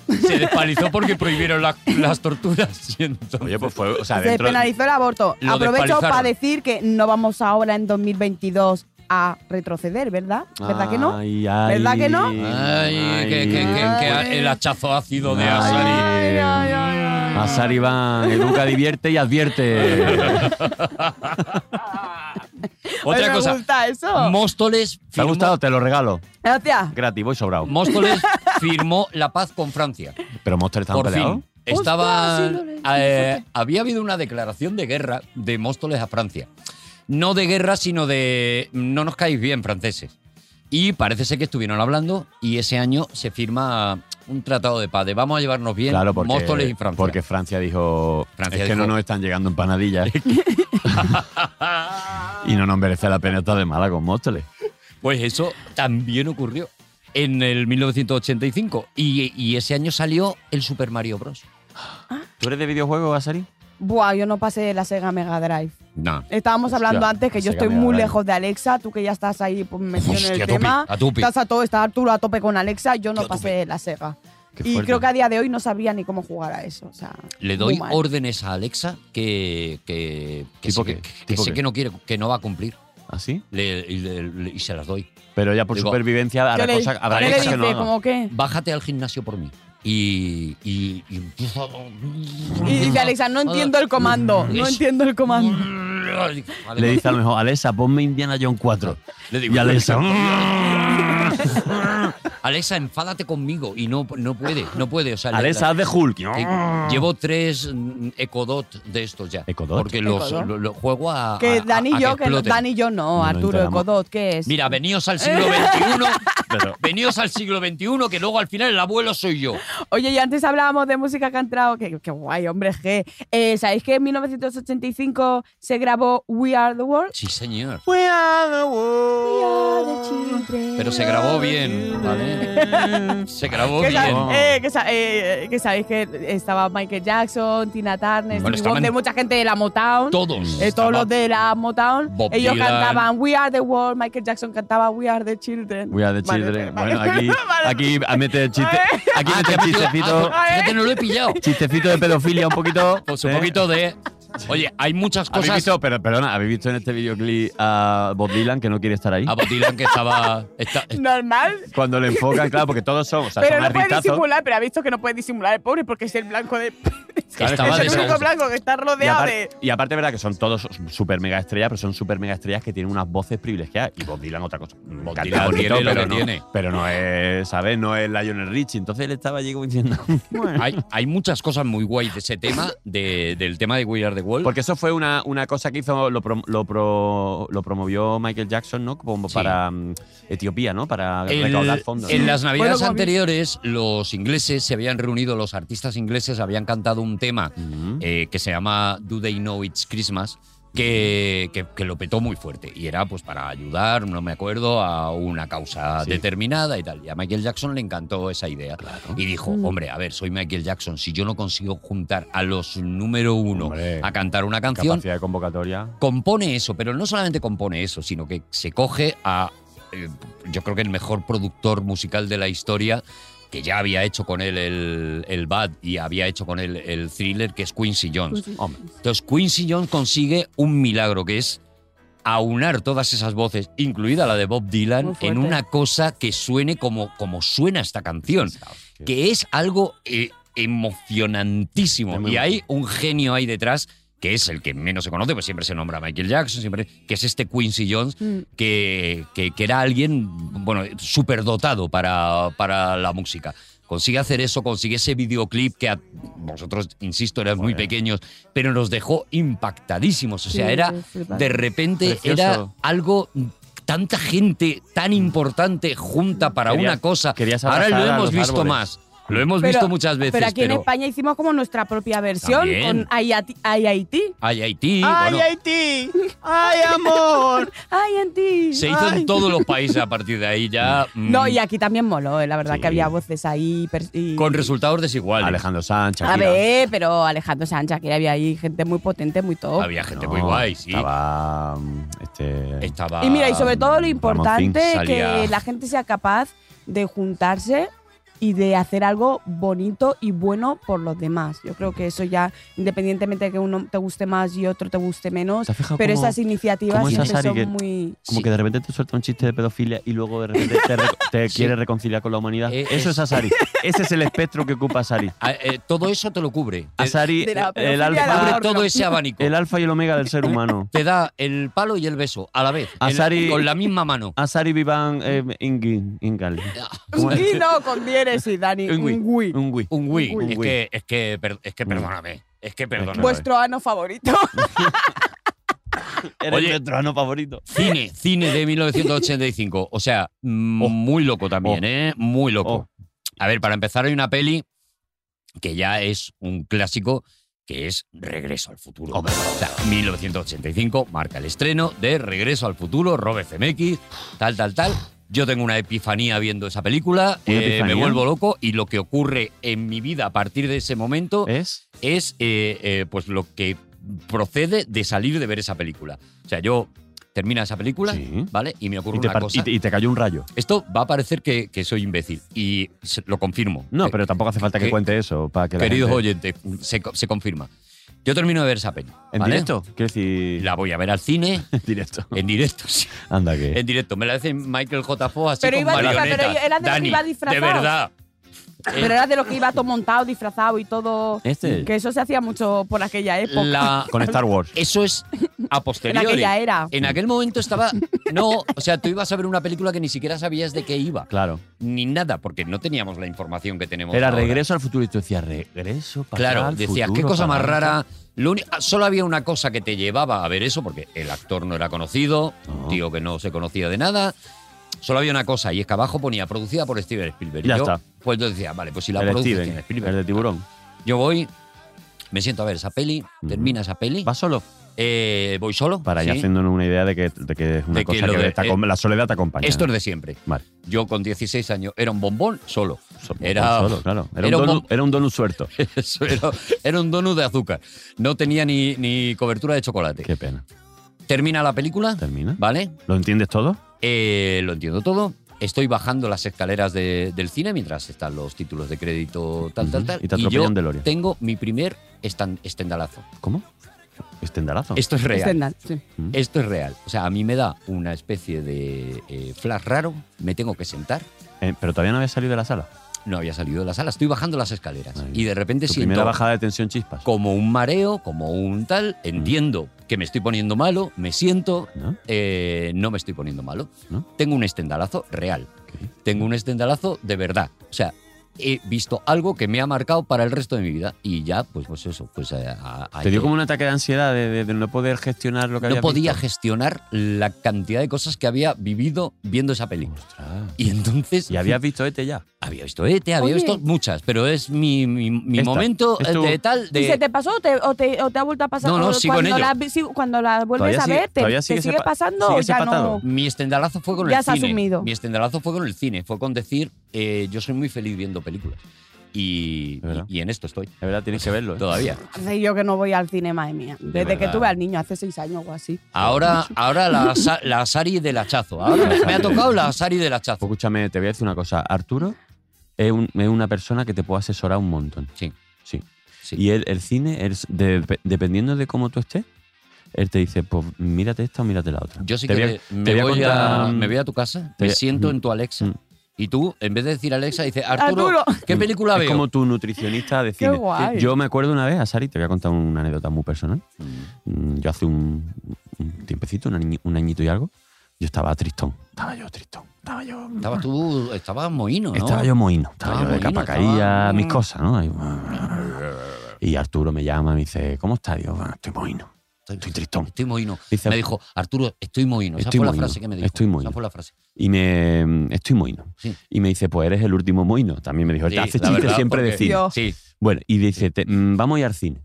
[SPEAKER 4] Se despenalizó porque prohibieron las- las torturas. [LAUGHS] y entonces-
[SPEAKER 5] Oye, pues fue. O sea,
[SPEAKER 8] Se
[SPEAKER 5] dentro.
[SPEAKER 8] despenalizó el aborto.
[SPEAKER 4] Lo
[SPEAKER 8] Aprovecho
[SPEAKER 4] despenalizaron.
[SPEAKER 8] para decir que no vamos ahora en 2022 a retroceder, ¿verdad? ¿Verdad que no?
[SPEAKER 5] Ay, ay,
[SPEAKER 8] ¿Verdad que no?
[SPEAKER 4] Ay, que, que- que- que el hachazo ácido de
[SPEAKER 5] Ay.
[SPEAKER 4] Asari.
[SPEAKER 5] Azar Iván, educa, divierte
[SPEAKER 4] [LAUGHS]
[SPEAKER 5] y advierte.
[SPEAKER 8] Oye,
[SPEAKER 4] Otra
[SPEAKER 8] me
[SPEAKER 4] cosa,
[SPEAKER 8] gusta eso.
[SPEAKER 4] Móstoles
[SPEAKER 5] ¿Te ha
[SPEAKER 4] firmó,
[SPEAKER 5] gustado? Te lo regalo.
[SPEAKER 8] Gracias.
[SPEAKER 5] Gratis, voy sobrado.
[SPEAKER 4] Móstoles firmó la paz con Francia.
[SPEAKER 5] Pero Monster está
[SPEAKER 4] por
[SPEAKER 5] peleado.
[SPEAKER 4] fin. Estaba,
[SPEAKER 2] Ostras, sí, lo leí,
[SPEAKER 4] eh, había habido una declaración de guerra de Móstoles a Francia. No de guerra, sino de no nos caéis bien, franceses. Y parece ser que estuvieron hablando y ese año se firma un tratado de paz. de vamos a llevarnos bien
[SPEAKER 5] Claro, porque
[SPEAKER 4] Móstoles y Francia.
[SPEAKER 5] porque Francia dijo
[SPEAKER 4] Francia
[SPEAKER 5] es que
[SPEAKER 4] dijo-
[SPEAKER 5] no nos están
[SPEAKER 4] [LAUGHS]
[SPEAKER 5] llegando empanadillas [LAUGHS] y no nos merece la pena estar de mala con Móstoles.
[SPEAKER 4] Pues eso también ocurrió en el 1985 y, y ese año salió el Super Mario Bros.
[SPEAKER 5] ¿Tú eres de videojuegos, Asari?
[SPEAKER 8] Buah, yo no pasé de la Sega Mega Drive.
[SPEAKER 4] No.
[SPEAKER 8] Estábamos
[SPEAKER 5] Hostia,
[SPEAKER 8] hablando antes que yo
[SPEAKER 5] Sega
[SPEAKER 8] estoy
[SPEAKER 5] Mega
[SPEAKER 8] muy
[SPEAKER 5] Drive.
[SPEAKER 8] lejos de Alexa, tú que ya estás ahí pues, metido en
[SPEAKER 4] Hostia,
[SPEAKER 8] el
[SPEAKER 4] a tope,
[SPEAKER 8] tema.
[SPEAKER 4] a tope.
[SPEAKER 8] Estás a todo, estás tú a tope con Alexa, yo no
[SPEAKER 4] Yo a
[SPEAKER 8] pasé
[SPEAKER 4] tope.
[SPEAKER 8] de la Sega.
[SPEAKER 5] Qué
[SPEAKER 8] Y
[SPEAKER 5] fuerte.
[SPEAKER 8] creo que a día de hoy no sabía ni cómo jugar a eso. O sea,
[SPEAKER 4] Le
[SPEAKER 8] muy
[SPEAKER 4] doy
[SPEAKER 8] mal.
[SPEAKER 4] órdenes a Alexa que, que, que
[SPEAKER 5] ¿Tipo
[SPEAKER 4] sé, que,
[SPEAKER 5] qué?
[SPEAKER 4] que
[SPEAKER 5] ¿Tipo
[SPEAKER 4] sé
[SPEAKER 5] qué?
[SPEAKER 4] que no quiere, que no va a cumplir.
[SPEAKER 5] ¿Así?
[SPEAKER 4] Le- y, le- le- y se las doy.
[SPEAKER 5] ¿Ah, Pero ya por
[SPEAKER 4] Digo,
[SPEAKER 5] supervivencia
[SPEAKER 2] Yo
[SPEAKER 5] habrá
[SPEAKER 2] le-
[SPEAKER 5] cosas habrá
[SPEAKER 2] yo le
[SPEAKER 5] cosas que no
[SPEAKER 2] dije,
[SPEAKER 5] haga.
[SPEAKER 2] como que.
[SPEAKER 4] Bájate al gimnasio por mí. Y, y, y empiezo a-
[SPEAKER 2] Y dice Alexa, no entiendo el comando. No
[SPEAKER 4] Es-
[SPEAKER 2] entiendo el comando.
[SPEAKER 5] Le dice a lo mejor, Alexa, ponme Indiana Jones 4.
[SPEAKER 4] Le digo,
[SPEAKER 5] Y "Mm". Alexa.
[SPEAKER 4] Alexa, enfádate conmigo. Y no, no puede, no puede. O sea, le-
[SPEAKER 5] Alexa, haz de Hulk.
[SPEAKER 4] Eh, Llevo tres mm, Ecodot de estos ya.
[SPEAKER 5] ¿Ecodot?
[SPEAKER 4] Porque los,
[SPEAKER 2] ¿Ecodot?
[SPEAKER 4] lo, lo juego a.
[SPEAKER 2] Que
[SPEAKER 4] a-
[SPEAKER 2] Dani
[SPEAKER 4] a- a
[SPEAKER 2] y yo, que no-
[SPEAKER 4] exploten.
[SPEAKER 2] Dani y yo no,
[SPEAKER 5] No,
[SPEAKER 2] Arturo
[SPEAKER 5] entramos.
[SPEAKER 2] Codot, ¿qué es?
[SPEAKER 4] Mira, veníos al
[SPEAKER 2] Eh.
[SPEAKER 4] siglo
[SPEAKER 2] [LAUGHS]
[SPEAKER 4] XXI.
[SPEAKER 5] Pero-
[SPEAKER 4] veníos al siglo XXI, que luego al final el abuelo soy yo.
[SPEAKER 2] Oye, y antes hablábamos de música que ha entrado. Qué, qué guay, hombre, G. Eh, ¿Sabéis que en 1985 se grabó We Are the World?
[SPEAKER 4] Sí, señor.
[SPEAKER 10] We are the
[SPEAKER 2] We are the
[SPEAKER 10] world.
[SPEAKER 2] children.
[SPEAKER 4] Pero se grabó bien, ¿vale?
[SPEAKER 5] [LAUGHS]
[SPEAKER 4] Se grabó
[SPEAKER 2] Que,
[SPEAKER 4] bien.
[SPEAKER 2] sab- eh, que sa- eh, que sabéis que estaba Michael Jackson, Tina Turner,
[SPEAKER 4] Bueno,
[SPEAKER 2] Stevie
[SPEAKER 4] estaban
[SPEAKER 2] Wonder, mucha gente de la Motown.
[SPEAKER 4] Todos.
[SPEAKER 2] Eh, todos los de la Motown,
[SPEAKER 4] Bob
[SPEAKER 2] ellos
[SPEAKER 4] Dylan.
[SPEAKER 2] cantaban We Are the World, Michael Jackson cantaba We Are the Children.
[SPEAKER 5] We are the
[SPEAKER 2] Vale, [LAUGHS]
[SPEAKER 5] children.
[SPEAKER 2] vale,
[SPEAKER 5] eh, Bueno, aquí,
[SPEAKER 2] vale.
[SPEAKER 5] aquí mete el
[SPEAKER 2] [LAUGHS]
[SPEAKER 5] chiste. Aquí
[SPEAKER 4] Ah,
[SPEAKER 5] mete
[SPEAKER 4] te
[SPEAKER 5] el
[SPEAKER 4] has metido- [LAUGHS]
[SPEAKER 5] chistecito.
[SPEAKER 4] ah,
[SPEAKER 2] eh.
[SPEAKER 4] Fíjate, no lo he pillado.
[SPEAKER 5] Chistecito de pedofilia un poquito.
[SPEAKER 4] Pues un
[SPEAKER 5] ¿eh?
[SPEAKER 4] poquito de. Oye, hay muchas
[SPEAKER 5] ¿Habéis
[SPEAKER 4] cosas.
[SPEAKER 5] visto, pero, perdona, ¿habéis visto en este videoclip a Bob Dylan que no quiere estar ahí?
[SPEAKER 4] A Bob Ah, pues Dylan que estaba. está-
[SPEAKER 2] Normal,
[SPEAKER 5] Cuando le enfocan, claro, porque todos
[SPEAKER 4] [LAUGHS]
[SPEAKER 5] son, o sea,
[SPEAKER 2] pero
[SPEAKER 5] son
[SPEAKER 2] no puede
[SPEAKER 5] artistazos.
[SPEAKER 2] disimular, pero ha visto que no puede disimular el pobre porque es el blanco de.
[SPEAKER 5] Claro,
[SPEAKER 4] estaba
[SPEAKER 5] que
[SPEAKER 2] es el único
[SPEAKER 4] desahuciado.
[SPEAKER 2] blanco que está
[SPEAKER 5] Y,
[SPEAKER 2] rodeado
[SPEAKER 5] aparte,
[SPEAKER 2] de.
[SPEAKER 5] y aparte, verdad que son todos super mega estrellas, pero son super mega estrellas que tienen unas voces privilegiadas. Y Bob Dylan otra cosa.
[SPEAKER 4] Bob
[SPEAKER 5] Canta
[SPEAKER 4] Dylan
[SPEAKER 5] bonito,
[SPEAKER 4] tiene lo
[SPEAKER 5] pero
[SPEAKER 4] que
[SPEAKER 5] no,
[SPEAKER 4] tiene.
[SPEAKER 5] Pero no es, ¿sabes? No es Lionel Richie. Entonces él estaba allí como diciendo. [LAUGHS] bueno.
[SPEAKER 4] Hay, hay muchas cosas muy guay de ese tema, de- del tema de We Are the World.
[SPEAKER 5] Porque eso fue una, una cosa que hizo, lo, prom- lo, pro- lo promovió Michael Jackson, ¿no? Como
[SPEAKER 4] Sí.
[SPEAKER 5] para mm, Etiopía, ¿no? Para
[SPEAKER 4] El-
[SPEAKER 5] recaudar fondos.
[SPEAKER 4] En
[SPEAKER 5] ¿no?
[SPEAKER 4] las navidades
[SPEAKER 2] Bueno, pues como bien-
[SPEAKER 4] anteriores, los ingleses se habían reunido, los artistas ingleses habían cantado un tema
[SPEAKER 5] Ujú.
[SPEAKER 4] eh, que se llama Do They Know It's Christmas, que, que- que lo petó muy fuerte. Y era pues para ayudar, no me acuerdo, a una causa
[SPEAKER 5] Sí.
[SPEAKER 4] determinada y tal. Y a Michael Jackson le encantó esa idea. Y dijo, hombre, a ver, soy Michael Jackson, si yo no consigo juntar a los número uno Ah,
[SPEAKER 5] Hombre,
[SPEAKER 4] a cantar una canción,
[SPEAKER 5] Capacidad de convocatoria.
[SPEAKER 4] compone eso, pero no solamente compone eso, sino que se coge a, eh, yo creo que el mejor productor musical de la historia, que ya había hecho con él el, el Bad y había hecho con él el thriller, que es Quincy Jones.
[SPEAKER 5] Hombre.
[SPEAKER 4] Entonces Quincy Jones consigue un milagro, que es aunar todas esas voces, incluida la de Bob
[SPEAKER 2] Muy
[SPEAKER 4] Dylan,
[SPEAKER 2] fuerte.
[SPEAKER 4] en una cosa que suene como, como suena esta canción que es algo eh, emocionantísimo.
[SPEAKER 5] Es muy
[SPEAKER 4] y
[SPEAKER 5] bueno.
[SPEAKER 4] hay un genio ahí detrás que es el que menos se conoce, pues siempre se nombra Michael Jackson, siempre, que es este Quincy Jones, que, que- que era alguien, bueno, superdotado para, para la música. Consigue hacer eso, consigue ese videoclip que a vosotros, insisto, eras muy
[SPEAKER 5] Joder.
[SPEAKER 4] pequeños, pero nos dejó impactadísimos. O sea, era, de repente,
[SPEAKER 5] Precioso.
[SPEAKER 4] era algo, tanta gente tan importante junta para
[SPEAKER 5] Querías-
[SPEAKER 4] una cosa.
[SPEAKER 5] querías
[SPEAKER 4] Ahora lo
[SPEAKER 5] abrazar a
[SPEAKER 4] hemos
[SPEAKER 5] los
[SPEAKER 4] visto
[SPEAKER 5] árboles.
[SPEAKER 4] más. Lo hemos
[SPEAKER 2] Pero-
[SPEAKER 4] visto muchas veces.
[SPEAKER 2] Pero aquí en
[SPEAKER 4] pero-
[SPEAKER 2] España hicimos como nuestra propia versión
[SPEAKER 4] También.
[SPEAKER 2] con IIT. IIT.
[SPEAKER 4] Ay, Haití. bueno,
[SPEAKER 10] Haití! ¡Ay, amor!
[SPEAKER 4] se hizo en todos los países a partir de ahí
[SPEAKER 5] [LAUGHS]
[SPEAKER 4] ya. mm,
[SPEAKER 2] No, y aquí también moló, eh, la verdad
[SPEAKER 5] Sí.
[SPEAKER 2] que había voces ahí. per- y-
[SPEAKER 4] Con resultados desiguales.
[SPEAKER 5] Alejandro Sánchez.
[SPEAKER 2] A ver, pero Alejandro Sánchez, que había ahí gente muy potente, muy top.
[SPEAKER 4] Había gente Este muy guay, sí.
[SPEAKER 5] Estaba. mm, Este,
[SPEAKER 4] Estaba-
[SPEAKER 2] Y mira, y sobre todo lo importante
[SPEAKER 4] Ramoncín salía.
[SPEAKER 2] que la gente sea capaz de juntarse y de hacer algo bonito y bueno por los demás. Yo creo que eso ya, independientemente de que uno te guste más y otro te guste menos,
[SPEAKER 5] ¿Te has fijado
[SPEAKER 2] pero
[SPEAKER 5] cómo-
[SPEAKER 2] esas iniciativas
[SPEAKER 5] cómo esa
[SPEAKER 2] siempre
[SPEAKER 5] Sari
[SPEAKER 2] son
[SPEAKER 5] que-
[SPEAKER 2] muy...
[SPEAKER 5] Como
[SPEAKER 4] Sí.
[SPEAKER 5] que de repente te suelta un chiste de pedofilia y luego de repente te, re-
[SPEAKER 4] [LAUGHS]
[SPEAKER 5] te
[SPEAKER 4] Sí.
[SPEAKER 5] quiere reconciliar con la humanidad.
[SPEAKER 4] Eh,
[SPEAKER 5] Eso
[SPEAKER 4] es-
[SPEAKER 5] es Asari. Ese es el espectro que ocupa Asari.
[SPEAKER 4] Ah, eh, todo eso te lo
[SPEAKER 5] [LAUGHS]
[SPEAKER 4] cubre. Te
[SPEAKER 5] Asari,
[SPEAKER 2] de la
[SPEAKER 5] el
[SPEAKER 2] pedofilia al
[SPEAKER 5] alfa,
[SPEAKER 4] cubre
[SPEAKER 2] horno.
[SPEAKER 4] todo ese abanico.
[SPEAKER 5] el alfa y el omega del ser humano.
[SPEAKER 4] Te da el palo y el beso a la vez. en-
[SPEAKER 5] Asari-
[SPEAKER 4] con la misma mano.
[SPEAKER 5] Asari Vivan eh, Ingi- Ingal. ¿Cómo es?
[SPEAKER 2] [LAUGHS] Y no, con diéresis, Dani.
[SPEAKER 5] Ingui.
[SPEAKER 2] un gui.
[SPEAKER 5] Ungui.
[SPEAKER 4] Un Wii.
[SPEAKER 5] Un
[SPEAKER 4] Es,
[SPEAKER 5] Wii.
[SPEAKER 4] que, es, que, per- es que
[SPEAKER 5] Mm.
[SPEAKER 4] perdóname. Es que perdóname.
[SPEAKER 5] Pues-
[SPEAKER 2] Vuestro ano
[SPEAKER 5] [LAUGHS]
[SPEAKER 2] favorito.
[SPEAKER 5] Eres
[SPEAKER 4] Oye.
[SPEAKER 5] nuestro ano favorito.
[SPEAKER 4] Cine, cine de 1985. O sea, mm, muy loco también,
[SPEAKER 5] Oh.
[SPEAKER 4] ¿eh? Muy loco.
[SPEAKER 5] Oh.
[SPEAKER 4] A ver, para empezar hay una peli que ya es un clásico, que es Regreso al Futuro. O sea, 1985 marca el estreno de Regreso al Futuro, Robert Zemeckis, tal, tal, tal. Yo tengo una epifanía viendo esa película,
[SPEAKER 5] ¿Una
[SPEAKER 4] eh, me
[SPEAKER 5] epifanía?
[SPEAKER 4] vuelvo loco y lo que ocurre en mi vida a partir de ese momento
[SPEAKER 5] Oh, ¿Es?
[SPEAKER 4] es eh, eh, pues lo que procede de salir de ver esa película. O sea, yo termina esa película,
[SPEAKER 5] Sí.
[SPEAKER 4] ¿vale? Y me ocurre
[SPEAKER 5] Y te,
[SPEAKER 4] una
[SPEAKER 5] par-
[SPEAKER 4] cosa.
[SPEAKER 5] y te- y te cayó un rayo.
[SPEAKER 4] Esto va a parecer que, que soy imbécil y se- lo confirmo.
[SPEAKER 5] No,
[SPEAKER 4] Eh,
[SPEAKER 5] pero tampoco hace falta que
[SPEAKER 4] que-
[SPEAKER 5] cuente eso para que la
[SPEAKER 4] queridos
[SPEAKER 5] gente-
[SPEAKER 4] oyentes, se, co- se confirma. Yo termino de ver esa peli.
[SPEAKER 5] ¿En
[SPEAKER 4] ¿vale? Eh,
[SPEAKER 5] directo? Quiero
[SPEAKER 4] [LAUGHS]
[SPEAKER 5] decir.
[SPEAKER 4] La voy a ver al cine,
[SPEAKER 5] En directo.
[SPEAKER 4] en directo,
[SPEAKER 5] [LAUGHS]
[SPEAKER 4] sí.
[SPEAKER 5] Anda que.
[SPEAKER 4] En directo. Me la hace Michael J. Fox así
[SPEAKER 8] Pero
[SPEAKER 4] con
[SPEAKER 8] iba disfra-
[SPEAKER 4] marionetas.
[SPEAKER 8] pero era de los que
[SPEAKER 4] Dani,
[SPEAKER 8] iba
[SPEAKER 4] de
[SPEAKER 8] disfrazado.
[SPEAKER 4] verdad.
[SPEAKER 8] Pero era de lo que iba todo montado, disfrazado y todo.
[SPEAKER 5] Este.
[SPEAKER 8] Que eso se hacía mucho por aquella época.
[SPEAKER 4] La-
[SPEAKER 5] [LAUGHS] Con Star Wars.
[SPEAKER 4] Eso es a
[SPEAKER 8] en
[SPEAKER 4] posteriori.
[SPEAKER 8] aquella era.
[SPEAKER 5] Este,
[SPEAKER 4] En aquel momento estaba. No, o sea, tú ibas a ver una película que ni siquiera sabías de qué iba.
[SPEAKER 5] Claro.
[SPEAKER 4] Ni nada, porque no teníamos la información que tenemos.
[SPEAKER 5] Era
[SPEAKER 4] ahora.
[SPEAKER 5] regreso al futuro y tú decías regreso para
[SPEAKER 4] Claro, decías, qué cosa más rara. Lo uni- ah, solo había una cosa que te llevaba a ver eso, porque el actor no era conocido,
[SPEAKER 5] No.
[SPEAKER 4] un tío que no se conocía de nada. Solo había una cosa, y es que abajo ponía producida por Steven Spielberg. Y
[SPEAKER 5] Ya
[SPEAKER 4] yo,
[SPEAKER 5] está.
[SPEAKER 4] Pues yo decía, vale, pues si la
[SPEAKER 5] el,
[SPEAKER 4] produce
[SPEAKER 5] Steven,
[SPEAKER 4] Steven
[SPEAKER 5] el
[SPEAKER 4] Spielberg.
[SPEAKER 5] de tiburón.
[SPEAKER 4] Yo voy, me siento a ver esa peli, termina esa peli,
[SPEAKER 5] Va solo.
[SPEAKER 4] eh, voy solo.
[SPEAKER 5] Para ir
[SPEAKER 4] sí.
[SPEAKER 5] haciéndonos una idea de que, de que es una
[SPEAKER 4] De que
[SPEAKER 5] cosa
[SPEAKER 4] lo
[SPEAKER 5] que
[SPEAKER 4] de-
[SPEAKER 5] te acom-
[SPEAKER 4] eh,
[SPEAKER 5] la soledad te acompaña.
[SPEAKER 4] Esto es
[SPEAKER 5] ¿no?
[SPEAKER 4] de siempre.
[SPEAKER 5] Vale.
[SPEAKER 4] Yo con 16 años era un bombón solo. [LAUGHS]
[SPEAKER 5] So-
[SPEAKER 4] Era-
[SPEAKER 5] solo, claro. Era,
[SPEAKER 4] era
[SPEAKER 5] un
[SPEAKER 4] un
[SPEAKER 5] donut-
[SPEAKER 4] mo-
[SPEAKER 5] era un
[SPEAKER 4] [LAUGHS]
[SPEAKER 5] donut suelto.
[SPEAKER 4] Eso era, era un donut de azúcar. No tenía ni, ni cobertura de chocolate.
[SPEAKER 5] Qué pena.
[SPEAKER 4] Termina la película,
[SPEAKER 5] Termina.
[SPEAKER 4] ¿vale?
[SPEAKER 5] ¿Lo entiendes todo?
[SPEAKER 4] Eh, lo entiendo todo. Estoy bajando las escaleras de- del cine mientras están los títulos de crédito, tal, tal,
[SPEAKER 5] Ujú.
[SPEAKER 4] tal.
[SPEAKER 5] Y te atropella
[SPEAKER 4] yo
[SPEAKER 5] un DeLorean.
[SPEAKER 4] tengo mi primer estan- estendalazo.
[SPEAKER 5] ¿Cómo? Este Estendalazo.
[SPEAKER 4] Esto es
[SPEAKER 2] Este,
[SPEAKER 4] real.
[SPEAKER 8] Estendal, sí.
[SPEAKER 4] Esto es real. O sea, a mí me da una especie de eh, flash raro. Me tengo que sentar.
[SPEAKER 5] Eh, pero todavía no había salido de la sala.
[SPEAKER 4] No había salido de la sala. Estoy bajando las escaleras.
[SPEAKER 5] Ay,
[SPEAKER 4] y de repente
[SPEAKER 5] Tu
[SPEAKER 4] siento
[SPEAKER 5] primera bajada de tensión chispas.
[SPEAKER 4] como un mareo, como un tal. Entiendo que me estoy poniendo malo. Me siento.
[SPEAKER 5] Mm. ¿No?
[SPEAKER 4] eh, no me estoy poniendo malo.
[SPEAKER 5] ¿No?
[SPEAKER 4] Tengo un estendalazo real. Tengo un estendalazo de verdad. O sea, he visto algo que me ha marcado para el resto de mi vida. Y ya, pues, pues eso, pues eh, a- a-
[SPEAKER 5] Te dio como un ataque de ansiedad de, de- de no poder gestionar lo que
[SPEAKER 4] no
[SPEAKER 5] habías
[SPEAKER 4] podía
[SPEAKER 5] visto?
[SPEAKER 4] gestionar la cantidad de cosas que había vivido viendo esa peli.
[SPEAKER 5] Ostras.
[SPEAKER 4] Y entonces
[SPEAKER 5] ¿Y habías visto este ya?
[SPEAKER 4] había visto ETE, había
[SPEAKER 8] Oye.
[SPEAKER 4] visto muchas, pero es mi, mi- mi
[SPEAKER 5] Esta.
[SPEAKER 4] momento eh,
[SPEAKER 5] Es tu-
[SPEAKER 4] de tal
[SPEAKER 8] ¿Y se
[SPEAKER 4] de
[SPEAKER 8] te pasó o te, o te- o te ha vuelto a pasar?
[SPEAKER 4] No, no,
[SPEAKER 8] O
[SPEAKER 4] sigo en
[SPEAKER 8] cuando
[SPEAKER 4] ello.
[SPEAKER 8] La, vi- si- cuando la vuelves
[SPEAKER 5] Todavía
[SPEAKER 8] a
[SPEAKER 5] sigue-
[SPEAKER 8] ver, te,
[SPEAKER 5] todavía
[SPEAKER 8] te
[SPEAKER 5] sigue
[SPEAKER 8] sigue,
[SPEAKER 5] ese pa-
[SPEAKER 8] pasando
[SPEAKER 5] sigue
[SPEAKER 8] o
[SPEAKER 5] ese
[SPEAKER 8] ya
[SPEAKER 5] patado.
[SPEAKER 8] no?
[SPEAKER 4] mi estendalazo fue con
[SPEAKER 8] Ya
[SPEAKER 4] el
[SPEAKER 8] se ha
[SPEAKER 4] cine.
[SPEAKER 8] asumido.
[SPEAKER 4] Mi estendalazo fue con el cine, fue con decir eh, yo soy muy feliz viendo películas. Y,
[SPEAKER 5] Es verdad.
[SPEAKER 4] y- y en esto estoy
[SPEAKER 5] De verdad, tienes que verlo. ¿eh?
[SPEAKER 4] todavía.
[SPEAKER 8] Hace yo que no voy al cine, madre mía. Desde que
[SPEAKER 4] verdad.
[SPEAKER 8] tuve al niño, hace seis años o así.
[SPEAKER 4] Ahora, ahora la, sa- la Sari del hachazo. Ahora me ha tocado la Sari del
[SPEAKER 5] Pues
[SPEAKER 4] hachazo.
[SPEAKER 5] escúchame, te voy a decir una cosa. Arturo es, un- es una persona que te puede asesorar un montón.
[SPEAKER 4] Sí.
[SPEAKER 5] Sí.
[SPEAKER 4] Sí.
[SPEAKER 5] Y él, el cine, él, de- dependiendo de cómo tú estés, él te dice, pues mírate esta o mírate la otra.
[SPEAKER 4] Yo sí
[SPEAKER 5] Te
[SPEAKER 4] que
[SPEAKER 5] voy a-
[SPEAKER 4] me,
[SPEAKER 5] te
[SPEAKER 4] voy a,
[SPEAKER 5] contar-
[SPEAKER 4] me voy a tu casa,
[SPEAKER 5] te
[SPEAKER 4] me
[SPEAKER 5] voy a-
[SPEAKER 4] siento en tu
[SPEAKER 5] Mm. Mm.
[SPEAKER 4] Alexa. Y tú, en vez de decir Alexa,
[SPEAKER 8] [LAUGHS]
[SPEAKER 4] dices, Arturo,
[SPEAKER 8] Arturo.
[SPEAKER 4] ¿qué película
[SPEAKER 5] es
[SPEAKER 4] veo?
[SPEAKER 5] como tu nutricionista de cine.
[SPEAKER 8] guay.
[SPEAKER 5] Yo me acuerdo una vez, a Sari, te voy a contar una anécdota muy personal. Mm, Yo hace un, un tiempecito, un, añi- un añito y algo, yo estaba tristón. Estaba yo tristón. Estaba yo. mm,
[SPEAKER 4] Estabas tú, estabas mohino, ¿no?
[SPEAKER 5] Estaba yo mohino, estaba
[SPEAKER 4] Estaba
[SPEAKER 5] yo de
[SPEAKER 4] mohino,
[SPEAKER 5] capa
[SPEAKER 4] estaba-
[SPEAKER 5] caída, mis cosas, ¿no? Ahí, Y Arturo me llama y me dice, ¿cómo estás? Digo, "Bueno, estoy mohino, estoy tristón.
[SPEAKER 4] Estoy mohino.
[SPEAKER 5] Dice-
[SPEAKER 4] me dijo, Arturo, estoy mohino. Esa
[SPEAKER 5] Estoy
[SPEAKER 4] fue
[SPEAKER 5] mohino,
[SPEAKER 4] la frase que me dijo.
[SPEAKER 5] estoy mohino.
[SPEAKER 4] Esa fue la frase.
[SPEAKER 5] Y me, mm, estoy mohino.
[SPEAKER 4] Sí.
[SPEAKER 5] Y me dice, pues eres el último mohino. También me dijo,
[SPEAKER 4] Sí,
[SPEAKER 5] te hace
[SPEAKER 4] la
[SPEAKER 5] chiste
[SPEAKER 4] verdad,
[SPEAKER 5] siempre de
[SPEAKER 4] porque-
[SPEAKER 5] cine.
[SPEAKER 8] Dios.
[SPEAKER 4] Sí,
[SPEAKER 5] Bueno, y dice, te- mm, vamos a ir al cine.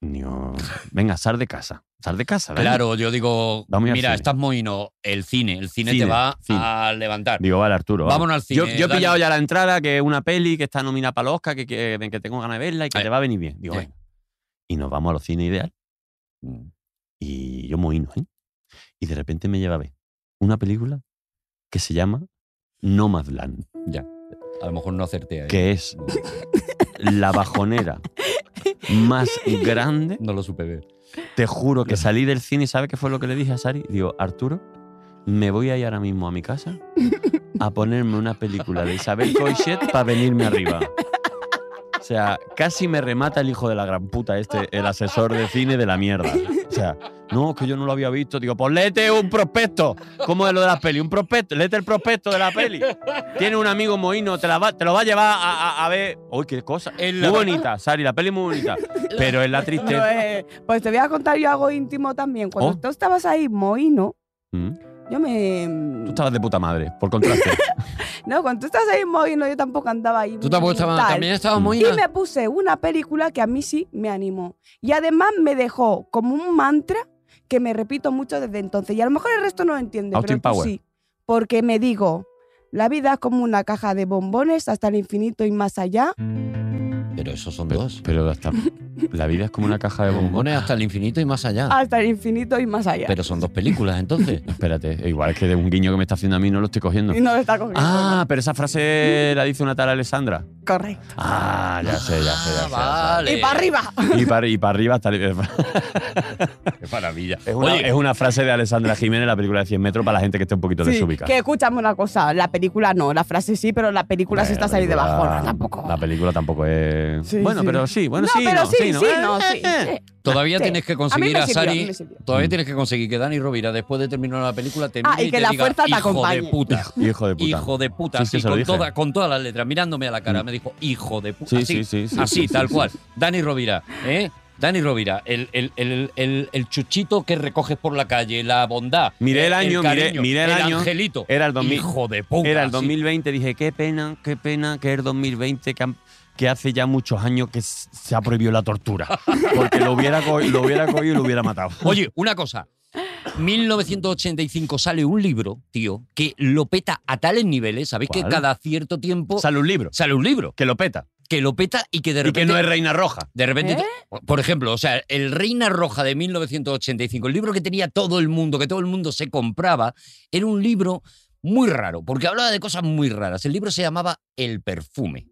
[SPEAKER 5] Digo, venga, sal de casa, sal de casa. dale".
[SPEAKER 4] claro, yo digo,
[SPEAKER 5] Vamos al
[SPEAKER 4] mira,
[SPEAKER 5] cine.
[SPEAKER 4] estás mohino, el cine, el cine,
[SPEAKER 5] Cine,
[SPEAKER 4] te va
[SPEAKER 5] cine.
[SPEAKER 4] a levantar.
[SPEAKER 5] Digo, vale, Arturo. vamos".
[SPEAKER 4] Vámonos al cine.
[SPEAKER 5] Yo, yo he
[SPEAKER 4] dale.
[SPEAKER 5] pillado ya la entrada, que es una peli que está nominada para el Oscar, que, que, que tengo ganas de verla y que
[SPEAKER 4] Eh.
[SPEAKER 5] te va a venir bien. Digo,
[SPEAKER 4] Eh.
[SPEAKER 5] venga. Y nos vamos a los cines ideal. Y yo mohino, ¿eh? Y de repente me lleva a ver una película que se llama Nomadland,
[SPEAKER 4] Ya. A lo mejor no acerté ahí.
[SPEAKER 5] que es la bajonera más grande.
[SPEAKER 4] No lo supe ver.
[SPEAKER 5] Te juro que salí del cine y ¿sabes qué fue lo que le dije a Sari? Digo, Arturo, me voy a ir ahora mismo a mi casa a ponerme una película de Isabel Coixet para venirme arriba. O sea, casi me remata el hijo de la gran puta este, el asesor de cine de la mierda. O sea, no, que yo no lo había visto. Digo, pues léete un prospecto. ¿Cómo es lo de la peli? Un prospecto. Léete el prospecto de la peli. Tiene un amigo mohino, te, la va- te lo va a llevar a, a- a ver. Uy, qué cosa.
[SPEAKER 4] En
[SPEAKER 5] Muy
[SPEAKER 4] la-
[SPEAKER 5] bonita, Sari, la peli muy bonita. Pero es la tristeza.
[SPEAKER 8] No, eh, pues te voy a contar yo algo íntimo también. Cuando
[SPEAKER 5] Oh.
[SPEAKER 8] tú estabas ahí, mohino,
[SPEAKER 5] Mm.
[SPEAKER 8] yo me.
[SPEAKER 5] Tú estabas de puta madre, por contraste.
[SPEAKER 8] [LAUGHS] No, cuando tú estabas ahí, mohino, yo tampoco andaba ahí.
[SPEAKER 4] Tú tampoco
[SPEAKER 8] tal.
[SPEAKER 4] estabas, también estabas
[SPEAKER 5] Mm.
[SPEAKER 4] mohino.
[SPEAKER 8] Y me puse una película que a mí sí me animó. Y además me dejó como un mantra que me repito mucho desde entonces. Y a lo mejor el resto no lo entiende,
[SPEAKER 5] Austin
[SPEAKER 8] pero tú
[SPEAKER 5] Power.
[SPEAKER 8] sí. Porque me digo, la vida es como una
[SPEAKER 5] Mm.
[SPEAKER 8] caja de bombones hasta el infinito y más allá.
[SPEAKER 4] Pero esos son dos.
[SPEAKER 5] Pero hasta. La vida es como una caja de bombones.
[SPEAKER 4] Bombones hasta el infinito y más allá.
[SPEAKER 8] hasta el infinito y más allá.
[SPEAKER 4] Pero son dos películas, entonces.
[SPEAKER 5] Espérate, e igual es que de un guiño que me está haciendo a mí no lo estoy cogiendo.
[SPEAKER 8] Y no lo está cogiendo.
[SPEAKER 5] Ah, pero esa frase la dice una tal Alessandra.
[SPEAKER 8] Correcto.
[SPEAKER 5] Ah, ya sé, ya sé, ya sé. ya
[SPEAKER 4] Ah,
[SPEAKER 5] sé.
[SPEAKER 4] vale.
[SPEAKER 8] Y para arriba.
[SPEAKER 5] Y para, y para arriba
[SPEAKER 8] [LAUGHS]
[SPEAKER 5] hasta...
[SPEAKER 4] Qué maravilla.
[SPEAKER 5] Es una,
[SPEAKER 4] Oye,
[SPEAKER 5] es una frase de Alessandra Jiménez, la película de 100 metros, para la gente que esté un poquito
[SPEAKER 8] Sí,
[SPEAKER 5] desubicada.
[SPEAKER 8] que escúchame una cosa, la película no, la frase sí, pero la película se
[SPEAKER 5] Bueno,
[SPEAKER 8] está saliendo
[SPEAKER 5] la
[SPEAKER 8] debajo,
[SPEAKER 5] película-
[SPEAKER 8] tampoco.
[SPEAKER 5] La película tampoco es.
[SPEAKER 8] Sí,
[SPEAKER 5] bueno,
[SPEAKER 8] sí.
[SPEAKER 5] pero sí, bueno,
[SPEAKER 8] no,
[SPEAKER 5] sí.
[SPEAKER 8] pero
[SPEAKER 5] no,
[SPEAKER 8] sí, sí, no,
[SPEAKER 5] eh,
[SPEAKER 8] sí,
[SPEAKER 5] eh, eh. [LAUGHS]
[SPEAKER 8] sí.
[SPEAKER 4] todavía
[SPEAKER 8] Sí.
[SPEAKER 4] tienes que conseguir
[SPEAKER 8] me
[SPEAKER 4] a,
[SPEAKER 8] sirvió,
[SPEAKER 4] Sari.
[SPEAKER 8] me sirvió.
[SPEAKER 4] Todavía
[SPEAKER 5] Mm.
[SPEAKER 4] tienes que conseguir que Dani Rovira, después de terminar la película, termine
[SPEAKER 8] Ah, y que
[SPEAKER 4] te
[SPEAKER 8] la
[SPEAKER 4] diga,
[SPEAKER 8] fuerza te
[SPEAKER 4] "Hijo
[SPEAKER 8] acompañe".
[SPEAKER 4] de puta.
[SPEAKER 5] Hijo de puta.
[SPEAKER 4] Hijo de puta,
[SPEAKER 5] Sí, sí,
[SPEAKER 4] así
[SPEAKER 5] se lo
[SPEAKER 4] con,
[SPEAKER 5] dije.
[SPEAKER 4] toda- con todas las letras, mirándome a la cara,
[SPEAKER 5] Mm.
[SPEAKER 4] me dijo, hijo de puta.
[SPEAKER 5] Sí,
[SPEAKER 4] así,
[SPEAKER 5] sí, sí, sí,
[SPEAKER 4] así
[SPEAKER 5] sí, sí,
[SPEAKER 4] tal
[SPEAKER 5] sí.
[SPEAKER 4] cual. Dani Rovira, ¿eh? Dani Rovira, el, el- el- el- el chuchito que recoges por la calle, la bondad. eh,
[SPEAKER 5] Miré el año, miré-
[SPEAKER 4] cariño,
[SPEAKER 5] miré el año.
[SPEAKER 4] angelito.
[SPEAKER 5] Era el 2000.
[SPEAKER 4] Hijo de puta.
[SPEAKER 5] Era el
[SPEAKER 4] así.
[SPEAKER 5] 2020, dije, qué pena, qué pena que el 2020, que, han- que hace ya muchos años que s- se ha prohibido la tortura. Porque lo hubiera, co- lo hubiera cogido y lo hubiera matado.
[SPEAKER 4] Oye, una cosa. 1985 sale un libro, tío, que lo peta a tales niveles. Sabéis que
[SPEAKER 5] ¿Cuál?
[SPEAKER 4] cada cierto tiempo
[SPEAKER 5] sale un libro
[SPEAKER 4] sale un libro
[SPEAKER 5] que lo peta
[SPEAKER 4] que lo peta y que de
[SPEAKER 5] y
[SPEAKER 4] repente.
[SPEAKER 5] que no es Reina Roja.
[SPEAKER 4] De
[SPEAKER 8] ¿Eh?
[SPEAKER 4] repente, por ejemplo, o sea, el Reina Roja de 1985, el libro que tenía todo el mundo, que todo el mundo se compraba, era un libro muy raro, porque hablaba de cosas muy raras. El libro se llamaba El perfume,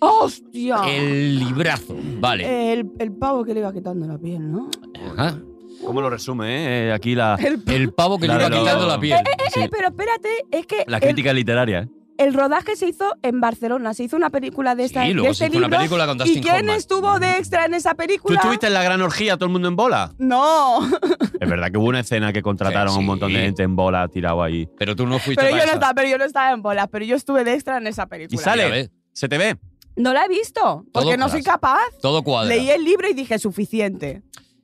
[SPEAKER 8] ¡Hostia! El,
[SPEAKER 4] el librazo, vale.
[SPEAKER 8] Eh, el, pavo que le iba quitando la piel, ¿no?
[SPEAKER 4] Ajá.
[SPEAKER 5] ¿Cómo lo resume, eh? Aquí la.
[SPEAKER 4] El pavo que
[SPEAKER 5] La
[SPEAKER 4] le
[SPEAKER 5] de
[SPEAKER 4] iba
[SPEAKER 5] los-
[SPEAKER 4] quitando la piel.
[SPEAKER 5] Sí.
[SPEAKER 8] Eh, pero espérate, es que
[SPEAKER 5] La
[SPEAKER 8] el,
[SPEAKER 5] crítica literaria, ¿eh?
[SPEAKER 8] el rodaje se hizo en Barcelona, se hizo una película de, esta,
[SPEAKER 4] Sí,
[SPEAKER 8] de
[SPEAKER 4] luego
[SPEAKER 8] este
[SPEAKER 4] se hizo una
[SPEAKER 8] libro.
[SPEAKER 4] película con
[SPEAKER 8] ¿Y
[SPEAKER 4] Dustin
[SPEAKER 8] quién
[SPEAKER 4] Hoffman.
[SPEAKER 8] estuvo de extra en esa
[SPEAKER 5] ¿Tú
[SPEAKER 8] película?
[SPEAKER 5] estuviste en la gran orgía, todo el mundo en bola?
[SPEAKER 8] No,
[SPEAKER 5] Es verdad que hubo una escena que contrataron a un
[SPEAKER 4] Sí.
[SPEAKER 5] montón de gente en bola tirado ahí.
[SPEAKER 4] Pero tú no fuiste
[SPEAKER 8] pero
[SPEAKER 4] para
[SPEAKER 8] yo no,
[SPEAKER 4] esa.
[SPEAKER 8] estaba, pero yo no estaba en bolas, pero yo estuve de extra en esa película.
[SPEAKER 5] Quizá- Sale.
[SPEAKER 4] Mira, ¿ves?
[SPEAKER 5] ¿Se te ve?
[SPEAKER 8] No la he visto, porque no soy
[SPEAKER 4] claro.
[SPEAKER 8] capaz.
[SPEAKER 4] Todo cuadra.
[SPEAKER 8] Leí el libro y dije, suficiente.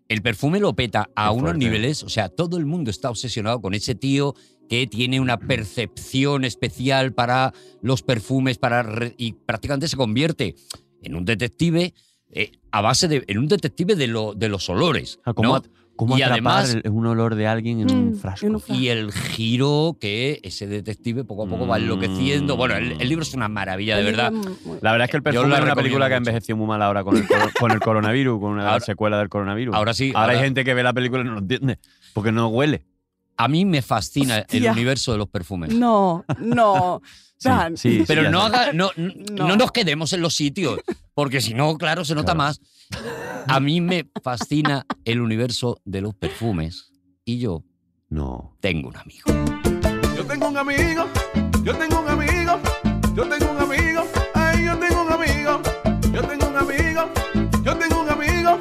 [SPEAKER 4] El perfume lo peta a
[SPEAKER 5] Qué
[SPEAKER 4] unos
[SPEAKER 5] fuerte.
[SPEAKER 4] niveles, o sea, todo el mundo está obsesionado con ese tío que tiene una percepción especial para los perfumes para re- y prácticamente se convierte en un detective eh, a base de en un detective de, lo- de los olores.
[SPEAKER 5] Ah, ¿Cómo,
[SPEAKER 4] ¿no?
[SPEAKER 5] at- cómo
[SPEAKER 4] Y
[SPEAKER 5] atrapar
[SPEAKER 4] además-
[SPEAKER 5] el- un olor de alguien en un
[SPEAKER 8] Mm,
[SPEAKER 5] frasco?
[SPEAKER 8] en un
[SPEAKER 4] Y el giro que ese detective poco a poco va
[SPEAKER 5] Mm.
[SPEAKER 4] enloqueciendo. Bueno, el, el libro es una maravilla, de
[SPEAKER 8] El libro
[SPEAKER 4] verdad.
[SPEAKER 8] es muy-
[SPEAKER 5] La verdad es que el
[SPEAKER 4] Yo
[SPEAKER 5] perfume
[SPEAKER 4] la
[SPEAKER 5] es una
[SPEAKER 4] recomiendo
[SPEAKER 5] película que ha
[SPEAKER 4] mucho.
[SPEAKER 5] envejecido muy mal ahora con el, coro- con el coronavirus, con una
[SPEAKER 4] Ahora-
[SPEAKER 5] secuela del coronavirus.
[SPEAKER 4] Ahora sí,
[SPEAKER 5] Ahora, hay
[SPEAKER 4] ahora-
[SPEAKER 5] gente que ve la película y no lo entiende, porque no huele.
[SPEAKER 4] A mí me fascina
[SPEAKER 8] Hostia.
[SPEAKER 4] el universo de los perfumes.
[SPEAKER 8] No, no.
[SPEAKER 5] Sí,
[SPEAKER 8] Dan,
[SPEAKER 5] sí, sí,
[SPEAKER 4] Pero
[SPEAKER 5] ya
[SPEAKER 4] no,
[SPEAKER 5] está.
[SPEAKER 4] haga- no, n-
[SPEAKER 8] No.
[SPEAKER 4] no nos quedemos en los sitios, porque si no, claro, se nota
[SPEAKER 5] Claro.
[SPEAKER 4] más. A mí me fascina el universo de los perfumes y yo
[SPEAKER 5] No.
[SPEAKER 4] tengo un amigo.
[SPEAKER 7] Yo tengo un amigo, yo tengo un amigo, yo tengo un amigo, ay, yo tengo un amigo, yo tengo un amigo, yo tengo un amigo,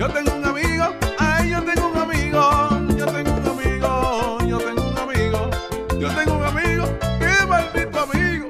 [SPEAKER 7] yo tengo un amigo, ay, yo tengo un amigo, yo tengo un amigo, yo tengo un amigo, yo tengo un amigo, qué maldito amigo.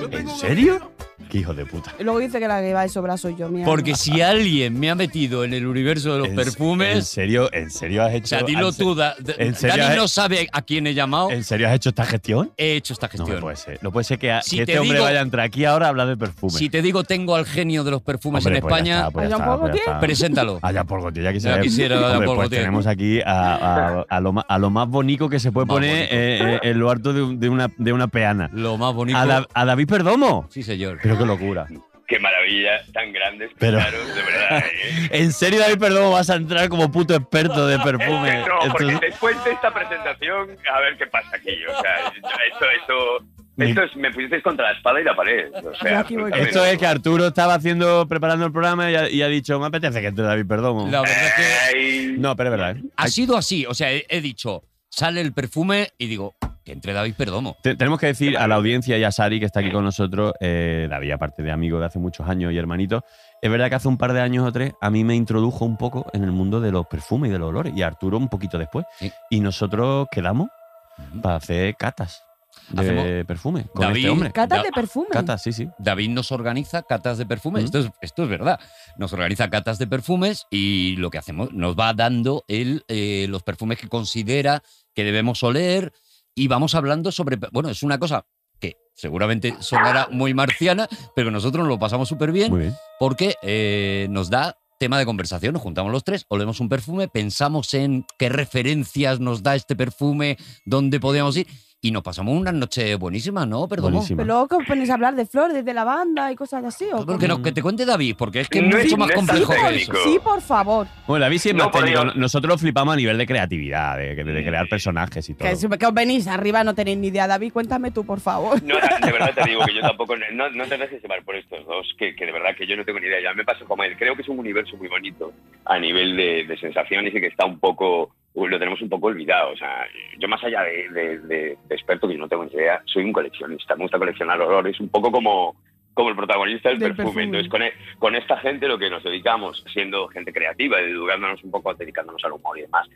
[SPEAKER 7] Yo tengo un
[SPEAKER 5] serio?
[SPEAKER 7] amigo.
[SPEAKER 5] Qué hijo de puta.
[SPEAKER 8] Y Luego dice que la que va de sobra soy yo, mira.
[SPEAKER 4] Porque si alguien me ha metido en el universo de los
[SPEAKER 5] En- En
[SPEAKER 4] perfumes,
[SPEAKER 5] serio, en serio has hecho.
[SPEAKER 4] o sea, dilo
[SPEAKER 5] has-
[SPEAKER 4] tú, Da- Da-
[SPEAKER 5] en serio,
[SPEAKER 4] Dani
[SPEAKER 5] eh.
[SPEAKER 4] no sabe a quién he llamado,
[SPEAKER 5] ¿En serio has hecho esta gestión?
[SPEAKER 4] he hecho esta
[SPEAKER 5] No me
[SPEAKER 4] gestión.
[SPEAKER 5] puede ser. No puede ser que, a-
[SPEAKER 4] Si
[SPEAKER 5] que
[SPEAKER 4] te
[SPEAKER 5] este hombre
[SPEAKER 4] digo-
[SPEAKER 5] vaya a entrar aquí ahora a hablar de perfume.
[SPEAKER 4] si te digo tengo al genio de los perfumes
[SPEAKER 5] Hombre,
[SPEAKER 4] en
[SPEAKER 5] pues ya
[SPEAKER 4] España,
[SPEAKER 5] está, pues ya
[SPEAKER 8] Allá
[SPEAKER 5] está,
[SPEAKER 8] un poco
[SPEAKER 5] pues ya
[SPEAKER 8] tiene.
[SPEAKER 5] está.
[SPEAKER 4] preséntalo.
[SPEAKER 5] Allá por Gotti, ya quisiera.
[SPEAKER 4] Ya quisiera, allá
[SPEAKER 5] Hombre,
[SPEAKER 4] por
[SPEAKER 5] pues
[SPEAKER 4] Gotti.
[SPEAKER 5] tenemos aquí a, a- a lo, ma- a lo más bonito que se puede
[SPEAKER 4] Más
[SPEAKER 5] poner
[SPEAKER 4] bonito.
[SPEAKER 5] eh, eh, en lo alto de, un- de una, de una peana.
[SPEAKER 4] Lo más bonito.
[SPEAKER 5] A, Da- a David Perdomo.
[SPEAKER 4] Sí, señor.
[SPEAKER 5] Pero qué locura.
[SPEAKER 9] Qué maravilla tan grande,
[SPEAKER 5] Pero-
[SPEAKER 9] de verdad. ¿eh?
[SPEAKER 5] ¿En serio, David Perdomo, vas a entrar como puto experto de perfume?
[SPEAKER 9] [LAUGHS] No, porque
[SPEAKER 5] Esto es-
[SPEAKER 9] después de esta presentación, a ver qué pasa aquí. O sea, esto, esto,
[SPEAKER 5] Mi-
[SPEAKER 9] esto es, me pusisteis contra la espada y la pared. O sea,
[SPEAKER 8] Ya aquí voy.
[SPEAKER 9] absolutamente.
[SPEAKER 5] Esto es que Arturo estaba haciendo, preparando el programa y ha, y ha dicho, me apetece que entre David Perdomo.
[SPEAKER 4] La Ah, verdad es que
[SPEAKER 9] Ay,
[SPEAKER 5] No, pero es verdad. ¿eh?
[SPEAKER 4] ha sido así. O sea, he, he dicho, sale el perfume y digo, que entre David Perdomo.
[SPEAKER 5] Te- tenemos que decir a la audiencia y a Sari, que está aquí con nosotros, eh, David, aparte de amigo de hace muchos años y hermanito, es verdad que hace un par de años o tres a mí me introdujo un poco en el mundo de los perfumes y de los olores, y Arturo un poquito después.
[SPEAKER 4] Sí.
[SPEAKER 5] Y nosotros quedamos
[SPEAKER 4] Ujú.
[SPEAKER 5] para hacer catas de
[SPEAKER 4] Hacemos-
[SPEAKER 5] perfume con
[SPEAKER 4] David-
[SPEAKER 5] este hombre.
[SPEAKER 8] Catas
[SPEAKER 4] Ya-
[SPEAKER 8] de perfume.
[SPEAKER 5] Catas, sí, sí.
[SPEAKER 4] David nos organiza catas de perfumes.
[SPEAKER 5] Mm.
[SPEAKER 4] Esto, es, esto es verdad. Nos organiza catas de perfumes y lo que hacemos, nos va dando él eh, los perfumes que considera que debemos oler y vamos hablando sobre. Bueno, es una cosa que seguramente sonará muy marciana, pero que nosotros lo pasamos súper bien
[SPEAKER 5] Muy bien.
[SPEAKER 4] porque eh, nos da tema de conversación, nos juntamos los tres, olemos un perfume, pensamos en qué referencias nos da este perfume, dónde podemos ir Y nos pasamos unas noches buenísimas, ¿no? Perdón.
[SPEAKER 5] Buenísima.
[SPEAKER 8] Pero luego que os ponéis a hablar de flores, de la banda y cosas así. ¿o
[SPEAKER 4] Que, nos- que te cuente David, porque es que es
[SPEAKER 9] No es-
[SPEAKER 4] mucho más
[SPEAKER 9] no es tan
[SPEAKER 4] complejo que
[SPEAKER 9] técnico.
[SPEAKER 4] eso.
[SPEAKER 8] Sí, por favor.
[SPEAKER 5] Bueno, la bici es
[SPEAKER 9] No,
[SPEAKER 5] más
[SPEAKER 9] por
[SPEAKER 5] técnico.
[SPEAKER 9] Dios.
[SPEAKER 5] Nosotros lo flipamos a nivel de creatividad, de, de- de crear personajes y todo.
[SPEAKER 8] Que, que os venís arriba, no tenéis ni idea. David, cuéntame tú, por
[SPEAKER 11] [LAUGHS]
[SPEAKER 8] favor.
[SPEAKER 11] No, de verdad te digo que yo tampoco. No, no te dejes llevar por estos dos, que, que de verdad que yo no tengo ni idea. Ya me paso como él. Creo que es un universo muy bonito a nivel de, de sensaciones y que está un poco. uh, Lo tenemos un poco olvidado. O sea, yo más allá de, de- de- de experto, que yo no tengo ni idea, soy un coleccionista. Me gusta coleccionar olores, un poco como, como el protagonista del,
[SPEAKER 8] Del
[SPEAKER 11] perfume.
[SPEAKER 8] perfume.
[SPEAKER 11] Entonces, con, e- con esta gente lo que nos dedicamos, siendo gente creativa, educándonos un poco, dedicándonos al humor y demás,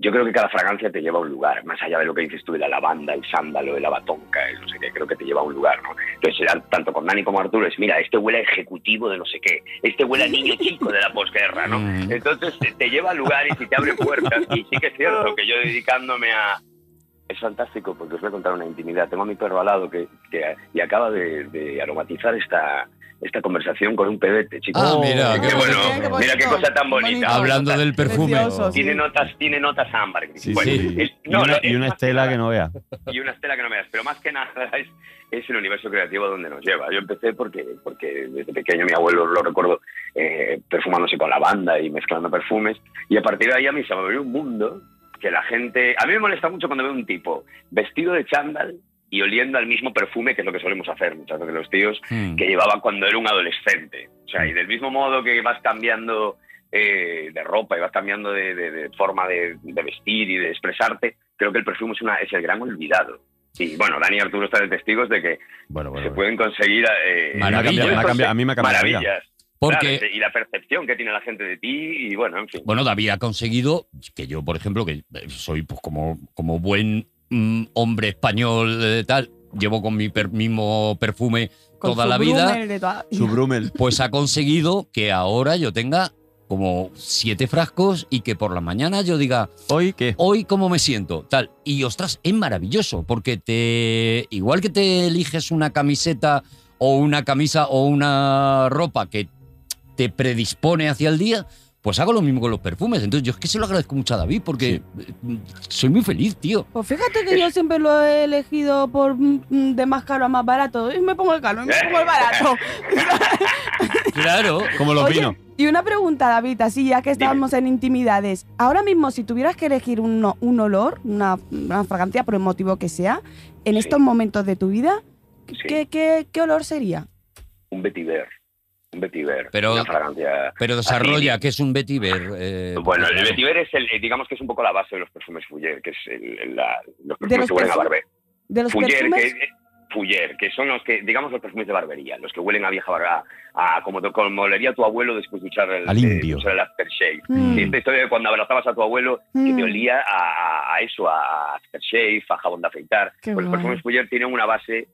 [SPEAKER 11] yo creo que cada fragancia te lleva a un lugar, más allá de lo que dices tú de la lavanda, el sándalo, el abatonca, el no sé qué, creo que te lleva a un lugar, ¿no? Entonces, era tanto con Dani como Arturo, es, mira, este huele a ejecutivo de no sé qué, este huele a niño chico de la posguerra, ¿no?
[SPEAKER 4] Mm.
[SPEAKER 11] Entonces, te, te lleva a lugares y te abre puertas, y sí que es cierto que yo dedicándome a... Es fantástico porque os voy a contar una intimidad. Tengo a mi perro al lado que, que- y acaba de, de aromatizar esta, esta conversación con un pebete, chicos.
[SPEAKER 4] Ah, mira,
[SPEAKER 11] Qué
[SPEAKER 4] qué
[SPEAKER 11] bueno,
[SPEAKER 4] bonito, qué
[SPEAKER 11] mira qué
[SPEAKER 8] bonito.
[SPEAKER 11] cosa tan bonita.
[SPEAKER 8] Bonito.
[SPEAKER 4] Hablando del perfume.
[SPEAKER 8] Precioso, sí.
[SPEAKER 11] Tiene notas, tiene notas ámbar. Gris.
[SPEAKER 5] Sí,
[SPEAKER 11] Bueno,
[SPEAKER 5] sí.
[SPEAKER 11] el-
[SPEAKER 5] Y
[SPEAKER 11] no, eh, no,
[SPEAKER 5] una, y
[SPEAKER 11] es
[SPEAKER 5] una
[SPEAKER 11] más que
[SPEAKER 5] estela
[SPEAKER 11] nada-
[SPEAKER 5] que no veas.
[SPEAKER 11] [LAUGHS] y una estela que no veas. Pero más que nada [LAUGHS] es, es el universo creativo donde nos lleva. Yo empecé porque, porque desde pequeño mi abuelo lo recuerdo eh, perfumándose con lavanda y mezclando perfumes. Y a partir de ahí a mí se me abrió un mundo que la gente... A mí me molesta mucho cuando veo un tipo vestido de chándal y oliendo al mismo perfume, que es lo que solemos hacer muchas veces los tíos,
[SPEAKER 4] Mm.
[SPEAKER 11] que llevaba cuando era un adolescente. O sea, y del mismo modo que vas cambiando eh, de ropa y vas cambiando de, de- de forma de, de vestir y de expresarte, creo que el perfume es, una, es el gran olvidado. Y bueno, Dani y Arturo están de testigos de que
[SPEAKER 5] Bueno, bueno.
[SPEAKER 11] se
[SPEAKER 5] bueno.
[SPEAKER 11] pueden conseguir eh,
[SPEAKER 5] Me ha
[SPEAKER 4] Maravillas.
[SPEAKER 5] cambiado- me ha cambiado- a mí me ha cambiado la vida.
[SPEAKER 11] maravillas.
[SPEAKER 4] Porque,
[SPEAKER 11] Claro, y la percepción que tiene la gente de ti, y bueno, en fin.
[SPEAKER 4] bueno, David ha conseguido que yo, por ejemplo, que soy pues como, como buen mm, hombre español, eh, tal, llevo con mi per- mismo perfume
[SPEAKER 8] Con
[SPEAKER 4] toda
[SPEAKER 8] su
[SPEAKER 4] la vida.
[SPEAKER 8] bloomer de toda-
[SPEAKER 5] Su Brummel.
[SPEAKER 4] pues ha conseguido que ahora yo tenga como siete frascos y que por la mañana yo diga,
[SPEAKER 5] ¿Hoy qué?
[SPEAKER 4] hoy cómo me siento, tal. Y ostras, es maravilloso, porque te igual que te eliges una camiseta o una camisa o una ropa que te predispone hacia el día, pues hago lo mismo con los perfumes. Entonces yo es que se lo agradezco mucho a David, porque eh, soy muy feliz, tío.
[SPEAKER 8] Pues fíjate que yo siempre lo he elegido por mm, de más caro a más barato. Y me pongo el caro, y me pongo el barato.
[SPEAKER 4] Claro.
[SPEAKER 5] Como los
[SPEAKER 8] Oye,
[SPEAKER 5] vinos.
[SPEAKER 8] Y una pregunta, David, así ya que
[SPEAKER 11] Dime.
[SPEAKER 8] estábamos en intimidades. Ahora mismo, si tuvieras que elegir un, no- un olor, una, una fragancia, por el motivo que sea, en
[SPEAKER 11] Sí.
[SPEAKER 8] estos momentos de tu vida,
[SPEAKER 11] Sí,
[SPEAKER 8] ¿qué, qué, qué olor sería?
[SPEAKER 11] Un vetiver. Un vetiver.
[SPEAKER 4] Pero-
[SPEAKER 11] una
[SPEAKER 5] eh,
[SPEAKER 11] fragancia.
[SPEAKER 4] Pero desarrolla, que es un vetiver. eh,
[SPEAKER 5] pues
[SPEAKER 11] Bueno, el
[SPEAKER 4] claro.
[SPEAKER 11] vetiver es el, eh, digamos que es un poco la base de los perfumes Fuller, que es el- el- la- los
[SPEAKER 8] De
[SPEAKER 11] perfumes
[SPEAKER 8] los
[SPEAKER 11] que huelen a
[SPEAKER 8] perfumes-
[SPEAKER 11] barbe.
[SPEAKER 8] ¿De los
[SPEAKER 11] Fuller, que,
[SPEAKER 8] perfumes?
[SPEAKER 11] eh, Fuller, que son los que, digamos, los perfumes de barbería, los que huelen a vieja barba, a como, te- como olería tu abuelo después de usar el,
[SPEAKER 5] A
[SPEAKER 11] de-
[SPEAKER 5] limpio.
[SPEAKER 11] usar el aftershave.
[SPEAKER 8] Mm.
[SPEAKER 11] Sí, esta historia de cuando abrazabas a tu abuelo, que
[SPEAKER 8] Mm.
[SPEAKER 11] te olía a, a eso, a aftershave, a jabón de afeitar.
[SPEAKER 8] Qué
[SPEAKER 11] Pues los
[SPEAKER 8] guay.
[SPEAKER 11] perfumes Fuller tienen una base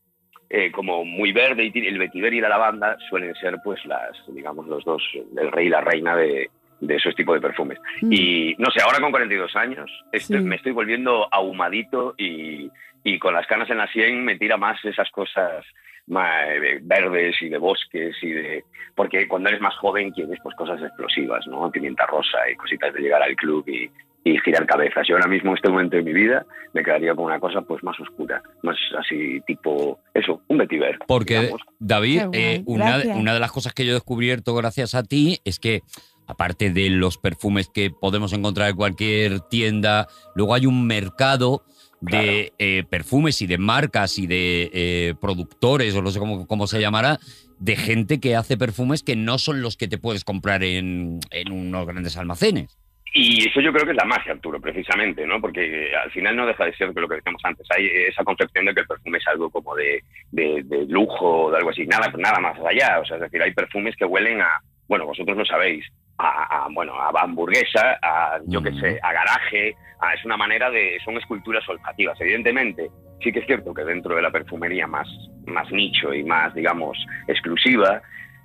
[SPEAKER 11] eh, como muy verde y tiene- el vetiver y la lavanda suelen ser, pues, las, digamos, los dos, el rey y la reina de, de esos tipos de perfumes.
[SPEAKER 8] Mm.
[SPEAKER 11] Y no sé, ahora con 42 años estoy-
[SPEAKER 8] Sí.
[SPEAKER 11] me estoy volviendo ahumadito y, y con las canas en la sien me tira más esas cosas más eh, verdes y de bosques y de... Porque cuando eres más joven quieres pues cosas explosivas, ¿no? Pimienta rosa y cositas de llegar al club y, y girar cabezas. Yo ahora mismo en este momento de mi vida me quedaría con una cosa pues más oscura, más así tipo... Eso, un vetiver.
[SPEAKER 4] Porque,
[SPEAKER 11] digamos.
[SPEAKER 4] David,
[SPEAKER 8] Qué guay,
[SPEAKER 4] eh, una, de-
[SPEAKER 8] gracias.
[SPEAKER 4] una de las cosas que yo he descubierto gracias a ti es que, aparte de los perfumes que podemos encontrar en cualquier tienda, luego hay un mercado de eh, perfumes y de marcas y de eh, productores, o no sé cómo, cómo se llamará, de gente que hace perfumes que no son los que te puedes comprar en, en unos grandes almacenes.
[SPEAKER 11] Y eso yo creo que es la magia, Arturo, precisamente, ¿no? Porque eh, al final no deja de ser que lo que decíamos antes. Hay eh, esa concepción de que el perfume es algo como de, de- de lujo o de algo así. Nada, nada más allá. O sea, es decir, hay perfumes que huelen a, bueno, vosotros lo sabéis, a, a- bueno, a hamburguesa, a, yo qué
[SPEAKER 4] Mm.
[SPEAKER 11] sé, a garaje. a- es una manera de, son esculturas olfativas, evidentemente. Sí que es cierto que dentro de la perfumería más, más nicho y más, digamos, exclusiva,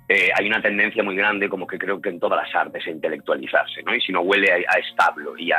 [SPEAKER 11] eh, hay una tendencia muy grande como que creo que en todas las artes a intelectualizarse, ¿no? Y si no huele a, a establo y a,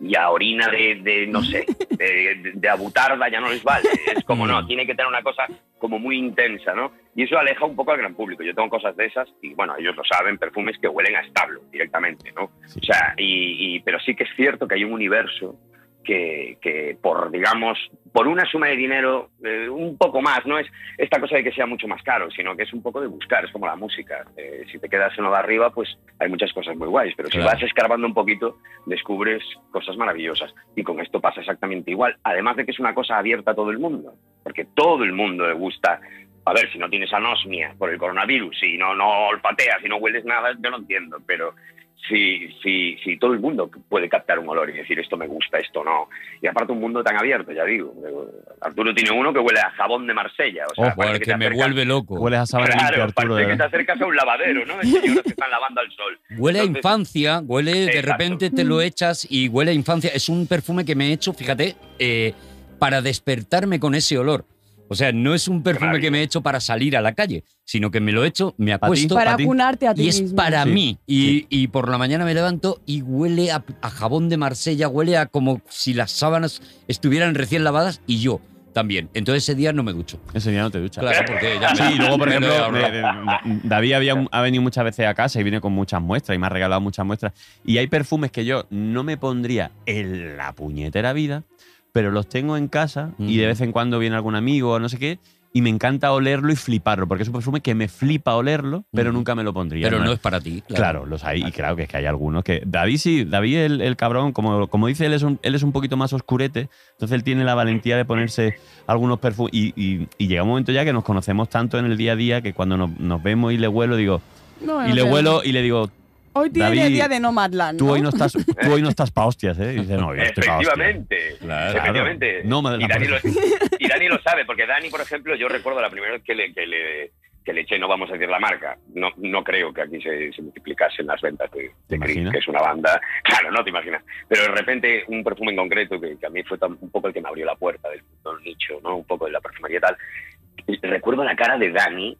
[SPEAKER 11] y a orina de, de, no sé, de, de- de abutarda ya no les vale. Es como, no, tiene que tener una cosa como muy intensa, ¿no? Y eso aleja un poco al gran público. Yo tengo cosas de esas y, bueno, ellos lo saben, perfumes que huelen a establo directamente, ¿no?
[SPEAKER 5] Sí.
[SPEAKER 11] O sea, y, y- pero sí que es cierto que hay un universo que, que por, digamos, por una suma de dinero eh, un poco más, no es esta cosa de que sea mucho más caro, sino que es un poco de buscar, es como la música. Eh, si te quedas en lo de arriba, pues hay muchas cosas muy guays, pero si
[SPEAKER 4] Claro.
[SPEAKER 11] vas escarbando un poquito, descubres cosas maravillosas. Y con esto pasa exactamente igual, además de que es una cosa abierta a todo el mundo, porque todo el mundo le gusta. A ver, si no tienes anosmia por el coronavirus, si no, no olfateas, si no hueles nada, yo no entiendo, pero si, si, si todo el mundo puede captar un olor y decir esto me gusta, esto no. Y aparte un mundo tan abierto, ya digo. Arturo tiene uno que huele a jabón de Marsella. O sea,
[SPEAKER 4] Ojo,
[SPEAKER 11] parece
[SPEAKER 4] es
[SPEAKER 11] que
[SPEAKER 4] que
[SPEAKER 11] te
[SPEAKER 4] me
[SPEAKER 11] acercas- [LAUGHS]
[SPEAKER 4] vuelve loco. Huele,
[SPEAKER 5] Hueles a saber limpio,
[SPEAKER 11] Claro,
[SPEAKER 5] Arturo. de
[SPEAKER 4] ¿eh?
[SPEAKER 11] parece que te
[SPEAKER 5] verdad.
[SPEAKER 11] acercas a un lavadero, ¿no? Es que se están lavando al sol.
[SPEAKER 4] a
[SPEAKER 11] Entonces,
[SPEAKER 4] infancia, huele, de
[SPEAKER 11] Exacto.
[SPEAKER 4] repente te
[SPEAKER 5] Mm.
[SPEAKER 4] lo echas y huele a infancia. Es un perfume que me he hecho, fíjate, eh, para despertarme con ese olor. O sea, no es un perfume
[SPEAKER 11] maravilla.
[SPEAKER 4] que me he hecho para salir a la calle, sino que me lo he hecho, me
[SPEAKER 5] ti?
[SPEAKER 4] apuesto
[SPEAKER 5] Para
[SPEAKER 8] para
[SPEAKER 5] ti.
[SPEAKER 8] vacunarte a ti
[SPEAKER 4] y es
[SPEAKER 8] mismo.
[SPEAKER 4] para
[SPEAKER 5] Sí,
[SPEAKER 4] mí. Y, y por la mañana me levanto y huele a, a jabón de Marsella, huele a como si las sábanas estuvieran recién lavadas y yo también. Entonces ese día no me ducho.
[SPEAKER 5] Ese día no te duchas.
[SPEAKER 4] Claro, porque ya me-
[SPEAKER 5] Sí, y luego, por
[SPEAKER 4] me lo he
[SPEAKER 5] ejemplo,
[SPEAKER 4] ahorrado.
[SPEAKER 5] de- de- de- David había, ha venido muchas veces a casa y viene con muchas muestras y me ha regalado muchas muestras. Y hay perfumes que yo no me pondría en la puñetera vida, pero los tengo en casa y de
[SPEAKER 4] Ujú.
[SPEAKER 5] vez en cuando viene algún amigo o no sé qué. Y me encanta olerlo y fliparlo, porque es un perfume que me flipa olerlo, pero
[SPEAKER 4] Ujú.
[SPEAKER 5] nunca me lo pondría.
[SPEAKER 4] Pero
[SPEAKER 5] ¿no?
[SPEAKER 4] no es para ti.
[SPEAKER 5] Claro, los hay. Y claro que es que hay algunos que. David sí, David el, el cabrón, como, como dice, él es, un, él es un poquito más oscurete. Entonces él tiene la valentía de ponerse algunos perfumes. Y, y- y llega un momento ya que nos conocemos tanto en el día a día que cuando nos, nos vemos y le huelo, digo.
[SPEAKER 8] No,
[SPEAKER 5] Y
[SPEAKER 8] no
[SPEAKER 5] le
[SPEAKER 8] sé.
[SPEAKER 5] huelo y le digo,
[SPEAKER 8] Hoy tiene
[SPEAKER 5] David,
[SPEAKER 8] el día de Nomadland.
[SPEAKER 5] tú hoy no
[SPEAKER 11] [LAUGHS]
[SPEAKER 5] estás, tú hoy no estás pa' hostias, ¿eh? Y dice, no, yo estoy pa' hostias".
[SPEAKER 11] Efectivamente.
[SPEAKER 4] este Claro.
[SPEAKER 11] Efectivamente.
[SPEAKER 5] No, madre-
[SPEAKER 11] y, Dani lo, [LAUGHS] y Dani lo sabe, porque Dani, por ejemplo, yo recuerdo la primera vez que le, que le, que le eché, no vamos a decir la marca, no, no creo que aquí se, se multiplicasen las ventas de,
[SPEAKER 5] ¿Te
[SPEAKER 11] de Creed,
[SPEAKER 5] imaginas?
[SPEAKER 11] que es una banda, claro, no te imaginas, pero de repente un perfume en concreto que, que a mí fue tan- un poco el que me abrió la puerta del mundo nicho, ¿no? un poco de la perfumería y tal, y recuerdo la cara de Dani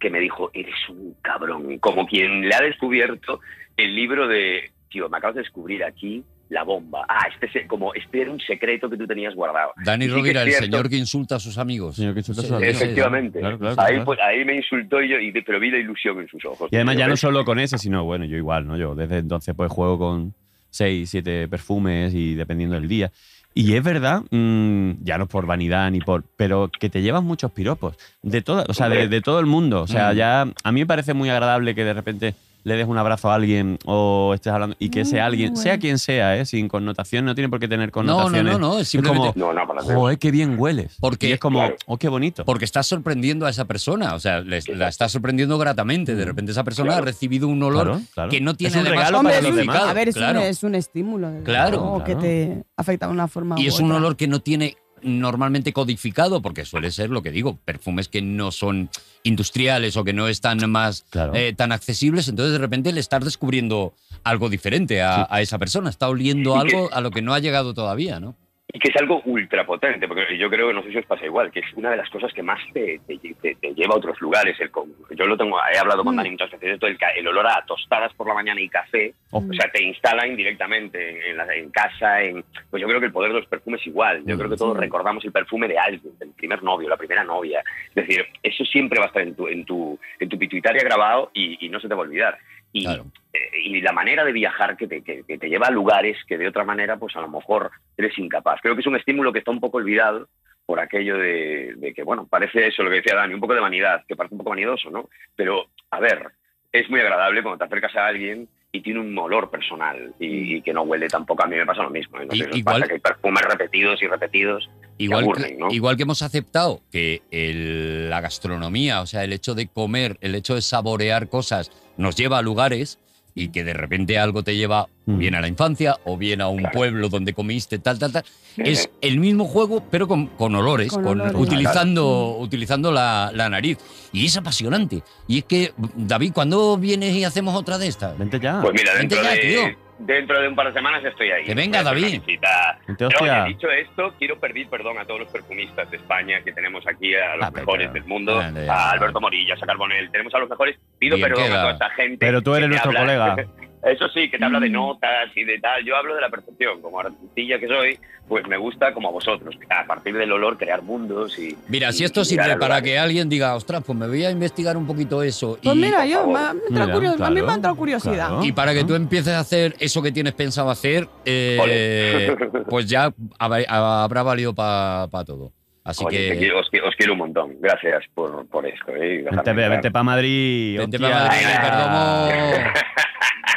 [SPEAKER 11] que me dijo, eres un cabrón, como quien le ha descubierto el libro de, tío, me acabas de descubrir aquí la bomba. Ah, este, se- como, este era un secreto que tú tenías guardado.
[SPEAKER 4] Dani
[SPEAKER 11] Sí que es
[SPEAKER 4] Rovira, el
[SPEAKER 11] cierto.
[SPEAKER 4] señor que insulta a sus amigos.
[SPEAKER 5] Señor, que insulta a sus
[SPEAKER 4] Sí,
[SPEAKER 5] amigos.
[SPEAKER 4] sí,
[SPEAKER 11] Efectivamente.
[SPEAKER 5] Claro, claro,
[SPEAKER 11] ahí,
[SPEAKER 5] claro.
[SPEAKER 11] pues, ahí me insultó y yo, y, pero vi la ilusión en sus ojos.
[SPEAKER 5] Y además ya no
[SPEAKER 11] Ves,
[SPEAKER 5] solo con ese, sino bueno, yo igual, ¿no? Yo desde entonces pues juego con 6, 7 perfumes y dependiendo del día. Y es verdad, mm, ya no por vanidad ni por... Pero que te llevas muchos piropos. De, toda, o sea, de, de todo el mundo. O sea,
[SPEAKER 4] Mm.
[SPEAKER 5] ya a mí me parece muy agradable que de repente le des un abrazo a alguien o estés hablando y que ese alguien, sea quien sea, ¿eh? sin connotación, no tiene por qué tener
[SPEAKER 4] No, no,
[SPEAKER 5] connotaciones.
[SPEAKER 4] no, no. es Simplemente
[SPEAKER 5] como-
[SPEAKER 11] No, no, para nada.
[SPEAKER 5] Joder, qué bien hueles.
[SPEAKER 4] Porque-
[SPEAKER 5] y es como,
[SPEAKER 11] Claro.
[SPEAKER 5] oh, qué bonito.
[SPEAKER 4] Porque estás sorprendiendo a esa persona, o sea, le- la estás sorprendiendo gratamente. De repente esa persona
[SPEAKER 11] Claro.
[SPEAKER 4] ha recibido un olor
[SPEAKER 5] Claro, claro.
[SPEAKER 4] que no tiene
[SPEAKER 5] Es un
[SPEAKER 4] además
[SPEAKER 5] regalo
[SPEAKER 8] Hombre,
[SPEAKER 5] para
[SPEAKER 8] es
[SPEAKER 5] los
[SPEAKER 8] un-
[SPEAKER 5] demás.
[SPEAKER 4] significado,
[SPEAKER 8] a ver, es,
[SPEAKER 4] claro.
[SPEAKER 8] un, es un estímulo. desde
[SPEAKER 4] Claro,
[SPEAKER 8] luego,
[SPEAKER 5] claro.
[SPEAKER 8] Que te afecta de una forma
[SPEAKER 4] Y
[SPEAKER 8] u
[SPEAKER 4] es un
[SPEAKER 8] otra.
[SPEAKER 4] olor que no tiene normalmente codificado, porque suele ser lo que digo, perfumes que no son industriales o que no están más
[SPEAKER 5] Claro.
[SPEAKER 4] eh, tan accesibles, entonces de repente le estás descubriendo algo diferente a, a esa persona, está oliendo
[SPEAKER 11] Y que-
[SPEAKER 4] algo a lo que no ha llegado todavía, ¿no?
[SPEAKER 11] Y que es algo ultra potente, porque yo creo que no sé si os pasa igual, que es una de las cosas que más te, te- te- te lleva a otros lugares. El, con- yo lo tengo, he hablado con
[SPEAKER 8] Mm.
[SPEAKER 11] Dani muchas veces de esto, el, ca- el olor a tostadas por la mañana y café,
[SPEAKER 5] Oh.
[SPEAKER 11] o sea, te instalan directamente en, en la- en casa, en, pues yo creo que el poder de los perfumes igual, yo creo que todos recordamos el perfume de alguien, del primer novio, la primera novia, es decir, eso siempre va a estar en tu, en tu, en tu pituitaria grabado y, y no se te va a olvidar. Y,
[SPEAKER 4] Claro.
[SPEAKER 11] eh, y la manera de viajar que te, que- que te lleva a lugares que de otra manera, pues a lo mejor eres incapaz. Creo que es un estímulo que está un poco olvidado por aquello de, de que, bueno, parece eso lo que decía Dani, un poco de vanidad, que parece un poco vanidoso, ¿no? Pero, a ver, es muy agradable cuando te acercas a alguien y tiene un olor personal y, y que no huele tampoco. A mí me pasa lo mismo. ¿eh? No
[SPEAKER 4] Mm. Y-
[SPEAKER 11] sé si os
[SPEAKER 4] igual-
[SPEAKER 11] pasa que hay perfumes repetidos y repetidos.
[SPEAKER 4] Igual,
[SPEAKER 11] aburren,
[SPEAKER 4] que,
[SPEAKER 11] ¿no?
[SPEAKER 4] igual que hemos aceptado que el- la gastronomía, o sea, el hecho de comer, el hecho de saborear cosas, nos lleva a lugares y que de repente algo te lleva
[SPEAKER 5] Mm.
[SPEAKER 4] bien a la infancia o bien a un
[SPEAKER 11] Claro.
[SPEAKER 4] pueblo donde comiste tal, tal, tal.
[SPEAKER 11] Eh,
[SPEAKER 4] Es el mismo juego, pero con, con olores,
[SPEAKER 8] Con
[SPEAKER 4] con-
[SPEAKER 8] olores.
[SPEAKER 4] utilizando, utilizando la, la nariz. Y es apasionante. Y es que, David, ¿cuándo vienes y hacemos otra de estas?
[SPEAKER 5] Vente ya.
[SPEAKER 11] Pues mira,
[SPEAKER 4] Vente
[SPEAKER 11] dentro,
[SPEAKER 4] ya,
[SPEAKER 11] de,
[SPEAKER 4] tío.
[SPEAKER 11] dentro de un par de semanas estoy ahí.
[SPEAKER 4] Que venga,
[SPEAKER 11] Voy a hacer
[SPEAKER 4] David.
[SPEAKER 11] una visita.
[SPEAKER 5] Vente,
[SPEAKER 11] Pero,
[SPEAKER 5] hostia.
[SPEAKER 11] oye, dicho esto, quiero pedir perdón a todos los perfumistas de España que tenemos aquí, a los
[SPEAKER 5] Ah, pero-
[SPEAKER 11] mejores del mundo,
[SPEAKER 4] Vale,
[SPEAKER 11] a
[SPEAKER 4] ya.
[SPEAKER 11] Alberto Morillas, a Carbonell, tenemos a los mejores. Pido
[SPEAKER 4] Bien,
[SPEAKER 11] perdón
[SPEAKER 4] queda.
[SPEAKER 11] a toda esta gente.
[SPEAKER 5] Pero tú
[SPEAKER 11] que
[SPEAKER 5] eres
[SPEAKER 11] me
[SPEAKER 5] nuestro
[SPEAKER 11] habla-
[SPEAKER 5] colega.
[SPEAKER 11] [LAUGHS]
[SPEAKER 5] Mm.
[SPEAKER 11] Eso sí, que te habla de notas y de tal. Yo hablo de la percepción. Como artistilla que soy, pues me gusta como a vosotros. A partir del olor, crear mundos y.
[SPEAKER 4] Mira,
[SPEAKER 11] y-
[SPEAKER 4] si esto
[SPEAKER 11] y llegar
[SPEAKER 4] sirve
[SPEAKER 11] a
[SPEAKER 4] para
[SPEAKER 11] lugares.
[SPEAKER 4] que alguien diga, ostras, pues me voy a investigar un poquito eso.
[SPEAKER 2] Pues
[SPEAKER 4] y,
[SPEAKER 2] mira, yo
[SPEAKER 11] por
[SPEAKER 2] me, ha- me ha entrado
[SPEAKER 5] Mira,
[SPEAKER 2] curioso- a mí
[SPEAKER 5] claro,
[SPEAKER 2] me ha entrado curiosidad.
[SPEAKER 5] claro.
[SPEAKER 4] y para que tú empieces a hacer eso que tienes pensado hacer,
[SPEAKER 5] [LAUGHS]
[SPEAKER 4] eh, [LAUGHS] pues ya hab- habrá valido para todo. Así
[SPEAKER 11] Oye, te
[SPEAKER 4] que.
[SPEAKER 11] quiero- os, qui- os quiero un montón. Gracias por, por esto. ¿eh?
[SPEAKER 5] Vente,
[SPEAKER 11] Dejarme entrar.
[SPEAKER 5] para Madrid.
[SPEAKER 4] Vente
[SPEAKER 5] hostia.
[SPEAKER 4] para Madrid, Perdomo.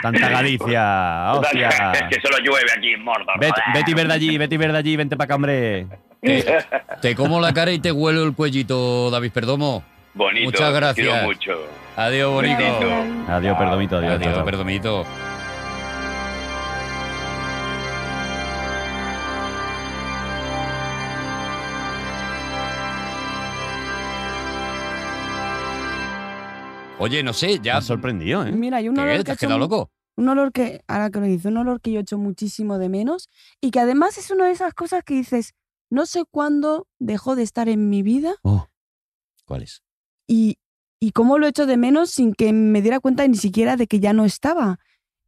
[SPEAKER 5] Tanta Galicia, hostia.
[SPEAKER 11] Es [LAUGHS] que solo llueve aquí en Mordor.
[SPEAKER 5] Vete,
[SPEAKER 11] joder.
[SPEAKER 5] vete y verde allí, vete y verde allí, vente para acá, hombre.
[SPEAKER 4] Te, te como la cara y te huelo el cuellito, David Perdomo.
[SPEAKER 11] Bonito.
[SPEAKER 4] muchas
[SPEAKER 11] os
[SPEAKER 4] gracias.
[SPEAKER 11] Quiero mucho.
[SPEAKER 4] Adiós, bonito.
[SPEAKER 11] Bonito.
[SPEAKER 5] Adiós, perdomito, adiós. chao,
[SPEAKER 4] Ah, Adiós,
[SPEAKER 5] chao.
[SPEAKER 4] Perdomito. Oye, no sé,
[SPEAKER 5] Me
[SPEAKER 4] ya.
[SPEAKER 5] ha sorprendido, ¿eh?
[SPEAKER 2] Mira, hay un
[SPEAKER 4] ¿Qué?
[SPEAKER 2] olor
[SPEAKER 4] ¿Te
[SPEAKER 2] que
[SPEAKER 4] has
[SPEAKER 2] echo
[SPEAKER 4] quedado
[SPEAKER 2] mu-
[SPEAKER 4] loco?
[SPEAKER 2] Un olor que, ahora que lo dice, un olor que yo echo muchísimo de menos y que además es una de esas cosas que dices, no sé cuándo dejó de estar en mi vida
[SPEAKER 4] ¿Cuál es?
[SPEAKER 2] y, y cómo lo echo de menos sin que me diera cuenta ni siquiera de que ya no estaba.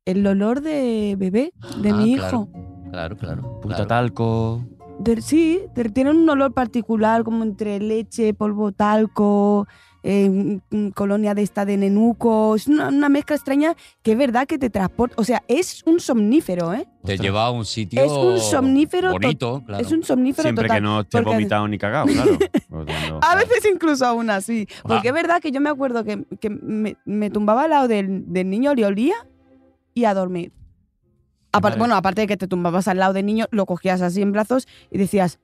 [SPEAKER 2] El olor de bebé, de
[SPEAKER 4] Ah,
[SPEAKER 2] mi
[SPEAKER 4] claro,
[SPEAKER 2] hijo.
[SPEAKER 4] Claro, claro.
[SPEAKER 5] Puta
[SPEAKER 4] claro.
[SPEAKER 5] talco.
[SPEAKER 2] De- sí, de- tienen un olor particular como entre leche, polvo talco, eh, un- un colonia de esta de nenuco. Es una, una mezcla extraña que es verdad que te transporta. O sea, es un somnífero, ¿eh?
[SPEAKER 4] Te
[SPEAKER 5] Ostras.
[SPEAKER 4] lleva a un sitio.
[SPEAKER 2] Es un somnífero to-
[SPEAKER 4] Bonito, claro.
[SPEAKER 2] Es un somnífero
[SPEAKER 5] Siempre
[SPEAKER 2] total.
[SPEAKER 5] que no esté
[SPEAKER 2] porque-
[SPEAKER 5] vomitado
[SPEAKER 2] [LAUGHS]
[SPEAKER 5] ni cagado, claro. Porque cuando-
[SPEAKER 2] A veces incluso aún así.
[SPEAKER 4] Va.
[SPEAKER 2] Porque es verdad que yo me acuerdo que, que me, me tumbaba al lado del, del niño, le olía y a dormir. Apar-
[SPEAKER 4] Madre.
[SPEAKER 2] bueno, aparte de que te tumbabas al lado del niño, lo cogías así en brazos y decías,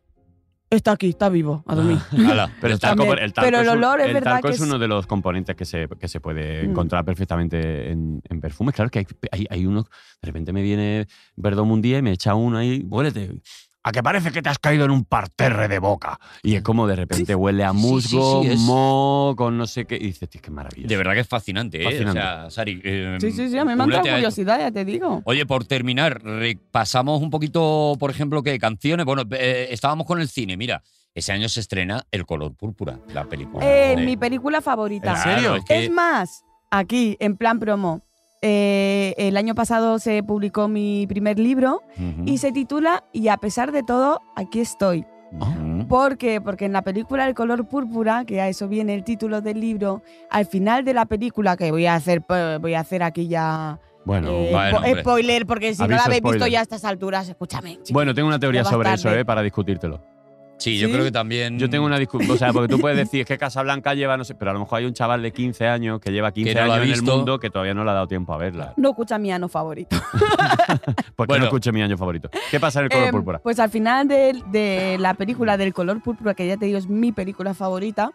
[SPEAKER 2] está aquí, está vivo, a dormir.
[SPEAKER 4] Hala,
[SPEAKER 5] Ah,
[SPEAKER 2] [LAUGHS]
[SPEAKER 5] Pero el
[SPEAKER 4] ya está.
[SPEAKER 5] talco,
[SPEAKER 2] También.
[SPEAKER 5] el talco
[SPEAKER 2] Pero el
[SPEAKER 5] es un-
[SPEAKER 2] olor es
[SPEAKER 5] el
[SPEAKER 2] verdad
[SPEAKER 5] talco
[SPEAKER 2] que
[SPEAKER 5] es
[SPEAKER 2] es-
[SPEAKER 5] uno de los componentes que se, que se puede
[SPEAKER 2] Mm.
[SPEAKER 5] encontrar perfectamente en, en perfumes. Claro que hay, hay, hay unos. De repente me viene Verdomo un día y me echa uno ahí, huélete. A que parece que te has caído en un parterre de boca. Y es como
[SPEAKER 2] [LAUGHS]
[SPEAKER 5] de repente huele a
[SPEAKER 4] Sí, sí,
[SPEAKER 5] musgo,
[SPEAKER 4] sí, es-
[SPEAKER 5] moho, con no sé qué. Y dices, tío, qué maravilla.
[SPEAKER 4] De verdad que es fascinante, ¿eh?
[SPEAKER 5] Fascinante.
[SPEAKER 4] O sea, Sari. eh,
[SPEAKER 2] sí, sí, sí, a mí me ha entrado
[SPEAKER 4] únete a esto.
[SPEAKER 2] curiosidad, ya te digo.
[SPEAKER 4] Oye, por terminar, repasamos un poquito, por ejemplo, qué canciones. Bueno, eh, estábamos con el cine, mira. Ese año se estrena El color púrpura, la película.
[SPEAKER 2] Eh,
[SPEAKER 4] de-
[SPEAKER 2] mi película favorita.
[SPEAKER 5] ¿En serio?
[SPEAKER 4] es que-
[SPEAKER 2] Es más, aquí, en plan promo, eh, el año pasado se publicó mi primer libro
[SPEAKER 4] Ujú,
[SPEAKER 2] y se titula Y a pesar de todo, aquí estoy.
[SPEAKER 4] ujú.
[SPEAKER 2] ¿Por qué? Porque en la película El color púrpura, que a eso viene el título del libro, al final de la película, que voy a hacer, po- voy a hacer aquí ya
[SPEAKER 5] Bueno,
[SPEAKER 2] eh,
[SPEAKER 4] vale. bueno,
[SPEAKER 2] spo-
[SPEAKER 4] hombre.
[SPEAKER 2] spoiler, porque si no
[SPEAKER 5] Aviso
[SPEAKER 2] la habéis visto
[SPEAKER 5] spoiler.
[SPEAKER 2] ya a estas alturas, escúchame. chico.
[SPEAKER 5] bueno, tengo una teoría
[SPEAKER 2] Ya vas
[SPEAKER 5] sobre
[SPEAKER 2] tarde. Mm.
[SPEAKER 5] eso, ¿eh? Para discutírtelo.
[SPEAKER 4] Sí, yo
[SPEAKER 2] sí.
[SPEAKER 4] creo que también.
[SPEAKER 5] Yo tengo una discusión. O sea, porque
[SPEAKER 2] [LAUGHS]
[SPEAKER 5] tú puedes decir es que Casablanca lleva, no sé, pero a lo mejor hay un chaval de 15 años que lleva 15
[SPEAKER 4] no la ha
[SPEAKER 5] años en el
[SPEAKER 4] visto.
[SPEAKER 5] mundo que todavía no le ha dado tiempo a verla.
[SPEAKER 2] No escucha mi ano favorito.
[SPEAKER 5] Porque
[SPEAKER 4] Bueno.
[SPEAKER 5] no escuché mi año favorito. ¿Qué pasa en el color
[SPEAKER 2] Em,
[SPEAKER 5] púrpura?
[SPEAKER 2] Pues al final de, de la película del color púrpura, que ya te digo es mi película favorita,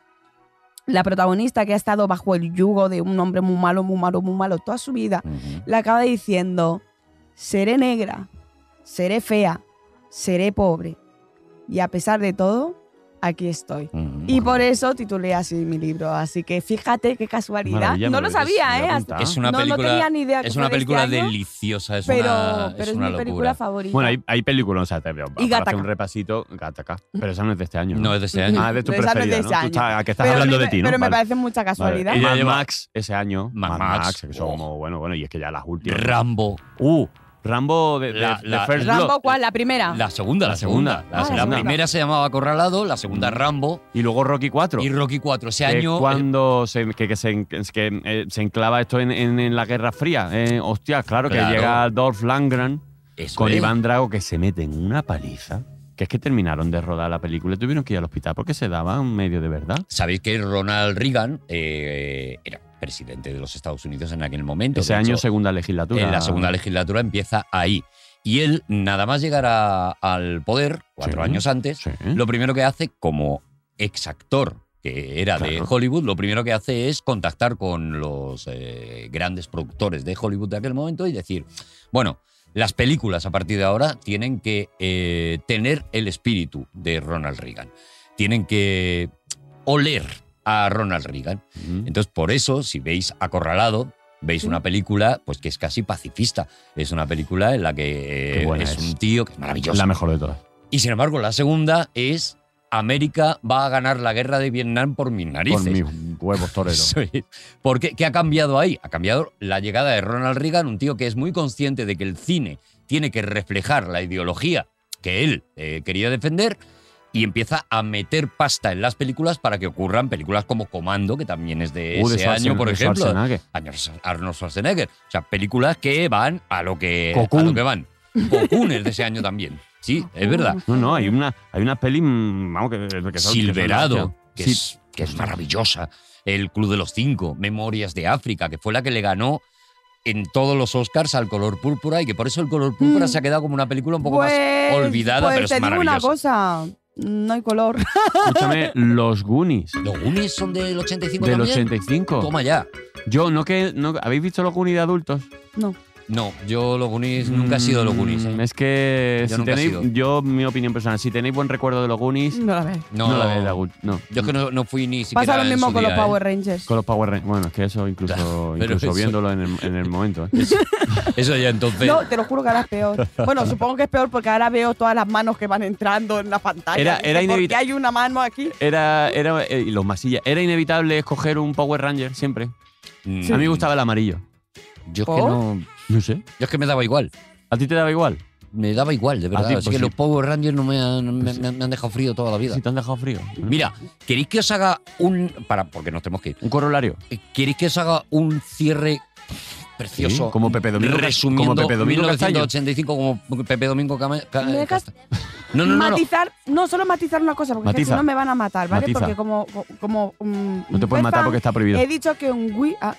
[SPEAKER 2] la protagonista que ha estado bajo el yugo de un hombre muy malo, muy malo, muy malo toda su vida,
[SPEAKER 4] Ujú.
[SPEAKER 2] le acaba diciendo, seré negra, seré fea, seré pobre. Y a pesar de todo, aquí estoy.
[SPEAKER 4] Ujú.
[SPEAKER 2] Y por eso titulé así mi libro. Así que fíjate qué casualidad.
[SPEAKER 5] Maravilla,
[SPEAKER 2] no
[SPEAKER 5] me
[SPEAKER 2] lo
[SPEAKER 5] ves,
[SPEAKER 2] sabía,
[SPEAKER 5] me
[SPEAKER 2] ¿eh?
[SPEAKER 5] apunta.
[SPEAKER 4] Es una
[SPEAKER 2] no, no
[SPEAKER 4] película.
[SPEAKER 2] tenía ni idea. que
[SPEAKER 4] es
[SPEAKER 2] fue
[SPEAKER 4] una
[SPEAKER 2] de este
[SPEAKER 4] película
[SPEAKER 2] año,
[SPEAKER 4] deliciosa, es
[SPEAKER 2] pero,
[SPEAKER 4] una,
[SPEAKER 2] pero
[SPEAKER 4] es
[SPEAKER 2] es,
[SPEAKER 4] una
[SPEAKER 2] mi película
[SPEAKER 4] locura.
[SPEAKER 2] favorita.
[SPEAKER 5] Bueno, hay, hay películas, o sea, te veo.
[SPEAKER 2] Y
[SPEAKER 5] hacer
[SPEAKER 2] Gattaca.
[SPEAKER 5] un repasito, Gataca. Pero esa no es de este año.
[SPEAKER 4] No es de ese año.
[SPEAKER 5] Ah, es de tu
[SPEAKER 2] Esa no es de
[SPEAKER 5] preferida,
[SPEAKER 2] ese
[SPEAKER 5] ¿no? Tú
[SPEAKER 2] año.
[SPEAKER 5] estás, a que estás
[SPEAKER 2] pero
[SPEAKER 5] hablando
[SPEAKER 2] me-
[SPEAKER 5] de ti, ¿no?
[SPEAKER 2] Pero me
[SPEAKER 5] Vale.
[SPEAKER 2] parece mucha
[SPEAKER 5] Vale.
[SPEAKER 2] casualidad.
[SPEAKER 4] Ella
[SPEAKER 5] Mad
[SPEAKER 4] lleva-
[SPEAKER 5] Max ese año.
[SPEAKER 4] Mad
[SPEAKER 5] Mad,
[SPEAKER 4] Max.
[SPEAKER 5] Max. que son
[SPEAKER 4] Oh.
[SPEAKER 5] como, bueno, bueno, y es que ya las últimas.
[SPEAKER 4] Rambo.
[SPEAKER 5] uh, Rambo de, de-
[SPEAKER 4] La-
[SPEAKER 5] de
[SPEAKER 4] la-
[SPEAKER 5] First
[SPEAKER 2] Rambo,
[SPEAKER 5] Blood.
[SPEAKER 2] ¿cuál? La primera.
[SPEAKER 4] La segunda, la,
[SPEAKER 5] La
[SPEAKER 4] segunda.
[SPEAKER 5] segunda,
[SPEAKER 4] La,
[SPEAKER 5] ah,
[SPEAKER 4] la
[SPEAKER 5] la segunda.
[SPEAKER 4] primera se llamaba Acorralado, la segunda Rambo
[SPEAKER 5] Y luego Rocky 4.
[SPEAKER 4] y Rocky 4. Ese
[SPEAKER 5] que
[SPEAKER 4] año. eh,
[SPEAKER 5] cuando se, que, que se, en- que, eh, se enclava esto en, en- en la Guerra Fría. Eh, hostia, claro,
[SPEAKER 4] Claro.
[SPEAKER 5] que llega Dolph Langren
[SPEAKER 4] eh, eso
[SPEAKER 5] con
[SPEAKER 4] es.
[SPEAKER 5] Iván Drago que se mete en una paliza. Que es que terminaron de rodar la película y tuvieron que ir al hospital porque se daban medio de verdad.
[SPEAKER 4] Sabéis que Ronald Reagan eh, era presidente de los Estados Unidos en aquel momento.
[SPEAKER 5] Ese
[SPEAKER 4] De
[SPEAKER 5] año,
[SPEAKER 4] hecho,
[SPEAKER 5] segunda legislatura.
[SPEAKER 4] en la segunda legislatura empieza ahí. Y él, nada más llegar a- al poder, cuatro
[SPEAKER 5] Sí.
[SPEAKER 4] años antes,
[SPEAKER 5] Sí.
[SPEAKER 4] lo primero que hace como exactor que era de
[SPEAKER 5] Claro.
[SPEAKER 4] Hollywood, lo primero que hace es contactar con los eh, grandes productores de Hollywood de aquel momento y decir, bueno, las películas a partir de ahora tienen que eh, tener el espíritu de Ronald Reagan, tienen que oler a Ronald Reagan.
[SPEAKER 5] Ujú.
[SPEAKER 4] Entonces, por eso, si veis Acorralado, veis una película pues que es casi pacifista. Es una película en la que
[SPEAKER 5] Qué
[SPEAKER 4] eh,
[SPEAKER 5] buena
[SPEAKER 4] es,
[SPEAKER 5] es.
[SPEAKER 4] un tío que es maravilloso.
[SPEAKER 5] La mejor de todas.
[SPEAKER 4] Y sin embargo, la segunda es América va a ganar la guerra de Vietnam por mis narices.
[SPEAKER 5] Por mi huevos toreros.
[SPEAKER 4] [LAUGHS] Sí. Porque, ¿Qué ha cambiado ahí? Ha cambiado la llegada de Ronald Reagan, un tío que es muy consciente de que el cine tiene que reflejar la ideología que él eh, quería defender y empieza a meter pasta en las películas para que ocurran películas como Comando, que también es de
[SPEAKER 5] Uh, de
[SPEAKER 4] ese año,
[SPEAKER 5] Schwarzen-
[SPEAKER 4] por
[SPEAKER 5] de
[SPEAKER 4] ejemplo.
[SPEAKER 5] Schwarzenegger.
[SPEAKER 4] Arnold Schwar- Arnold Schwarzenegger. O sea, películas que van a lo que, a
[SPEAKER 5] Cocoon.
[SPEAKER 4] lo que van. Cocoon es de ese año también. Sí, es verdad.
[SPEAKER 2] Mm.
[SPEAKER 5] No, no, hay una, hay unas pelis, mm, vamos, que, que son- que son la
[SPEAKER 4] Silverado,
[SPEAKER 5] hostia.
[SPEAKER 4] que,
[SPEAKER 5] Sí,
[SPEAKER 4] es, que es maravillosa. El Club de los Cinco, Memorias de África, que fue la que le ganó en todos los Oscars al color púrpura y que por eso el color púrpura
[SPEAKER 2] Mm.
[SPEAKER 4] se ha quedado como una película un poco
[SPEAKER 2] Pues-
[SPEAKER 4] más olvidada,
[SPEAKER 2] pues
[SPEAKER 4] pero
[SPEAKER 2] te
[SPEAKER 4] es
[SPEAKER 2] digo una
[SPEAKER 4] maravillosa.
[SPEAKER 2] cosa. mm, No hay color.
[SPEAKER 5] Escúchame, los Goonies
[SPEAKER 4] Los Goonies son del 85
[SPEAKER 5] del
[SPEAKER 4] también.
[SPEAKER 5] 85.
[SPEAKER 4] Toma ya.
[SPEAKER 5] Yo, no que. No, ¿Habéis visto los Goonies de adultos?
[SPEAKER 4] No, yo los Goonies nunca he sido los
[SPEAKER 5] Mm,
[SPEAKER 4] Goonies. ¿eh?
[SPEAKER 5] Es que.
[SPEAKER 4] Yo
[SPEAKER 5] si
[SPEAKER 4] nunca he
[SPEAKER 5] tenéis,
[SPEAKER 4] sido.
[SPEAKER 5] yo, mi opinión personal, si tenéis buen recuerdo de los Goonies,
[SPEAKER 2] No la ves.
[SPEAKER 4] No,
[SPEAKER 5] no, la veis de adultos. No.
[SPEAKER 4] Yo es que no, no fui ni siquiera.
[SPEAKER 2] Pasa lo
[SPEAKER 4] en
[SPEAKER 2] mismo
[SPEAKER 4] su
[SPEAKER 2] con
[SPEAKER 4] día,
[SPEAKER 2] los
[SPEAKER 4] ¿eh?
[SPEAKER 2] Power Rangers.
[SPEAKER 5] Con los Power Rangers. Bueno, es que eso
[SPEAKER 4] Claro,
[SPEAKER 5] incluso,
[SPEAKER 4] [LAUGHS] pero
[SPEAKER 5] incluso
[SPEAKER 4] eso-
[SPEAKER 5] viéndolo en el, en el momento. ¿eh?
[SPEAKER 4] Eso ya entonces.
[SPEAKER 2] No, te lo juro que ahora es peor. Bueno, supongo que es peor porque ahora veo todas las manos que van entrando en la pantalla.
[SPEAKER 5] Era-
[SPEAKER 2] Dice,
[SPEAKER 5] era
[SPEAKER 2] ¿por qué
[SPEAKER 5] inevita-
[SPEAKER 2] hay una mano aquí.
[SPEAKER 5] Era, era, eh, y los masillas. Era inevitable escoger un Power Ranger siempre.
[SPEAKER 4] Mm,
[SPEAKER 5] A mí me gustaba el amarillo.
[SPEAKER 4] Yo es, que
[SPEAKER 2] ¿Por?
[SPEAKER 4] no,
[SPEAKER 5] No sé.
[SPEAKER 4] yo es que me daba igual.
[SPEAKER 5] ¿A ti te daba igual?
[SPEAKER 4] Me daba igual, de verdad. Así
[SPEAKER 5] ti, pues
[SPEAKER 4] que
[SPEAKER 5] sí. Pues
[SPEAKER 4] los Power Rangers no me han, me- me- me han dejado frío toda la vida.
[SPEAKER 5] Si te han dejado frío.
[SPEAKER 4] Mira, ¿queréis que os haga un. Para, porque nos tenemos que ir.
[SPEAKER 5] Un corolario.
[SPEAKER 4] ¿Queréis que os haga un cierre precioso?
[SPEAKER 5] Sí, como Pepe Domingo Ca-
[SPEAKER 4] Resumiendo
[SPEAKER 5] como Pepe Domingo
[SPEAKER 4] 1985, como Pepe Domingo Cama- Ca-
[SPEAKER 2] ¿Me dejas?
[SPEAKER 4] Casta- No, no, no. no.
[SPEAKER 2] matizar, no. solo matizar una cosa, porque es que
[SPEAKER 5] Matiza.
[SPEAKER 2] si no me van a matar, ¿vale?
[SPEAKER 5] Matiza.
[SPEAKER 2] Porque como. co- como mm,
[SPEAKER 5] No te pueden matar
[SPEAKER 2] Pepa,
[SPEAKER 5] porque está prohibido.
[SPEAKER 2] He dicho que un Wii. ah,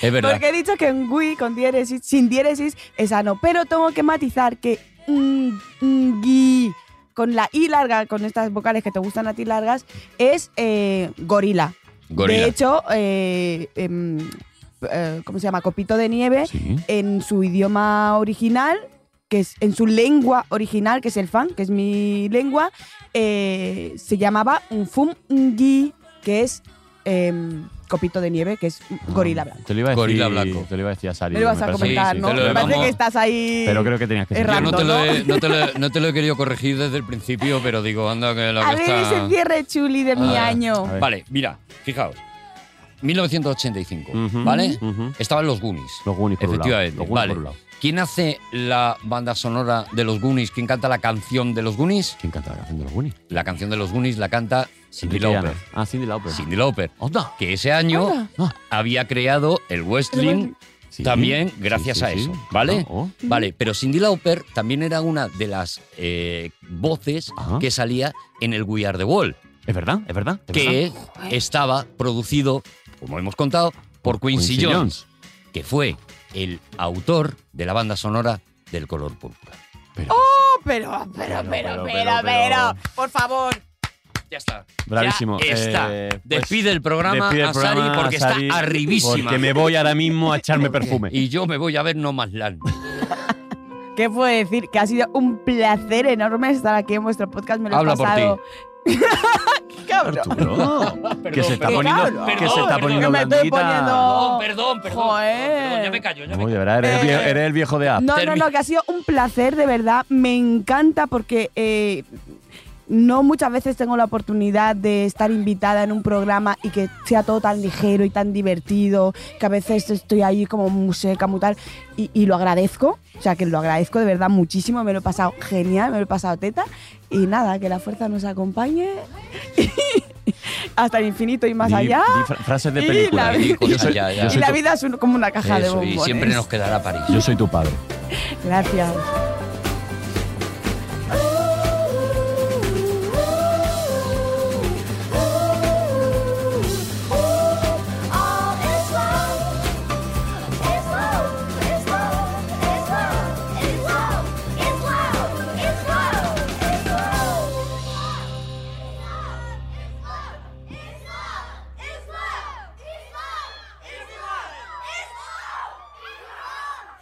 [SPEAKER 4] Es verdad.
[SPEAKER 2] porque he dicho que un Wii con diéresis, sin diéresis es sano. Pero tengo que matizar que un un gui con la I larga, con estas vocales que te gustan a ti largas, es eh, gorila.
[SPEAKER 4] Gorila.
[SPEAKER 2] De hecho, eh, em, eh, ¿cómo se llama? Copito de nieve,
[SPEAKER 5] Sí.
[SPEAKER 2] en su idioma original, que es en su lengua original, que es el fan, que es mi lengua, eh, se llamaba un fum ngui, que es em, copito de nieve, que es gorila blanco.
[SPEAKER 5] Te lo iba a decir,
[SPEAKER 4] Gorila blanco.
[SPEAKER 5] Te lo iba a decir a Sari.
[SPEAKER 2] Me lo vas
[SPEAKER 5] me
[SPEAKER 2] a
[SPEAKER 5] parece
[SPEAKER 2] comentar,
[SPEAKER 5] que sí,
[SPEAKER 2] ¿no?
[SPEAKER 5] te lo-
[SPEAKER 2] Me parece
[SPEAKER 4] vamos-
[SPEAKER 2] que estás ahí.
[SPEAKER 5] Pero creo que tenías que
[SPEAKER 2] Es
[SPEAKER 5] ser.
[SPEAKER 4] Yo no te,
[SPEAKER 2] random,
[SPEAKER 4] lo he,
[SPEAKER 2] ¿no?
[SPEAKER 4] no te lo he- no te lo he querido corregir desde el principio, pero digo, anda, que la
[SPEAKER 2] a
[SPEAKER 4] que
[SPEAKER 2] ver
[SPEAKER 4] está-
[SPEAKER 2] ese cierre chuli de mi
[SPEAKER 4] Ah,
[SPEAKER 2] año.
[SPEAKER 5] a ver.
[SPEAKER 4] Vale, mira, fijaos. 1985,
[SPEAKER 5] Ujú,
[SPEAKER 4] ¿vale?
[SPEAKER 5] ujú.
[SPEAKER 4] Estaban los Goonies.
[SPEAKER 5] Los Goonies por un lado,
[SPEAKER 4] Efectivamente,
[SPEAKER 5] los Goonies
[SPEAKER 4] vale.
[SPEAKER 5] por un lado.
[SPEAKER 4] ¿Quién hace la banda sonora de los Goonies? ¿Quién canta la canción de los Goonies?
[SPEAKER 5] ¿Quién canta la canción de los Goonies?
[SPEAKER 4] La canción de los Goonies la canta Cindy
[SPEAKER 5] Enrique
[SPEAKER 4] Lauper.
[SPEAKER 5] Llana. Ah, Cindy Lauper.
[SPEAKER 4] Cindy Lauper.
[SPEAKER 5] ¡Onda!
[SPEAKER 4] Que ese año
[SPEAKER 2] Anda.
[SPEAKER 5] Ah.
[SPEAKER 4] había creado el Westling
[SPEAKER 5] Sí.
[SPEAKER 4] también
[SPEAKER 5] Sí,
[SPEAKER 4] gracias
[SPEAKER 5] sí,
[SPEAKER 4] a
[SPEAKER 5] sí.
[SPEAKER 4] eso, ¿vale?
[SPEAKER 5] Ah, oh.
[SPEAKER 4] Vale, pero Cindy Lauper también era una de las eh, voces
[SPEAKER 5] Ajá.
[SPEAKER 4] que salía en el We Are the Wall,
[SPEAKER 5] Es verdad, es verdad. es verdad.
[SPEAKER 4] que estaba producido, como hemos contado, por Quincy,
[SPEAKER 5] Quincy
[SPEAKER 4] Jones, que fue el autor de la banda sonora del color púrpura.
[SPEAKER 5] Pero-
[SPEAKER 2] Oh, Pero, pero,
[SPEAKER 5] Pero,
[SPEAKER 2] pero,
[SPEAKER 5] pero,
[SPEAKER 2] pero,
[SPEAKER 5] pero,
[SPEAKER 2] pero, por favor.
[SPEAKER 4] Ya está.
[SPEAKER 5] Bravísimo.
[SPEAKER 4] Ya está.
[SPEAKER 5] Eh, pues,
[SPEAKER 4] despide el programa
[SPEAKER 5] despide el
[SPEAKER 4] a Sari
[SPEAKER 5] programa a
[SPEAKER 4] porque
[SPEAKER 5] Sari,
[SPEAKER 4] está arribísima.
[SPEAKER 5] Porque me voy ahora mismo a echarme perfume.
[SPEAKER 4] Y yo me voy a ver No Más Land.
[SPEAKER 2] ¿Qué puedo decir? Que ha sido un placer enorme estar aquí en vuestro podcast. Me lo he
[SPEAKER 4] Habla por
[SPEAKER 2] pasado. [LAUGHS] Cabrón.
[SPEAKER 5] [LAUGHS] Arturo, que se está
[SPEAKER 4] perdón,
[SPEAKER 5] poniendo,
[SPEAKER 4] perdón,
[SPEAKER 5] que se está
[SPEAKER 4] perdón,
[SPEAKER 5] poniendo
[SPEAKER 2] me estoy
[SPEAKER 5] blandita.
[SPEAKER 2] poniendo-
[SPEAKER 4] Perdón, perdón, perdón.
[SPEAKER 2] Joder.
[SPEAKER 4] perdón, ya me callo, ya me
[SPEAKER 5] No,
[SPEAKER 4] callo.
[SPEAKER 5] de verdad, eres, el
[SPEAKER 4] Eh,
[SPEAKER 5] viejo, eres el viejo de app.
[SPEAKER 2] No, no,
[SPEAKER 4] Termi-
[SPEAKER 2] no, que ha sido un placer, de verdad. Me encanta porque eh, no muchas veces tengo la oportunidad de estar invitada en un programa y que sea todo tan ligero y tan divertido, que a veces estoy ahí como muy seca, muy tal, y, y lo agradezco. O sea, que lo agradezco de verdad muchísimo. Me lo he pasado genial, me lo he pasado teta. Y nada, que la fuerza nos acompañe [LAUGHS] hasta el infinito y más
[SPEAKER 5] Di-
[SPEAKER 2] allá.
[SPEAKER 5] di fra- frases de
[SPEAKER 2] Y
[SPEAKER 5] película.
[SPEAKER 2] la-
[SPEAKER 4] Di cosas, ya, ya.
[SPEAKER 5] yo
[SPEAKER 2] y
[SPEAKER 5] soy
[SPEAKER 2] la
[SPEAKER 5] tu-
[SPEAKER 2] vida es un- como una caja de
[SPEAKER 4] Eso, y
[SPEAKER 2] bombones.
[SPEAKER 4] siempre nos quedará París.
[SPEAKER 5] yo soy tu padre.
[SPEAKER 2] Gracias.